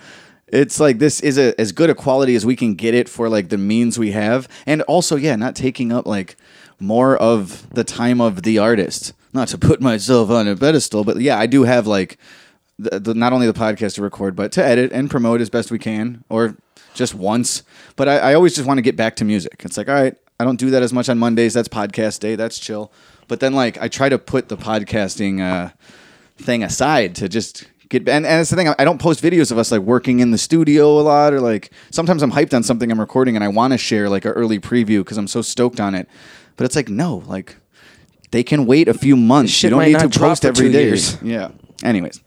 Speaker 3: It's like this is a, as good a quality as we can get it for like the means we have, and also yeah, not taking up like more of the time of the artist. Not to put myself on a pedestal, but yeah, I do have like the, the, not only the podcast to record, but to edit and promote as best we can, or just once. But I, I always just want to get back to music. It's like, all right, I don't do that as much on Mondays. That's podcast day. That's chill. But then, like, I try to put the podcasting uh, thing aside to just get. And, and that's the thing. I, I don't post videos of us like working in the studio a lot, or like sometimes I'm hyped on something I'm recording and I want to share like an early preview because I'm so stoked on it. But it's like, no, like they can wait a few months.
Speaker 4: shit
Speaker 3: you don't
Speaker 4: might
Speaker 3: need
Speaker 4: not
Speaker 3: to
Speaker 4: drop
Speaker 3: post
Speaker 4: for
Speaker 3: every
Speaker 4: two
Speaker 3: day.
Speaker 4: years.
Speaker 3: Yeah. Anyways.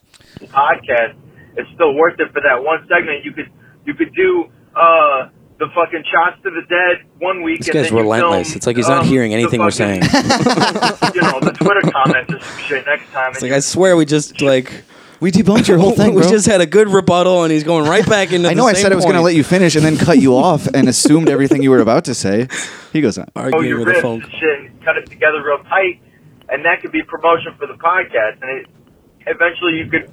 Speaker 25: podcast, it's still worth it for that one segment. You could you could do uh, the fucking shots to the dead one week.
Speaker 4: this
Speaker 25: and
Speaker 4: guy's
Speaker 25: then you
Speaker 4: relentless.
Speaker 25: film,
Speaker 4: It's like he's not
Speaker 25: um,
Speaker 4: hearing
Speaker 25: the
Speaker 4: anything we're saying.
Speaker 25: fucking- you know the Twitter comments or some shit next time.
Speaker 4: It's
Speaker 25: and
Speaker 4: like I swear we just like
Speaker 3: we debunked your whole thing,
Speaker 4: we
Speaker 3: bro.
Speaker 4: just had a good rebuttal, and he's going right back into.
Speaker 3: I know
Speaker 4: the
Speaker 3: I
Speaker 4: same
Speaker 3: said I was going to
Speaker 4: point.
Speaker 3: let you finish and then cut you off and assumed everything you were about to say. He goes "Uh, on.
Speaker 25: you throw your ribs and shit, and cut it together real tight, and that could be promotion for the podcast. And it, eventually, you could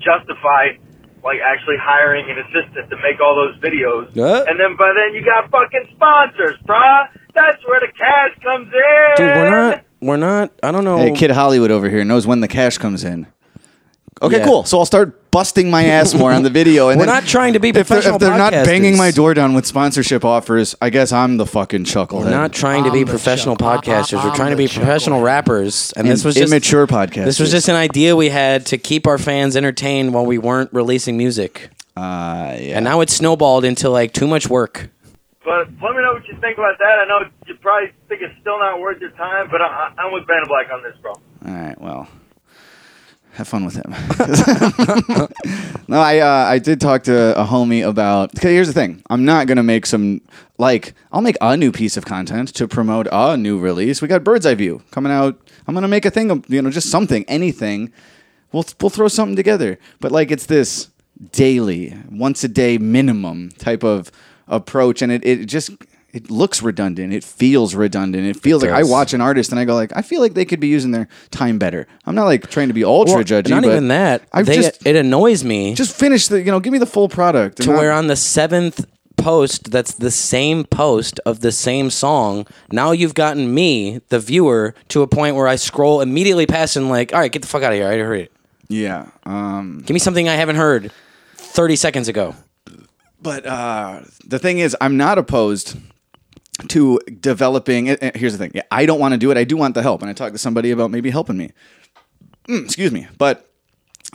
Speaker 25: justify like actually hiring an assistant to make all those videos.
Speaker 4: Huh?
Speaker 25: And then by then, you got fucking sponsors, bruh. That's where the cash comes in.
Speaker 4: Dude, we're not. We're not. I don't know.
Speaker 3: Hey, Kid Hollywood over here knows when the cash comes in. Okay,
Speaker 4: Yeah.
Speaker 3: cool. So I'll start busting my ass more on the video. And
Speaker 4: We're
Speaker 3: then
Speaker 4: not trying to be
Speaker 3: if they're-
Speaker 4: professional
Speaker 3: If they're, not banging
Speaker 4: podcasters.
Speaker 3: my door down with sponsorship offers, I guess I'm the fucking chucklehead.
Speaker 4: We're not trying to be professional podcasters. We're trying to be professional rappers, and this
Speaker 3: And
Speaker 4: was just
Speaker 3: immature podcasters.
Speaker 4: This was just an idea we had to keep our fans entertained while we weren't releasing music.
Speaker 3: Uh, yeah.
Speaker 4: And now it snowballed into like too much work.
Speaker 25: But let me know what you think about that. I know you probably think it's still not worth your time, but I, I- I'm with Band Black on this, bro.
Speaker 3: All right. Well, have fun with him. no, I uh, I did talk to a homie about. Okay, here's the thing. I'm not gonna make some like I'll make a new piece of content to promote a new release. We got Bird's Eye View coming out. I'm gonna make a thing. of You know, just something, anything. We'll we'll throw something together. But like it's this daily, once a day minimum type of approach, and it it just. It looks redundant. It feels redundant. It feels like I
Speaker 4: does.
Speaker 3: watch an artist and I go like, I feel like they could be using their time better. I'm not like trying to be ultra
Speaker 4: Well,
Speaker 3: judgy.
Speaker 4: Not
Speaker 3: but
Speaker 4: even that.
Speaker 3: I've
Speaker 4: They-
Speaker 3: just
Speaker 4: it annoys me.
Speaker 3: just finish the you know give me the full product and
Speaker 4: to
Speaker 3: not-
Speaker 4: where on the seventh post that's the same post of the same song now you've gotten me the viewer to a point where i scroll immediately past and like all right get the fuck out of here i already heard it
Speaker 3: yeah um
Speaker 4: give me something i haven't heard 30 seconds ago
Speaker 3: but uh the thing is i'm not opposed to developing eh, eh, here's the thing yeah, i don't want to do it i do want the help and i talked to somebody about maybe helping me Mm, excuse me but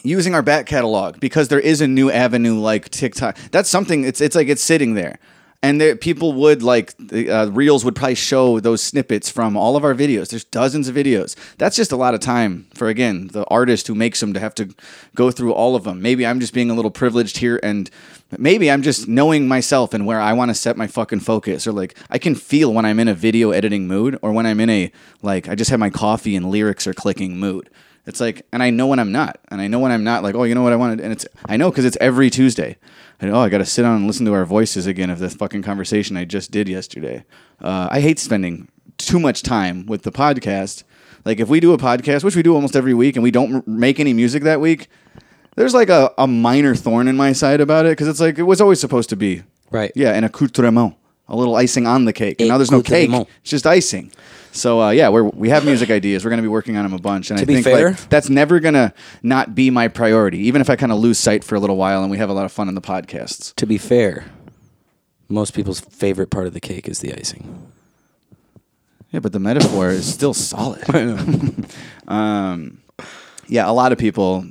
Speaker 3: using our back catalog because there is a new avenue like tiktok that's something it's it's like it's sitting there and there, people would like the, uh, reels would probably show those snippets from all of our videos there's dozens of videos that's just a lot of time for again the artist who makes them to have to go through all of them maybe i'm just being a little privileged here and maybe i'm just knowing myself and where i want to set my fucking focus or like i can feel when i'm in a video editing mood or when i'm in a like i just have my coffee and lyrics are clicking mood it's like, and I know when I'm not, and I know when I'm not. Like, oh, you know what I wanted, and it's I know because it's every Tuesday. And oh, I got to sit down and listen to our voices again of the fucking conversation I just did yesterday. Uh, I hate spending too much time with the podcast. Like, if we do a podcast, which we do almost every week, and we don't r- make any music that week, there's like a, a minor thorn in my side about it because it's like it was always supposed to be
Speaker 4: right.
Speaker 3: Yeah, an accoutrement, a little icing on the cake. And now there's no cake;
Speaker 4: Accoutrement.
Speaker 3: it's just icing. So uh, yeah, we're, we have music ideas. We're going to be working on them a bunch, and
Speaker 4: To
Speaker 3: I
Speaker 4: be
Speaker 3: think
Speaker 4: fair-
Speaker 3: like, that's never going to not be my priority, even if I kind of lose sight for a little while. And we have a lot of fun in the podcasts.
Speaker 4: to be fair most people's favorite part of the cake is the icing
Speaker 3: Yeah, but the metaphor is still solid. um, yeah, a lot of people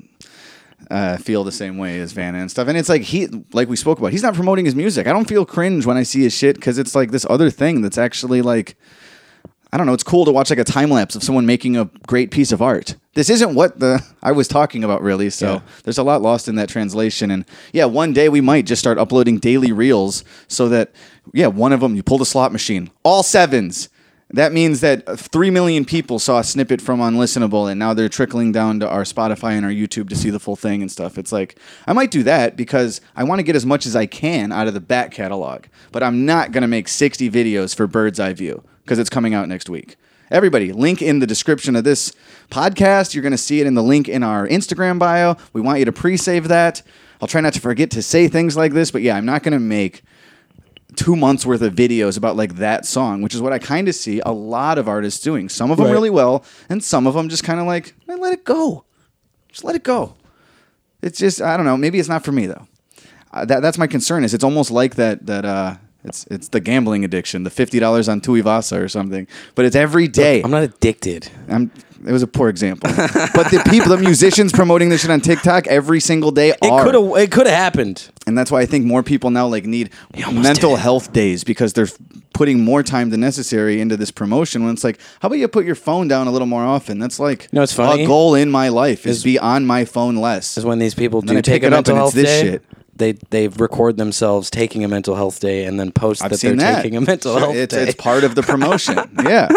Speaker 3: uh, feel the same way as Vanna and stuff, and it's like he, like we spoke about, he's not promoting his music. I don't feel cringe when I see his shit because it's like this other thing that's actually like, I don't know. It's cool to watch like a time lapse of someone making a great piece of art. This isn't what the I was talking about really. So there's a lot lost in that translation, and yeah, one day we might just start uploading daily reels so that yeah, one of them you pull the slot machine, all sevens. That means that three million people saw a snippet from Unlistenable, and now they're trickling down to our Spotify and our YouTube to see the full thing and stuff. It's like I might do that because I want to get as much as I can out of the back catalog, but I'm not gonna make 60 videos for Bird's Eye View because it's coming out next week. Everybody, link in the description of this podcast. You're gonna see it in the link in our Instagram bio. We want you to pre-save that. I'll try not to forget to say things like this, but yeah, I'm not gonna make two months worth of videos about like that song, which is what I kind of see a lot of artists doing. Some of them
Speaker 4: Right.
Speaker 3: really well, and some of them just kind of like, "Man, let it go, just let it go. It's just I don't know. Maybe it's not for me though. Uh, that that's my concern. Is it's almost like that that uh, it's it's the gambling addiction, the fifty dollars on Tuivasa or something. But it's every day. I'm
Speaker 4: not addicted.
Speaker 3: I'm. It was a poor example, but the people, the musicians promoting this shit on TikTok every single day. are.
Speaker 4: coulda- it could have happened,
Speaker 3: and that's why I think more people now like need mental health days because they're f- putting more time than necessary into this promotion. When it's like, how about you put your phone down a little more often? That's like
Speaker 4: No, it's funny.
Speaker 3: a goal in my life is, be on my phone less. Is
Speaker 4: when these people
Speaker 3: and
Speaker 4: do
Speaker 3: then I
Speaker 4: you take
Speaker 3: pick
Speaker 4: a
Speaker 3: it up
Speaker 4: mental
Speaker 3: and
Speaker 4: health
Speaker 3: it's this
Speaker 4: day
Speaker 3: shit.
Speaker 4: they they record themselves taking a mental health day and then post
Speaker 3: I've
Speaker 4: that they're
Speaker 3: seen that.
Speaker 4: taking a mental
Speaker 3: Sure,
Speaker 4: health
Speaker 3: it's-
Speaker 4: day.
Speaker 3: it's part of the promotion. yeah.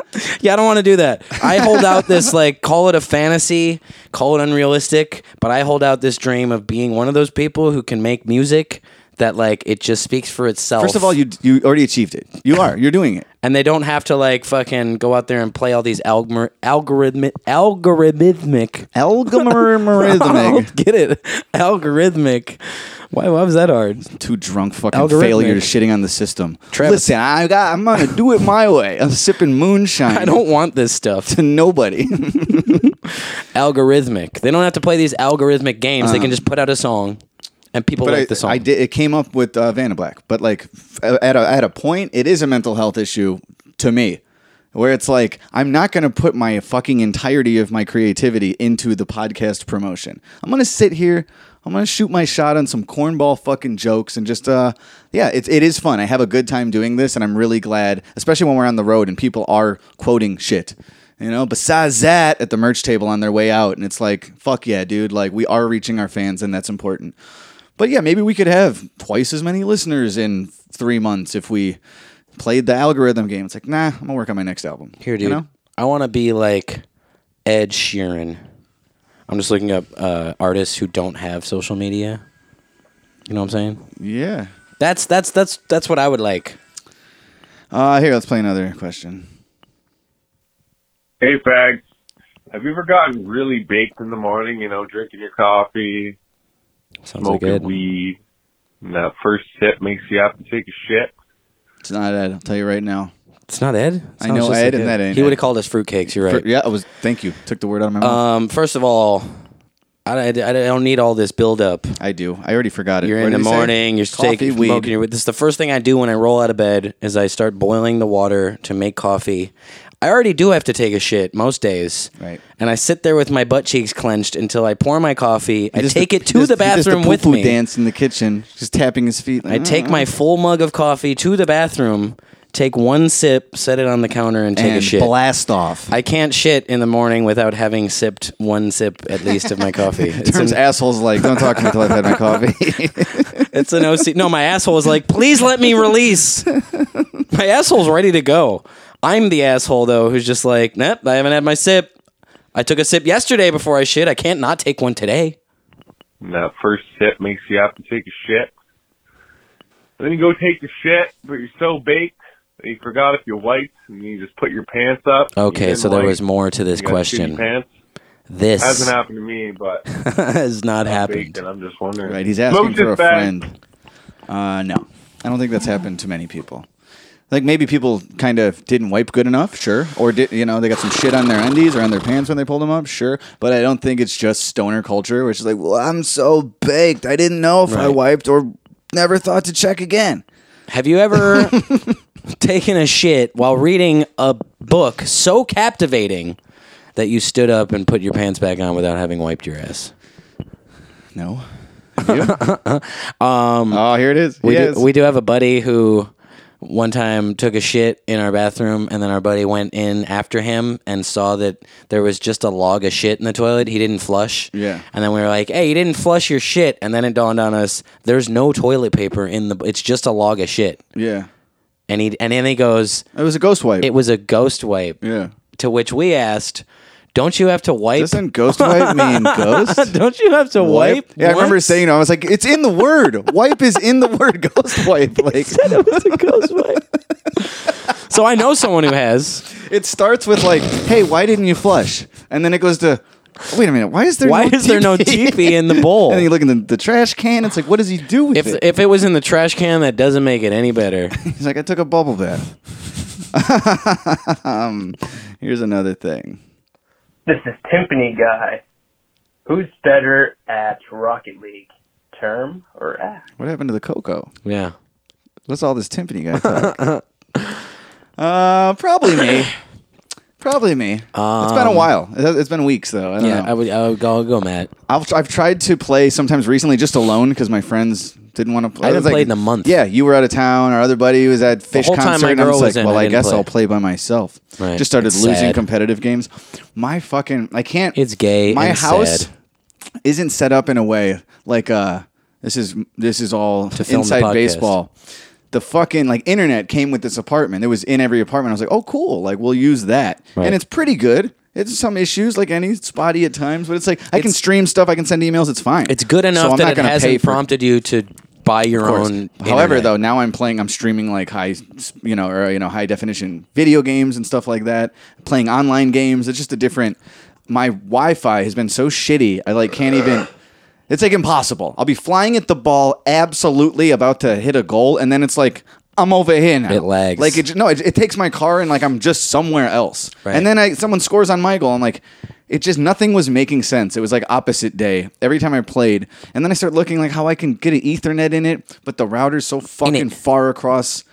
Speaker 4: Yeah, I don't want to do that. I hold out this like call it a fantasy, call it unrealistic, but I hold out this dream of being one of those people who can make music that like it just speaks for itself.
Speaker 3: First of all, you you already achieved it. You are. You're doing it.
Speaker 4: and they don't have to like fucking go out there and play all these algor- algorithmic algorithmic
Speaker 3: algorithmic
Speaker 4: get it algorithmic why, why was that hard
Speaker 3: too drunk fucking
Speaker 4: Algorithmic.
Speaker 3: failures shitting on the system.
Speaker 4: Travis-
Speaker 3: Listen, I got. I'm gonna do it my way. I'm sipping moonshine.
Speaker 4: I don't want this stuff
Speaker 3: to nobody.
Speaker 4: algorithmic they don't have to play these algorithmic games they
Speaker 3: Uh-huh.
Speaker 4: can just put out a song and people
Speaker 3: but
Speaker 4: like
Speaker 3: I,
Speaker 4: the song
Speaker 3: I did. It came up with uh, Vanna Black, but like f- at a at a point, it is a mental health issue to me, where it's like I'm not going to put my fucking entirety of my creativity into the podcast promotion. I'm going to sit here. I'm going to shoot my shot on some cornball fucking jokes and just uh yeah, it's it is fun. I have a good time doing this, and I'm really glad, especially when we're on the road and people are quoting shit. You know, besides that, at the merch table on their way out, and it's like, fuck yeah, dude! Like we are reaching our fans, and that's important. But yeah, maybe we could have twice as many listeners in three months if we played the algorithm game. It's like, nah, I'm gonna work on my next album.
Speaker 4: Here, dude. I want to be like Ed Sheeran. I'm just looking up uh, artists who don't have social media. You know what I'm saying?
Speaker 3: Yeah.
Speaker 4: That's that's that's that's what I would like.
Speaker 3: Uh, here, let's play another question.
Speaker 26: Hey, Fags. Have you ever gotten really baked in the morning, you know, drinking your coffee,
Speaker 4: Sounds like
Speaker 26: smoking
Speaker 4: Ed.
Speaker 26: weed, and that first sip makes you have to take a shit?
Speaker 3: It's not Ed. I'll tell you right now.
Speaker 4: It's not Ed.
Speaker 3: I
Speaker 4: Sounds
Speaker 3: know
Speaker 4: just like
Speaker 3: Ed, and that ain't.
Speaker 4: He
Speaker 3: Ed.
Speaker 4: would have called us fruitcakes. You're right.
Speaker 3: For- yeah, I was. Thank you. Took the word out of my mouth.
Speaker 4: Um, first of all, I, I, I don't need all this build up.
Speaker 3: I do. I already forgot it.
Speaker 4: You're
Speaker 3: What
Speaker 4: in the
Speaker 3: did he say?
Speaker 4: morning. You're
Speaker 3: Coffee,
Speaker 4: taking
Speaker 3: weed.
Speaker 4: smoking your weed. This is the first thing I do when I roll out of bed is I start boiling the water to make coffee. I already do have to take a shit most days.
Speaker 3: Right.
Speaker 4: And I sit there with my butt cheeks clenched until I pour my coffee.
Speaker 3: He
Speaker 4: I
Speaker 3: does
Speaker 4: take it to
Speaker 3: he does-
Speaker 4: the
Speaker 3: he does
Speaker 4: bathroom with
Speaker 3: poo-poo
Speaker 4: me.
Speaker 3: dance Mm-hmm. in the kitchen, just tapping his feet. "Mm,
Speaker 4: I take my full mug of coffee to the bathroom, take one sip, set it on the counter, and take a
Speaker 3: And
Speaker 4: shit.
Speaker 3: blast off.
Speaker 4: I can't shit in the morning without having sipped one sip at least of my coffee. It's
Speaker 3: Turns
Speaker 4: an-
Speaker 3: assholes like, don't talk to me until I've had my coffee.
Speaker 4: It's an OC. No, my asshole was like, please let me release. My asshole's ready to go. I'm the asshole though, who's just like, nope, I haven't had my sip. I took a sip yesterday before I shit. I can't not take one today.
Speaker 26: And that first sip makes you have to take a shit. And then you go take a shit, but you're so baked that you forgot if you're white, and you just put your pants up.
Speaker 4: Okay, so there was more to this
Speaker 26: You got shitty
Speaker 4: question.
Speaker 26: Pants.
Speaker 4: This
Speaker 26: hasn't happened to me, but
Speaker 4: has not
Speaker 26: I'm
Speaker 4: happened.
Speaker 26: baked and I'm just wondering.
Speaker 3: Right, he's asking
Speaker 26: Move
Speaker 3: for
Speaker 26: this
Speaker 3: a
Speaker 26: back.
Speaker 3: friend. Uh, no, I don't think that's happened to many people. Like maybe people kind of didn't wipe good enough, sure, or did you know they got some shit on their undies or on their pants when they pulled them up, sure. But I don't think it's just stoner culture, which is like, well, I'm so baked, I didn't know if I
Speaker 4: Right.
Speaker 3: wiped or never thought to check again.
Speaker 4: Have you ever taken a shit while reading a book so captivating that you stood up and put your pants back on without having wiped your ass?
Speaker 3: No.
Speaker 4: um,
Speaker 3: oh, here it is.
Speaker 4: We
Speaker 3: Yes.
Speaker 4: do, we do have a buddy who one time took a shit in our bathroom, and then our buddy went in after him and saw that there was just a log of shit in the toilet. He didn't flush.
Speaker 3: Yeah.
Speaker 4: And then we were like, "Hey, you didn't flush your shit." And then it dawned on us, there's no toilet paper in the. It's just a log of shit.
Speaker 3: Yeah.
Speaker 4: And he and then he goes,
Speaker 3: "It was a ghost wipe."
Speaker 4: It was a ghost wipe.
Speaker 3: Yeah.
Speaker 4: To which we asked, "Don't you have to wipe?"
Speaker 3: Doesn't ghost wipe mean ghost?
Speaker 4: Don't you have to wipe?
Speaker 3: Yeah, I remember
Speaker 4: once?
Speaker 3: saying, I was like, it's in the word. wipe is in the word ghost wipe. Like,
Speaker 4: So I know someone who has.
Speaker 3: It starts with like, "Hey, why didn't you flush?" And then it goes to, "Wait a minute, why is there
Speaker 4: Why
Speaker 3: no
Speaker 4: is there no TP in the bowl?
Speaker 3: And then you look in the, the trash can. It's like, what does he do with
Speaker 4: If
Speaker 3: it?
Speaker 4: if it was in the trash can, that doesn't make it any better.
Speaker 3: He's like, I took a bubble bath. um, here's another thing.
Speaker 5: This is Timpani Guy. Who's better at Rocket League? Term or act?
Speaker 3: What happened to the cocoa?
Speaker 4: Yeah.
Speaker 3: What's all this timpani guy talk? uh, probably me. Probably me. it's been a
Speaker 4: Um,
Speaker 3: while. It- It's been weeks though. I don't
Speaker 4: yeah,
Speaker 3: know.
Speaker 4: I would, I would go, I'll go Matt.
Speaker 3: I've, I've tried to play sometimes recently just alone because my friends didn't want to play.
Speaker 4: I haven't
Speaker 3: was like-
Speaker 4: played in a month.
Speaker 3: Yeah, you were out of town. Our other buddy was at Fish
Speaker 4: whole time
Speaker 3: concert.
Speaker 4: my
Speaker 3: and I
Speaker 4: girl
Speaker 3: was like,
Speaker 4: was in,
Speaker 3: well,
Speaker 4: I
Speaker 3: I,
Speaker 4: didn't
Speaker 3: guess
Speaker 4: play.
Speaker 3: I'll play by myself.
Speaker 4: Right.
Speaker 3: Just started
Speaker 4: It's
Speaker 3: losing
Speaker 4: sad.
Speaker 3: competitive games. My fucking, I can't. It's
Speaker 4: gay.
Speaker 3: My
Speaker 4: and
Speaker 3: house
Speaker 4: sad.
Speaker 3: isn't set up in a way like uh, this is this is all
Speaker 4: film the
Speaker 3: inside
Speaker 4: podcast.
Speaker 3: baseball. The fucking like internet came with this apartment. It was in every apartment. I was like, oh cool, like we'll use that,
Speaker 4: Right.
Speaker 3: and it's pretty good. It's some issues, like any spotty at times, but it's like I can stream stuff, I can send emails, it's fine.
Speaker 4: It's good
Speaker 3: So
Speaker 4: enough
Speaker 3: I'm
Speaker 4: that
Speaker 3: not
Speaker 4: it
Speaker 3: gonna pay
Speaker 4: hasn't
Speaker 3: for-
Speaker 4: prompted you to buy your
Speaker 3: Of course.
Speaker 4: own.
Speaker 3: However,
Speaker 4: internet.
Speaker 3: though, now I'm playing. I'm streaming like high, you know, or you know, high definition video games and stuff like that. Playing online games. It's just a different. My Wi-Fi has been so shitty. I like can't even. It's like impossible. I'll be flying at the ball, absolutely about to hit a goal, and then it's like I'm over here now. It lags. Like it, j- no, it, it takes my car and like I'm just somewhere else. And then I someone scores on my goal. I'm like, it just nothing was making sense. It was like opposite day every time I played. And then I started looking like how I can get an Ethernet in it, but the router's so fucking far across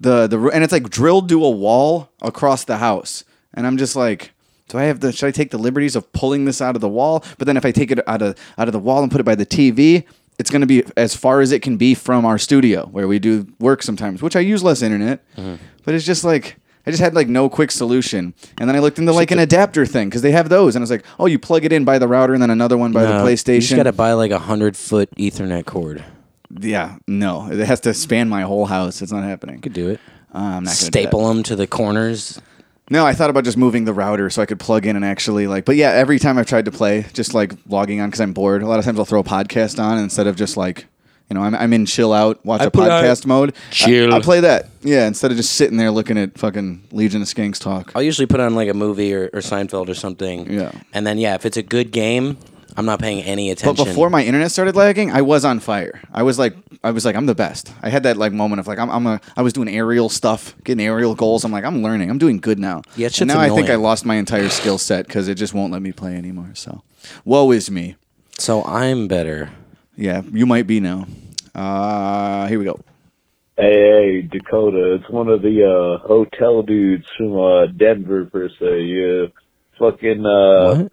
Speaker 3: the the ro- and it's like drilled to a wall across the house. And I'm just like. Do I have the? Should I take the liberties of pulling this out of the wall? But then if I take it out of out of the wall and put it by the TV, it's going to be as far as it can be from our studio where we do work sometimes, which I use less internet.
Speaker 4: Mm-hmm.
Speaker 3: But it's just like I just had like no quick solution, and then I looked into like an adapter thing because they have those, and I was like, oh, you plug it in by the router and then another one by
Speaker 4: No,
Speaker 3: the
Speaker 4: Uh, You just
Speaker 3: PlayStation.
Speaker 4: gotta buy like a hundred foot Ethernet cord.
Speaker 3: yeah, no, it has to span my whole house. It's not happening.
Speaker 4: Could do it.
Speaker 3: Uh, I'm not gonna do that.
Speaker 4: Staple them to the corners.
Speaker 3: No, I thought about just moving the router so I could plug in and actually like. But yeah, every time I've tried to play, just like logging on because I'm bored. A lot of times I'll throw a podcast on instead of just like, you know, I'm, I'm in chill out, watch
Speaker 4: I
Speaker 3: a
Speaker 4: put on
Speaker 3: podcast mode.
Speaker 4: chill.
Speaker 3: I, will play that. Yeah, instead of just sitting there looking at fucking Legion of Skanks talk.
Speaker 4: I'll usually put on like a movie or, or Seinfeld or something. Yeah. And then yeah, if it's a good game, I'm not paying any attention.
Speaker 3: But before my internet started lagging, I was on fire. I was like, I was like, I'm the best. I had that like moment of like, I'm, I'm a, I was doing aerial stuff, getting aerial goals. I'm like, I'm learning. I'm doing good now.
Speaker 4: Yeah, that
Speaker 3: And
Speaker 4: shit's
Speaker 3: now I think I
Speaker 4: annoying.
Speaker 3: lost my entire skill set because it just won't let me play anymore. So, woe is me.
Speaker 4: So I'm better.
Speaker 3: Yeah, you might be now. Uh, here we go.
Speaker 11: Hey, hey, Dakota, it's one of the uh, hotel dudes from uh, Denver, per se. Yeah, fucking. Uh,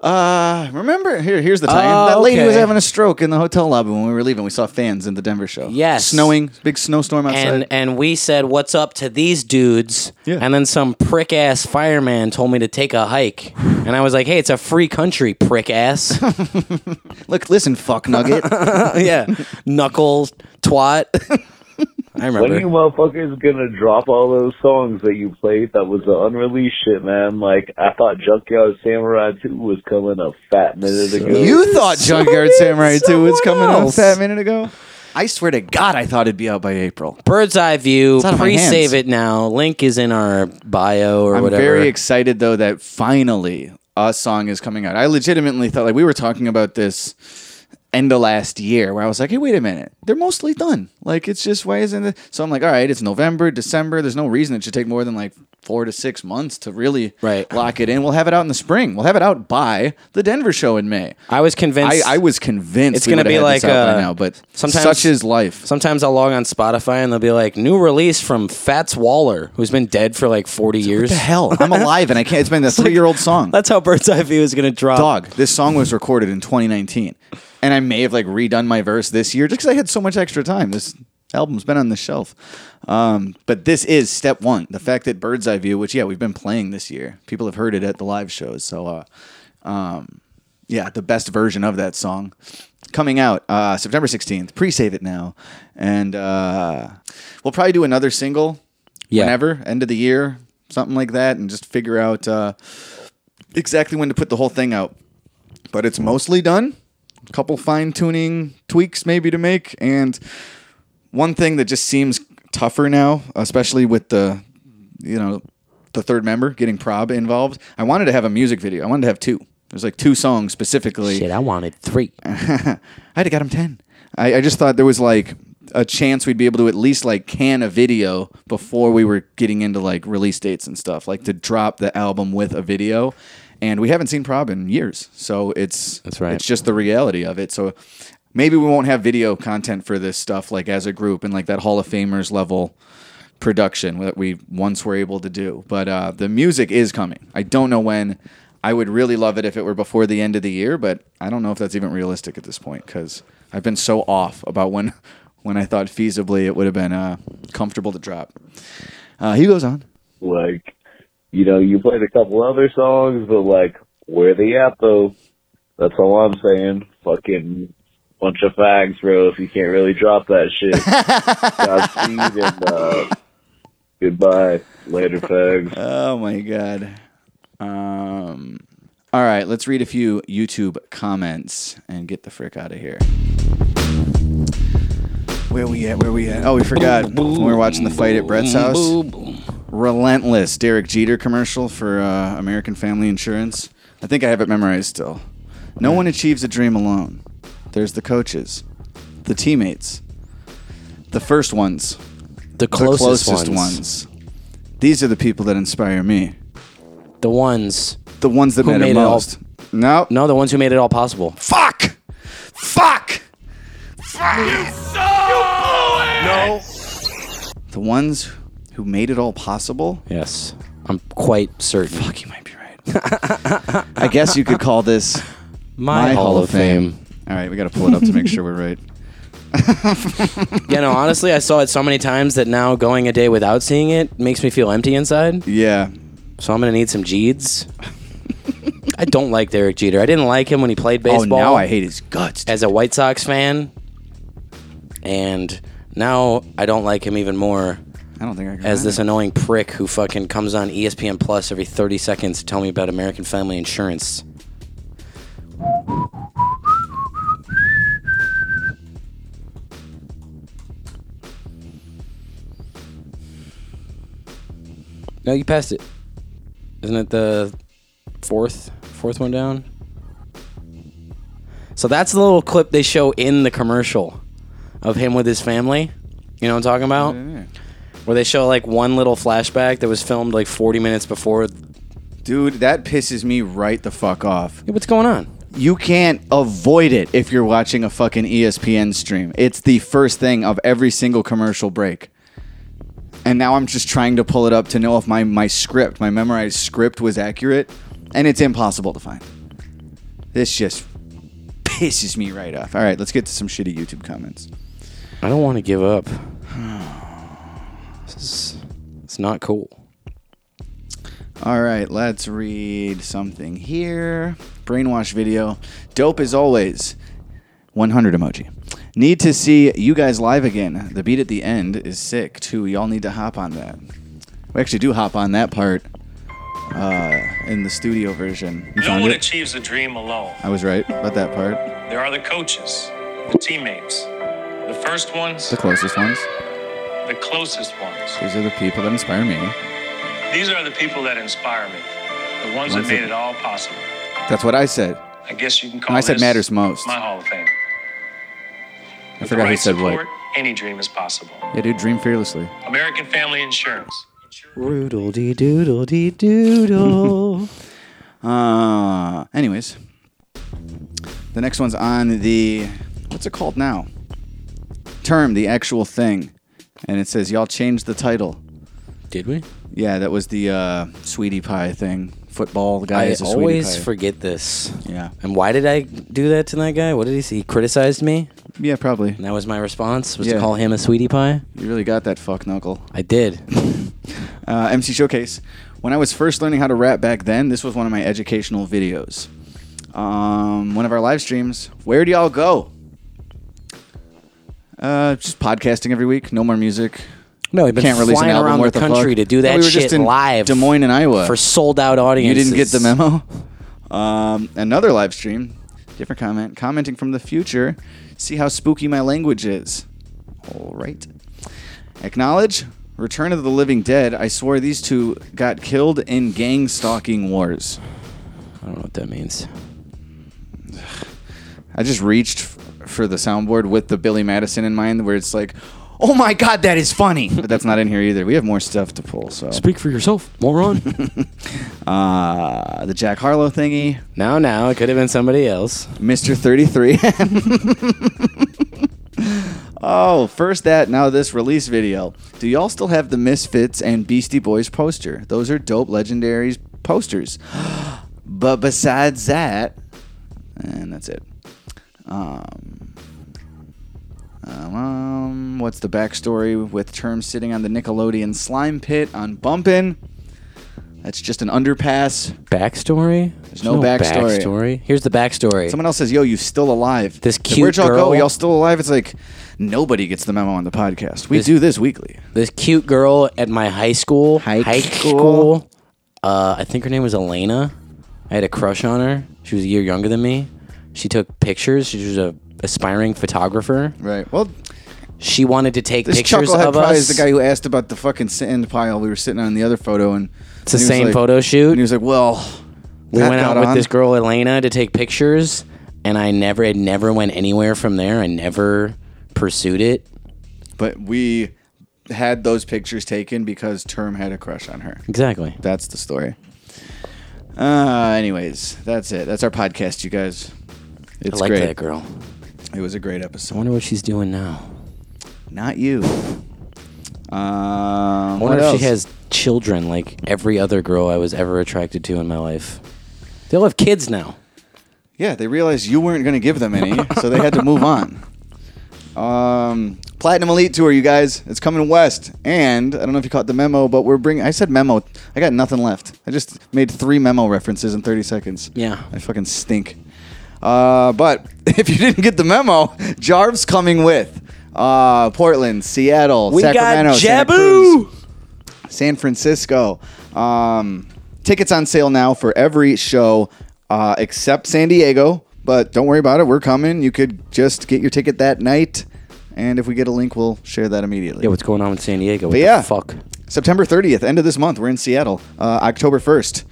Speaker 3: Uh, remember here? Here's the time.
Speaker 11: Oh,
Speaker 3: that lady was
Speaker 11: okay.
Speaker 3: having a stroke in the hotel lobby when we were leaving. We saw fans in the Denver show.
Speaker 4: Yes.
Speaker 3: snowing, big snowstorm outside.
Speaker 4: and and we said what's up to these dudes and then some prick ass fireman told me to take a hike and i was like hey it's a free country prick ass
Speaker 3: look listen fuck nugget
Speaker 4: yeah knuckles twat i
Speaker 11: When are you
Speaker 4: remember
Speaker 11: motherfuckers gonna drop all those songs that you played that was the unreleased shit, man? Like, I thought Junkyard Samurai 2 was coming a fat minute ago.
Speaker 3: You thought Junkyard Samurai 2 was coming out that minute ago? I swear to God, I thought it'd be out by April.
Speaker 4: bird's eye view
Speaker 3: It's out of my
Speaker 4: pre-save
Speaker 3: hands.
Speaker 4: it now link is in our bio or
Speaker 3: I'm
Speaker 4: whatever
Speaker 3: very excited, though, that finally a song is coming out. I legitimately thought, like, we were talking about this end of last year where I was like, hey, wait a minute. They're mostly done. Like, it's just, why isn't it? So I'm like, all right, it's November, December. There's no reason it should take more than like four to six months to really right. lock it in. We'll have it out in the spring. We'll have it out by the Denver show in May.
Speaker 4: I was convinced.
Speaker 3: I, was convinced
Speaker 4: it's
Speaker 3: we
Speaker 4: gonna
Speaker 3: would've
Speaker 4: be
Speaker 3: had
Speaker 4: like
Speaker 3: this out by
Speaker 4: uh,
Speaker 3: now, but
Speaker 4: sometimes
Speaker 3: such is life.
Speaker 4: Sometimes I'll log on Spotify and they'll be like new release from Fats Waller, who's been dead for like forty years.
Speaker 3: the hell? I'm alive and I can't. It's been a three year old song.
Speaker 4: That's how Bird's Eye View is going to drop.
Speaker 3: Dog, this song was recorded in 2019. And I may have like redone my verse this year just because I had so much extra time. This album's been on the shelf. Um, but this is step one. The fact that Bird's Eye View, which, yeah, we've been playing this year, people have heard it at the live shows. So, uh, um, yeah, the best version of that song coming out uh, September 16th. Pre save it now. And uh, we'll probably do another single
Speaker 4: Yeah.
Speaker 3: whenever, end of the year, something like that, and just figure out uh, exactly when to put the whole thing out. But it's mostly done. A couple fine tuning tweaks maybe to make. And one thing that just seems tougher now, especially with the, you know, the third member getting prob involved. I wanted to have a music video. I wanted to have two. There's like two songs specifically. Shit,
Speaker 4: I wanted three.
Speaker 3: I'd have got him ten. I, I just thought there was like a chance we'd be able to at least like can a video before we were getting into like release dates and stuff, like to drop the album with a video. And we haven't seen Prob in years, so it's that's right. It's just the reality of it. So maybe we won't have video content for this stuff like as a group and like that Hall of Famers level production that we once were able to do. But uh, the music is coming. I don't know when. I would really love it if it were before the end of the year, but I don't know if that's even realistic at this point because I've been so off about when when I thought feasibly it would have been uh, comfortable to drop. Uh, he goes on.
Speaker 11: Like, you know, you played a couple other songs, but like, where they at though? That's all I'm saying. Fucking bunch of fags, bro. If you can't really drop that shit, Godspeed and uh, goodbye. Later, fags.
Speaker 3: Oh my god. Um, all right, let's read a few YouTube comments and get the frick out of here. where we at? Where we at? Oh, we forgot. When we were watching the fight at Brett's house. Relentless Derek Jeter commercial for uh, American Family Insurance. I think I have it memorized still. No one achieves a dream alone. There's the coaches, the teammates, the first ones,
Speaker 4: the closest ones.
Speaker 3: ones. These are the people that inspire me.
Speaker 4: The ones.
Speaker 3: The ones that
Speaker 4: who
Speaker 3: matter
Speaker 4: made it all-
Speaker 3: most. no.
Speaker 4: No, the ones who made it all possible.
Speaker 3: Fuck! Fuck!
Speaker 16: No.
Speaker 3: The ones who made it all possible?
Speaker 4: Yes. I'm quite certain.
Speaker 3: Fuck, you might be right. I guess you could call this
Speaker 4: My Hall of Fame.
Speaker 3: All right, we got to pull it up to make sure we're right.
Speaker 4: yeah, no, honestly, I saw it so many times that now going a day without seeing it makes me feel empty inside.
Speaker 3: Yeah.
Speaker 4: So I'm going to need some Jeeds. I don't like Derek Jeter. I didn't like him when he played baseball.
Speaker 3: Oh, now I hate his guts.
Speaker 4: As a White Sox fan. And now I don't like him even more.
Speaker 3: I don't think I can.
Speaker 4: As this
Speaker 3: remember.
Speaker 4: annoying prick who fucking comes on E ESPN Plus every 30 seconds to tell me about American Family Insurance. No, you passed it. Isn't it the fourth fourth one down? So that's the little clip they show in the commercial of him with his family. You know what I'm talking about? Where they show like one little flashback that was filmed like 40 minutes before.
Speaker 3: Dude, that pisses me right the fuck off.
Speaker 4: what's going on?
Speaker 3: You can't avoid it if you're watching a fucking E ESPN stream. It's the first thing of every single commercial break. And now I'm just trying to pull it up to know if my, my script, my memorized script was accurate, and it's impossible to find. This just pisses me right off. All right, let's get to some shitty YouTube comments.
Speaker 4: I don't want to give up. This is, it's not cool.
Speaker 3: All right, let's read something here. Brainwash video. Dope as always. 100 emoji. Need to see you guys live again. The beat at the end is sick, too. Y'all need to hop on that. We actually do hop on that part uh, in the studio version. You
Speaker 1: No
Speaker 3: found
Speaker 1: one
Speaker 3: it?
Speaker 1: achieves a dream alone.
Speaker 3: I was right about that part.
Speaker 1: There are the coaches, the teammates, the first ones,
Speaker 3: The closest ones.
Speaker 1: the closest ones.
Speaker 3: These are the people that inspire me.
Speaker 1: These are the people that inspire me, the ones that
Speaker 3: Ones that-
Speaker 1: made it all possible.
Speaker 3: That's what I said.
Speaker 1: I guess you can call
Speaker 3: I said
Speaker 1: this
Speaker 3: matters most.
Speaker 1: My Hall of Fame.
Speaker 3: I forgot who said what.
Speaker 1: Any dream is possible.
Speaker 3: Yeah, dude, dream fearlessly.
Speaker 1: American Family Insurance.
Speaker 4: Roodle dee doodle dee doodle.
Speaker 3: uh, anyways, the next one's on the what's it called now? Term, the actual thing, and it says y'all changed the title.
Speaker 4: Did we?
Speaker 3: Yeah, that was the uh, sweetie pie thing. Football
Speaker 4: I
Speaker 3: guy is a sweetie
Speaker 4: always
Speaker 3: pie.
Speaker 4: forget this.
Speaker 3: Yeah.
Speaker 4: And why did I do that to that guy? What did he say? He criticized me.
Speaker 3: Yeah, probably.
Speaker 4: And that was my response was
Speaker 3: Yeah.
Speaker 4: to call him a sweetie pie.
Speaker 3: You really got that fuck knuckle.
Speaker 4: I did.
Speaker 3: uh, MC Showcase. When I was first learning how to rap back then, this was one of my educational videos. Um, one of our live streams. Where do y'all go? Uh, just podcasting every week. No more music.
Speaker 4: No, I've been
Speaker 3: Can't release an
Speaker 4: flying
Speaker 3: album
Speaker 4: around
Speaker 3: worth
Speaker 4: the
Speaker 3: a fuck.
Speaker 4: country to do
Speaker 3: No,
Speaker 4: that
Speaker 3: we were
Speaker 4: shit
Speaker 3: just in
Speaker 4: live
Speaker 3: Des Moines and Iowa
Speaker 4: for sold out
Speaker 3: You
Speaker 4: audiences.
Speaker 3: didn't get the memo. Um, another live stream. Different comment. Commenting from the future. See how spooky my language is. All right. Acknowledge Return of the Living Dead. I swear these two got killed in gang stalking wars.
Speaker 4: I don't know what that means.
Speaker 3: I just reached f- for the soundboard with the Billy Madison in mind, where it's like, oh my god, that is funny. But that's not in here either. We have more stuff to pull. So
Speaker 4: Speak for yourself, moron.
Speaker 3: uh, the Jack Harlow thingy.
Speaker 4: Now, now, it could have been somebody else.
Speaker 3: Mr. 33. oh, first that, now this release video. Do y'all still have the Misfits and Beastie Boys poster? Those are dope legendaries posters. but besides that, and that's it. Um, um, um, what's the backstory with Term sitting on the Nickelodeon slime pit on Bumpin'? That's just an underpass.
Speaker 4: Backstory? There's
Speaker 3: no backstory.
Speaker 4: backstory. Here's the backstory.
Speaker 3: Someone else says, "Yo, you still alive?" This
Speaker 4: cute
Speaker 3: Where'd y'all go?
Speaker 4: girl-
Speaker 3: Y'all still alive? It's like nobody gets the memo on the podcast. We
Speaker 4: This-
Speaker 3: do this weekly.
Speaker 4: this cute girl at my high school. High, school. Uh, I think her name was Elena. I had a crush on her. She was a year younger than me. She took pictures. She was a aspiring photographer.
Speaker 3: Right. Well,
Speaker 4: She wanted to take
Speaker 3: This
Speaker 4: pictures
Speaker 3: chucklehead
Speaker 4: of
Speaker 3: probably
Speaker 4: us.
Speaker 3: is the guy who asked about the fucking sand pile we were sitting on in the other photo, and
Speaker 4: It's the
Speaker 3: and he was
Speaker 4: same
Speaker 3: like-
Speaker 4: photo shoot.
Speaker 3: And he was like, "Well,
Speaker 4: we
Speaker 3: that
Speaker 4: went out
Speaker 3: got
Speaker 4: with
Speaker 3: on.
Speaker 4: this girl Elena to take pictures, and I never, it never went anywhere from there. I never pursued it.
Speaker 3: But we had those pictures taken because Term had a crush on her.
Speaker 4: Exactly.
Speaker 3: That's the story. Uh, anyways, that's it. That's our podcast, you guys. It's
Speaker 4: like
Speaker 3: great.
Speaker 4: that girl.
Speaker 3: It was a great episode.
Speaker 4: I wonder what she's doing now.
Speaker 3: Not you. Um,
Speaker 4: I wonder
Speaker 3: what
Speaker 4: if she
Speaker 3: else?
Speaker 4: has children like every other girl I was ever attracted to in my life. They all have kids now.
Speaker 3: Yeah, they realized you weren't going to give them any, so they had to move on. Um, Platinum Elite Tour, you guys, it's coming west, and I don't know if you caught the memo, but we're bringing. I said memo. I got nothing left. I just made three memo references in 30 seconds.
Speaker 4: Yeah.
Speaker 3: I fucking stink. Uh, but if you didn't get the memo, Jarv's coming with uh, Portland, Seattle,
Speaker 2: We got
Speaker 3: Sacramento, Santa
Speaker 2: Jabu!
Speaker 3: Cruz, San Francisco. Um, tickets on sale now for every show uh, except San Diego. But don't worry about it. We're coming. You could just get your ticket that night. And if we get a link, we'll share that immediately.
Speaker 4: Yeah, what's going on in San Diego? What
Speaker 3: But
Speaker 4: the
Speaker 3: yeah.
Speaker 4: fuck.
Speaker 3: September 30th, end of this month, we're in Seattle. Uh, October 1st,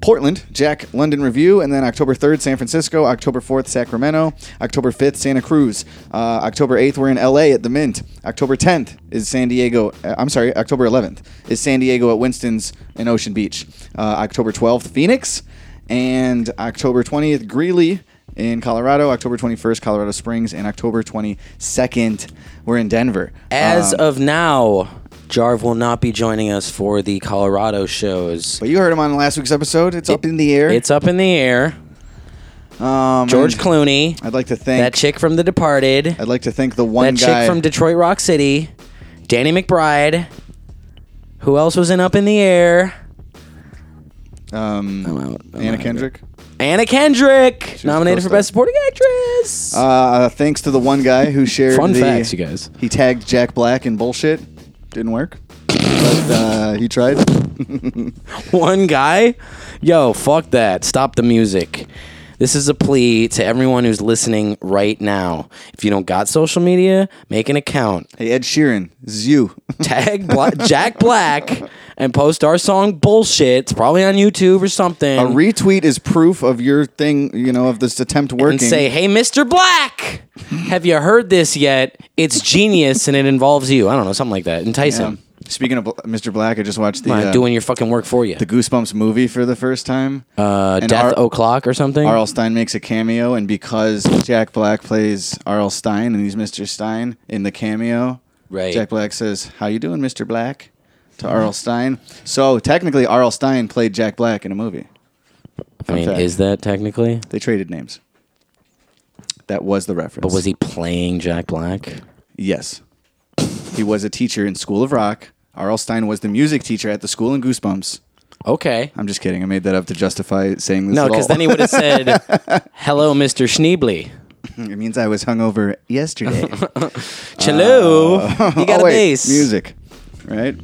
Speaker 3: Portland, Jack London Review, and then October 3rd, San Francisco, October 4th, Sacramento, October 5th, Santa Cruz, uh, October 8th, we're in LA at the Mint, October 10th is San Diego, uh, I'm sorry, October 11th is San Diego at Winston's in Ocean Beach, uh, October 12th, Phoenix, and October 20th, Greeley. In Colorado, October 21st, Colorado Springs, and October 22nd, we're in Denver.
Speaker 4: As
Speaker 3: Um,
Speaker 4: of now, Jarv will not be joining us for the Colorado shows.
Speaker 3: But you heard him on last week's episode. It's up in the air.
Speaker 4: It's up in the air.
Speaker 3: Um,
Speaker 4: George
Speaker 3: and
Speaker 4: Clooney,
Speaker 3: I'd like to thank
Speaker 4: that chick from The Departed,
Speaker 3: I'd like to thank the one
Speaker 4: that
Speaker 3: guy
Speaker 4: chick from Detroit Rock City, Danny McBride. Who else was in Up in the Air?
Speaker 3: um, Anna
Speaker 4: Oh,
Speaker 3: Kendrick.
Speaker 4: Anna Kendrick, nominated for
Speaker 3: co-star.
Speaker 4: Best Supporting Actress.
Speaker 3: Uh, thanks to the one guy who shared
Speaker 4: Fun
Speaker 3: the,
Speaker 4: facts, you guys.
Speaker 3: He tagged Jack Black in bullshit. Didn't work, but uh, he tried.
Speaker 4: one guy? Yo, fuck that. Stop the music. This is a plea to everyone who's listening right now. If you don't got social media, make an account.
Speaker 3: Hey, Ed Sheeran, this is you.
Speaker 4: Tag Bla- Jack Black and post our song Bullshit. It's probably on YouTube or something.
Speaker 3: A retweet is proof of your thing. You know of this attempt working.
Speaker 4: and say, hey, Mr. Black, have you heard this yet? It's genius and it involves you. I don't know, something like that. Entice
Speaker 3: Yeah.
Speaker 4: him.
Speaker 3: Um, Speaking of Bl- Mr. Black, I just watched the
Speaker 4: Come on,
Speaker 3: uh,
Speaker 4: doing your fucking work for you.
Speaker 3: the Goosebumps movie for the first time.
Speaker 4: Uh,
Speaker 3: And
Speaker 4: Death
Speaker 3: our-
Speaker 4: O'Clock or something.
Speaker 3: R.L. Stein makes a cameo, and because Jack Black plays R.L. Stein and he's Mr. Stein in the cameo,
Speaker 4: Right. Mm-hmm.
Speaker 3: Jack Black says, "How you doing, Mr. Black?" to R.L. Stein. So technically, R.L. Stein played Jack Black in a movie.
Speaker 4: I mean,
Speaker 3: fact.
Speaker 4: is that technically?
Speaker 3: They traded names. That was the reference.
Speaker 4: But was he playing Jack Black?
Speaker 3: Yes, he was a teacher in School of Rock. R.L. Stein was the music teacher at the school in Goosebumps.
Speaker 4: Okay.
Speaker 3: I'm just kidding. I made that up to justify saying this.
Speaker 4: No,
Speaker 3: at all.
Speaker 4: because then he would have said, "Hello, Mister Schneebly."
Speaker 3: it means I was hungover yesterday.
Speaker 4: Hello,
Speaker 3: Uh,
Speaker 4: you got
Speaker 3: oh,
Speaker 4: a
Speaker 3: wait,
Speaker 4: bass.
Speaker 3: Music. Right?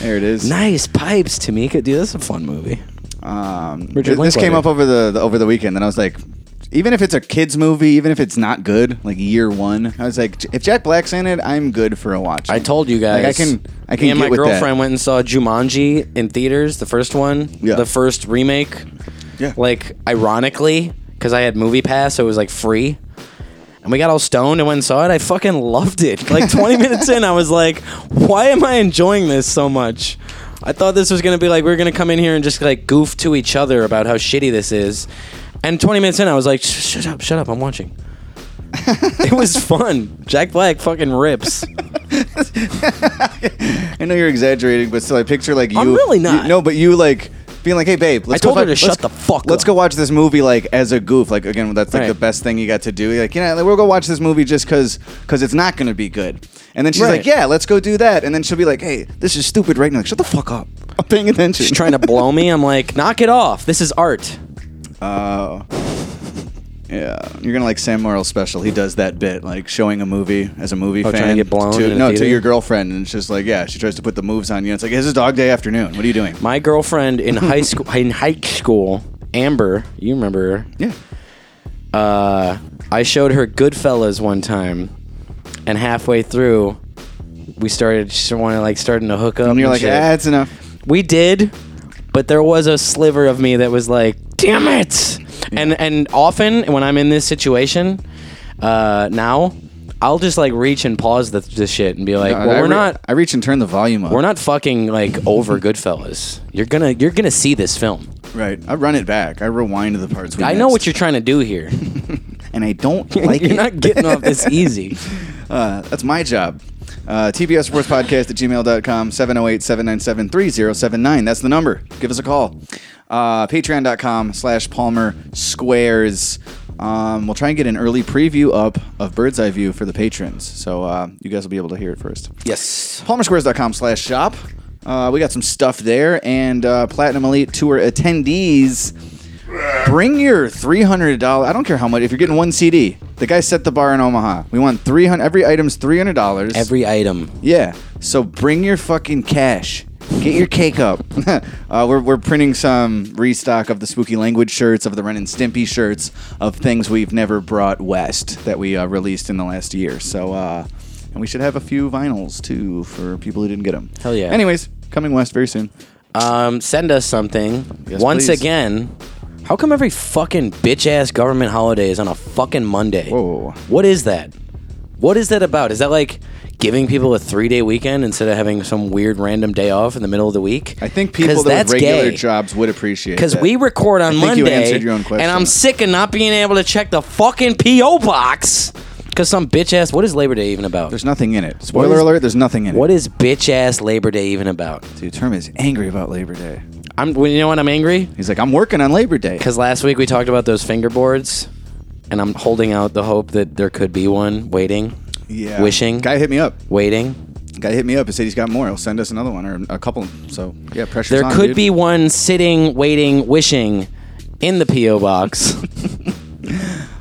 Speaker 3: There it is.
Speaker 4: Nice pipes, Tamika. Dude, that's a fun movie.
Speaker 3: Um,
Speaker 4: Richard
Speaker 3: th- this came
Speaker 4: Linklater.
Speaker 3: up over the, the over the weekend, and I was like, even if it's a kids movie, even if it's not good, like year one, I was like, "J- if Jack Black's in it, I'm good for a watch.
Speaker 4: I told you guys.
Speaker 3: Like, I can, I can
Speaker 4: Me and
Speaker 3: get
Speaker 4: my
Speaker 3: with that.
Speaker 4: girlfriend went and saw Jumanji in theaters, the first one,
Speaker 3: Yeah.
Speaker 4: the first remake.
Speaker 3: Yeah.
Speaker 4: Like ironically, because I had Movie Pass, so it was like free. And we got all stoned and went and saw it. I fucking loved it. Like 20 minutes in, I was like, why am I enjoying this so much? I thought this was going to be like, we are going to come in here and just like goof to each other about how shitty this is. And 20 minutes in, I was like, "Sh- shut up, shut up, I'm watching. it was fun. Jack Black fucking rips.
Speaker 3: I know you're exaggerating, but still, I picture like you.
Speaker 4: I'm really
Speaker 3: you-
Speaker 4: not.
Speaker 3: no, but you like being like, "Hey, babe, let's
Speaker 4: I told
Speaker 3: go
Speaker 4: her to
Speaker 3: let's-
Speaker 4: shut the fuck
Speaker 3: Let's
Speaker 4: up.
Speaker 3: go watch this movie like as a goof. Like again, that's like
Speaker 4: Right.
Speaker 3: the best thing you got to do. Like you know, like, we'll go watch this movie just because because it's not going to be good. And then she's
Speaker 4: Right.
Speaker 3: like, "Yeah, let's go do that." And then she'll be like, "Hey, this is stupid right now. Like, shut the fuck up. I'm paying attention."
Speaker 4: She's trying to blow me. I'm like, knock it off. This is art.
Speaker 3: Oh. yeah, you're gonna like Sam Morrill's special. He does that bit, like showing a movie as a movie
Speaker 4: Oh,
Speaker 3: fan
Speaker 4: trying to get blown in a
Speaker 3: no
Speaker 4: theater?
Speaker 3: to your girlfriend, and it's just like, yeah, she tries to put the moves on you. It's like, this is dog day afternoon. What are you doing?
Speaker 4: My girlfriend in high school, in high school, Amber, you remember her?
Speaker 3: Yeah.
Speaker 4: Uh, I showed her Goodfellas one time, and halfway through, we started just wanting like starting to hook up.
Speaker 3: And you're like,
Speaker 4: shit.
Speaker 3: ah, it's enough.
Speaker 4: We did, but there was a sliver of me that was like, damn it. And and often when I'm in this situation, uh, now I'll just like reach and pause the, the shit and be like,
Speaker 3: No,
Speaker 4: well,
Speaker 3: I
Speaker 4: we're
Speaker 3: re-
Speaker 4: not.
Speaker 3: I reach and turn the volume up.
Speaker 4: We're not fucking like over Goodfellas. You're gonna you're gonna see this film.
Speaker 3: Right. I run it back. I rewind the parts. We
Speaker 4: I know what you're trying to do here.
Speaker 3: and I don't like
Speaker 4: You're
Speaker 3: it.
Speaker 4: not getting off this easy.
Speaker 3: Uh, that's my job. Uh, TBS Sports Podcast at gmail.com, 708 797 3079. That's the number. Give us a call. Uh, Patreon.com slash Palmer Squares. Um, we'll try and get an early preview up of Bird's Eye View for the patrons. So uh, you guys will be able to hear it first. Yes. PalmerSquares.com slash shop. Uh, we got some stuff there. And uh, Platinum Elite Tour attendees. Bring your three hundred dollar. I don't care how much. If you're getting one CD, the guy set the bar in Omaha. We want three hundred. Every item's three hundred dollars.
Speaker 4: Every item.
Speaker 3: Yeah. So bring your fucking cash. Get your cake up. uh, we're, we're printing some restock of the spooky language shirts, of the Ren and Stimpy shirts, of things we've never brought west that we uh, released in the last year. So, uh, and we should have a few vinyls too for people who didn't get them.
Speaker 4: Hell yeah.
Speaker 3: Anyways, coming west very soon.
Speaker 4: Um, send us something.
Speaker 3: Yes,
Speaker 4: Once
Speaker 3: please.
Speaker 4: again, how come every fucking bitch ass government holiday is on a fucking Monday? Whoa. What is that? What is that about? Is that like giving people a three day weekend instead of having some weird random day off in the middle of the week?
Speaker 3: I think people
Speaker 4: 'Cause
Speaker 3: that
Speaker 4: that's
Speaker 3: have regular
Speaker 4: gay.
Speaker 3: jobs would appreciate
Speaker 4: Because
Speaker 3: that.
Speaker 4: we record on
Speaker 3: I think
Speaker 4: Monday,
Speaker 3: you answered your own question.
Speaker 4: and I'm sick of not being able to check the fucking PO box. Because some bitch ass. What is Labor Day even about?
Speaker 3: There's nothing in it. Spoiler alert, there's nothing in
Speaker 4: it. What is bitch ass Labor Day even about?
Speaker 3: Dude, Term is angry about Labor Day.
Speaker 4: I'm. well, You know what? I'm angry.
Speaker 3: He's like, I'm working on Labor Day.
Speaker 4: Because last week we talked about those fingerboards, and I'm holding out the hope that there could be one waiting.
Speaker 3: Yeah.
Speaker 4: Wishing.
Speaker 3: Guy hit me up.
Speaker 4: Waiting.
Speaker 3: Guy hit me up and said he's got more. He'll send us another one or a couple. So yeah, pressure.
Speaker 4: There could be one sitting, waiting, wishing in the PO box.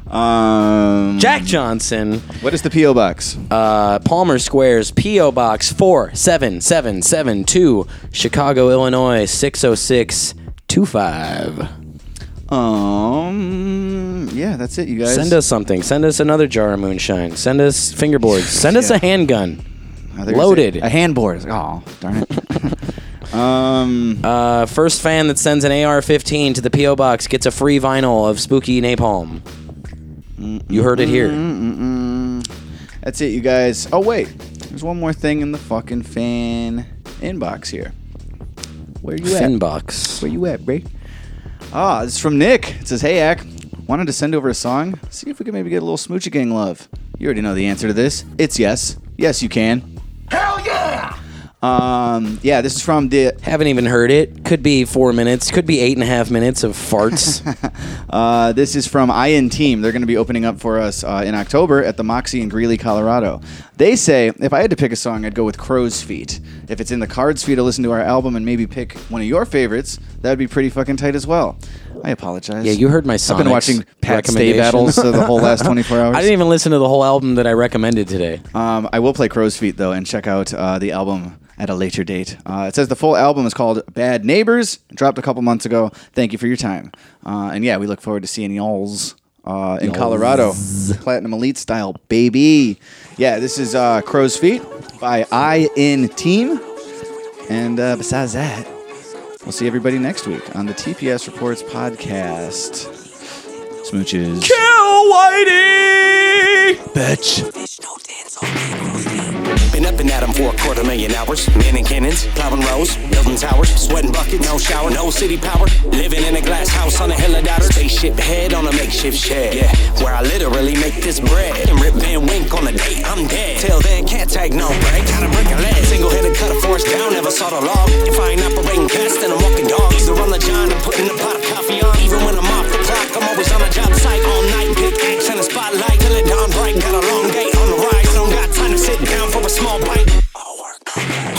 Speaker 3: um,
Speaker 4: Jack Johnson.
Speaker 3: What is the PO box?
Speaker 4: Uh, Palmer Squares PO Box four seven seven seven two, Chicago, Illinois six zero six two five.
Speaker 3: Um. Yeah, that's it, you guys.
Speaker 4: Send us something. Send us another jar of moonshine. Send us fingerboards. Send us
Speaker 3: Yeah.
Speaker 4: a handgun.
Speaker 3: Oh, there's
Speaker 4: Loaded.
Speaker 3: A, a handboard. Oh, darn it. um.
Speaker 4: Uh, first fan that sends an AR-15 to the PO box gets a free vinyl of Spooky Napalm. You heard it here.
Speaker 3: Mm-hmm. Mm-mm-mm. That's it, you guys. Oh wait, there's one more thing in the fucking fan inbox here. Where you at?
Speaker 4: Finbox.
Speaker 3: Where you at, Bray? Ah, this is from Nick. It says, "Hey, Ack, wanted to send over a song. See if we can maybe get a little Smoochie Gang love. You already know the answer to this. It's yes. Yes, you can. Hell yeah! Um, yeah, this is from the.
Speaker 4: Haven't even heard it. Could be four minutes. Could be eight and a half minutes of farts.
Speaker 3: Uh, this is from IN Team. They're going to be opening up for us uh, in October at the Moxie in Greeley, Colorado. They say if I had to pick a song, I'd go with Crow's Feet. If it's in the cards for you to listen to our album and maybe pick one of your favorites, that would be pretty fucking tight as well. I apologize.
Speaker 4: yeah, you heard my
Speaker 3: I've been
Speaker 4: Sonics
Speaker 3: watching Pat
Speaker 4: recommendation.
Speaker 3: Stay battles uh, the whole last 24 hours.
Speaker 4: I didn't even listen to the whole album that I recommended today.
Speaker 3: Um, I will play Crow's Feet though, and check out uh, the album at a later date. Uh, it says the full album is called Bad Neighbors. It dropped a couple months ago. Thank you for your time. Uh, and yeah, we look forward to seeing y'all's uh, in
Speaker 1: Y'alls.
Speaker 3: Colorado, Platinum Elite style, baby. Yeah, this is uh, Crow's Feet by I In Team. And uh, besides that, we'll see everybody next week on the TPS Reports podcast. Smooches.
Speaker 2: Kill Whitey!
Speaker 3: Bitch.
Speaker 27: Been up and at 'em for a quarter million hours. Men and cannons, plowing roads, building towers, sweating buckets, no shower, no city power. Living in a glass house on a hill of dollars. Spaceship head on a makeshift shed. Yeah, where I literally make this bread and rip Van Wink on a date. I'm dead. Till then, can't take no break. Gotta break a leg. Single headed cut a forest down, never saw the log. If I ain't operating guns, then I'm walking dog. Either on the john or putting a pot of coffee on. Even when I'm off the clock, I'm always on a job site all night. Big axe and a spotlight till it dawn bright. Got a long day on the ride. Don't got time to sit down for a small bite.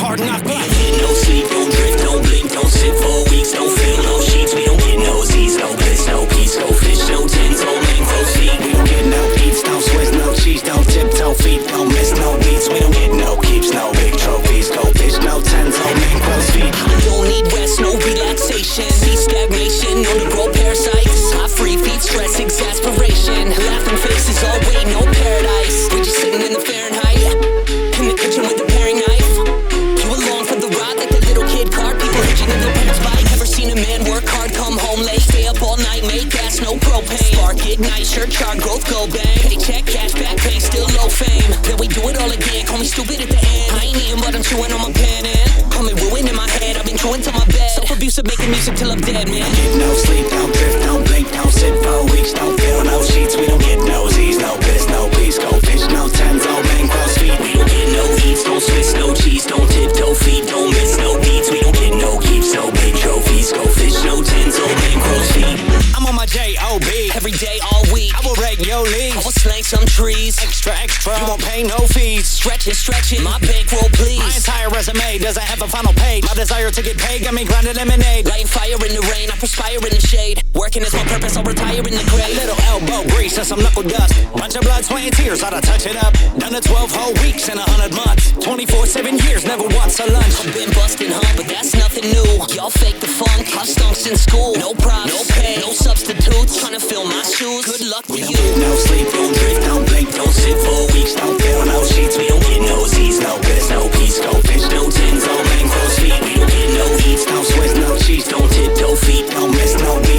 Speaker 27: Hard knock life. Get no sleep, no drift, no blink, don't sit for weeks, no feel, no sheets. We don't get no Z's, no bliss, no peace, no fish, no tins, no link, no seat. We don't get no beats, no sweats, no cheese, no tiptoe feet, don't miss no beats. We don't get no keeps, no big trophies, no fish, no tens, no link, no feet. I don't need rest, no relaxation, see stagnation, no to grow parasites. Hot free feet, stress, exasperation, laughing faces all way, no paradise. We just sitting in the Fahrenheit.
Speaker 14: midnight, shirt chart, growth, gold bang. Paycheck, cash, back pay, still low fame. Then we do it all again, call me stupid at the end. I ain't eating, but I'm chewing on my pen and I'm in ruin in my head. I've been chewing to my bed. Self abusive, making music till I'm dead, man. Get no sleep, don't drift, don't blink, don't sit for weeks, don't feel no sheets. We don't get nosies, no piss, no peace, go fish, no tens, no bankroll speed. We don't get no eats, don't switch, no cheese, don't tiptoe feet, don't miss no beats. We don't get no keeps, no big trophies, go fish, no tens, no bankroll speed. I'm on my J-O-B Every day, all week I will rake your leaves I will slang some trees Extra, extra You won't pay no fees Stretch it, stretch it My bankroll, please My entire resume Doesn't have a final page My desire to get paid Got me grinding lemonade Lighting fire in the rain I perspire in the shade Working is my purpose I'll retire in the grave A little elbow grease And some knuckle dust Bunch of blood, sweat, and tears Oughta touch it up Done it 12 whole weeks In a hundred months 24-7 years Never once a lunch I've been busting, huh? But that's nothing new Y'all fake the funk I've stunk since school No props, no pay, no substitutes Tryna fill my shoes, good luck to you No sleep, don't drift, don't blink, don't sit for weeks Don't feel no sheets, we don't get no seats No piss, no peace, no fish, no tins No bankroll speed, we don't get no eats No sweats, no cheese, don't tiptoe feet Don't miss no beats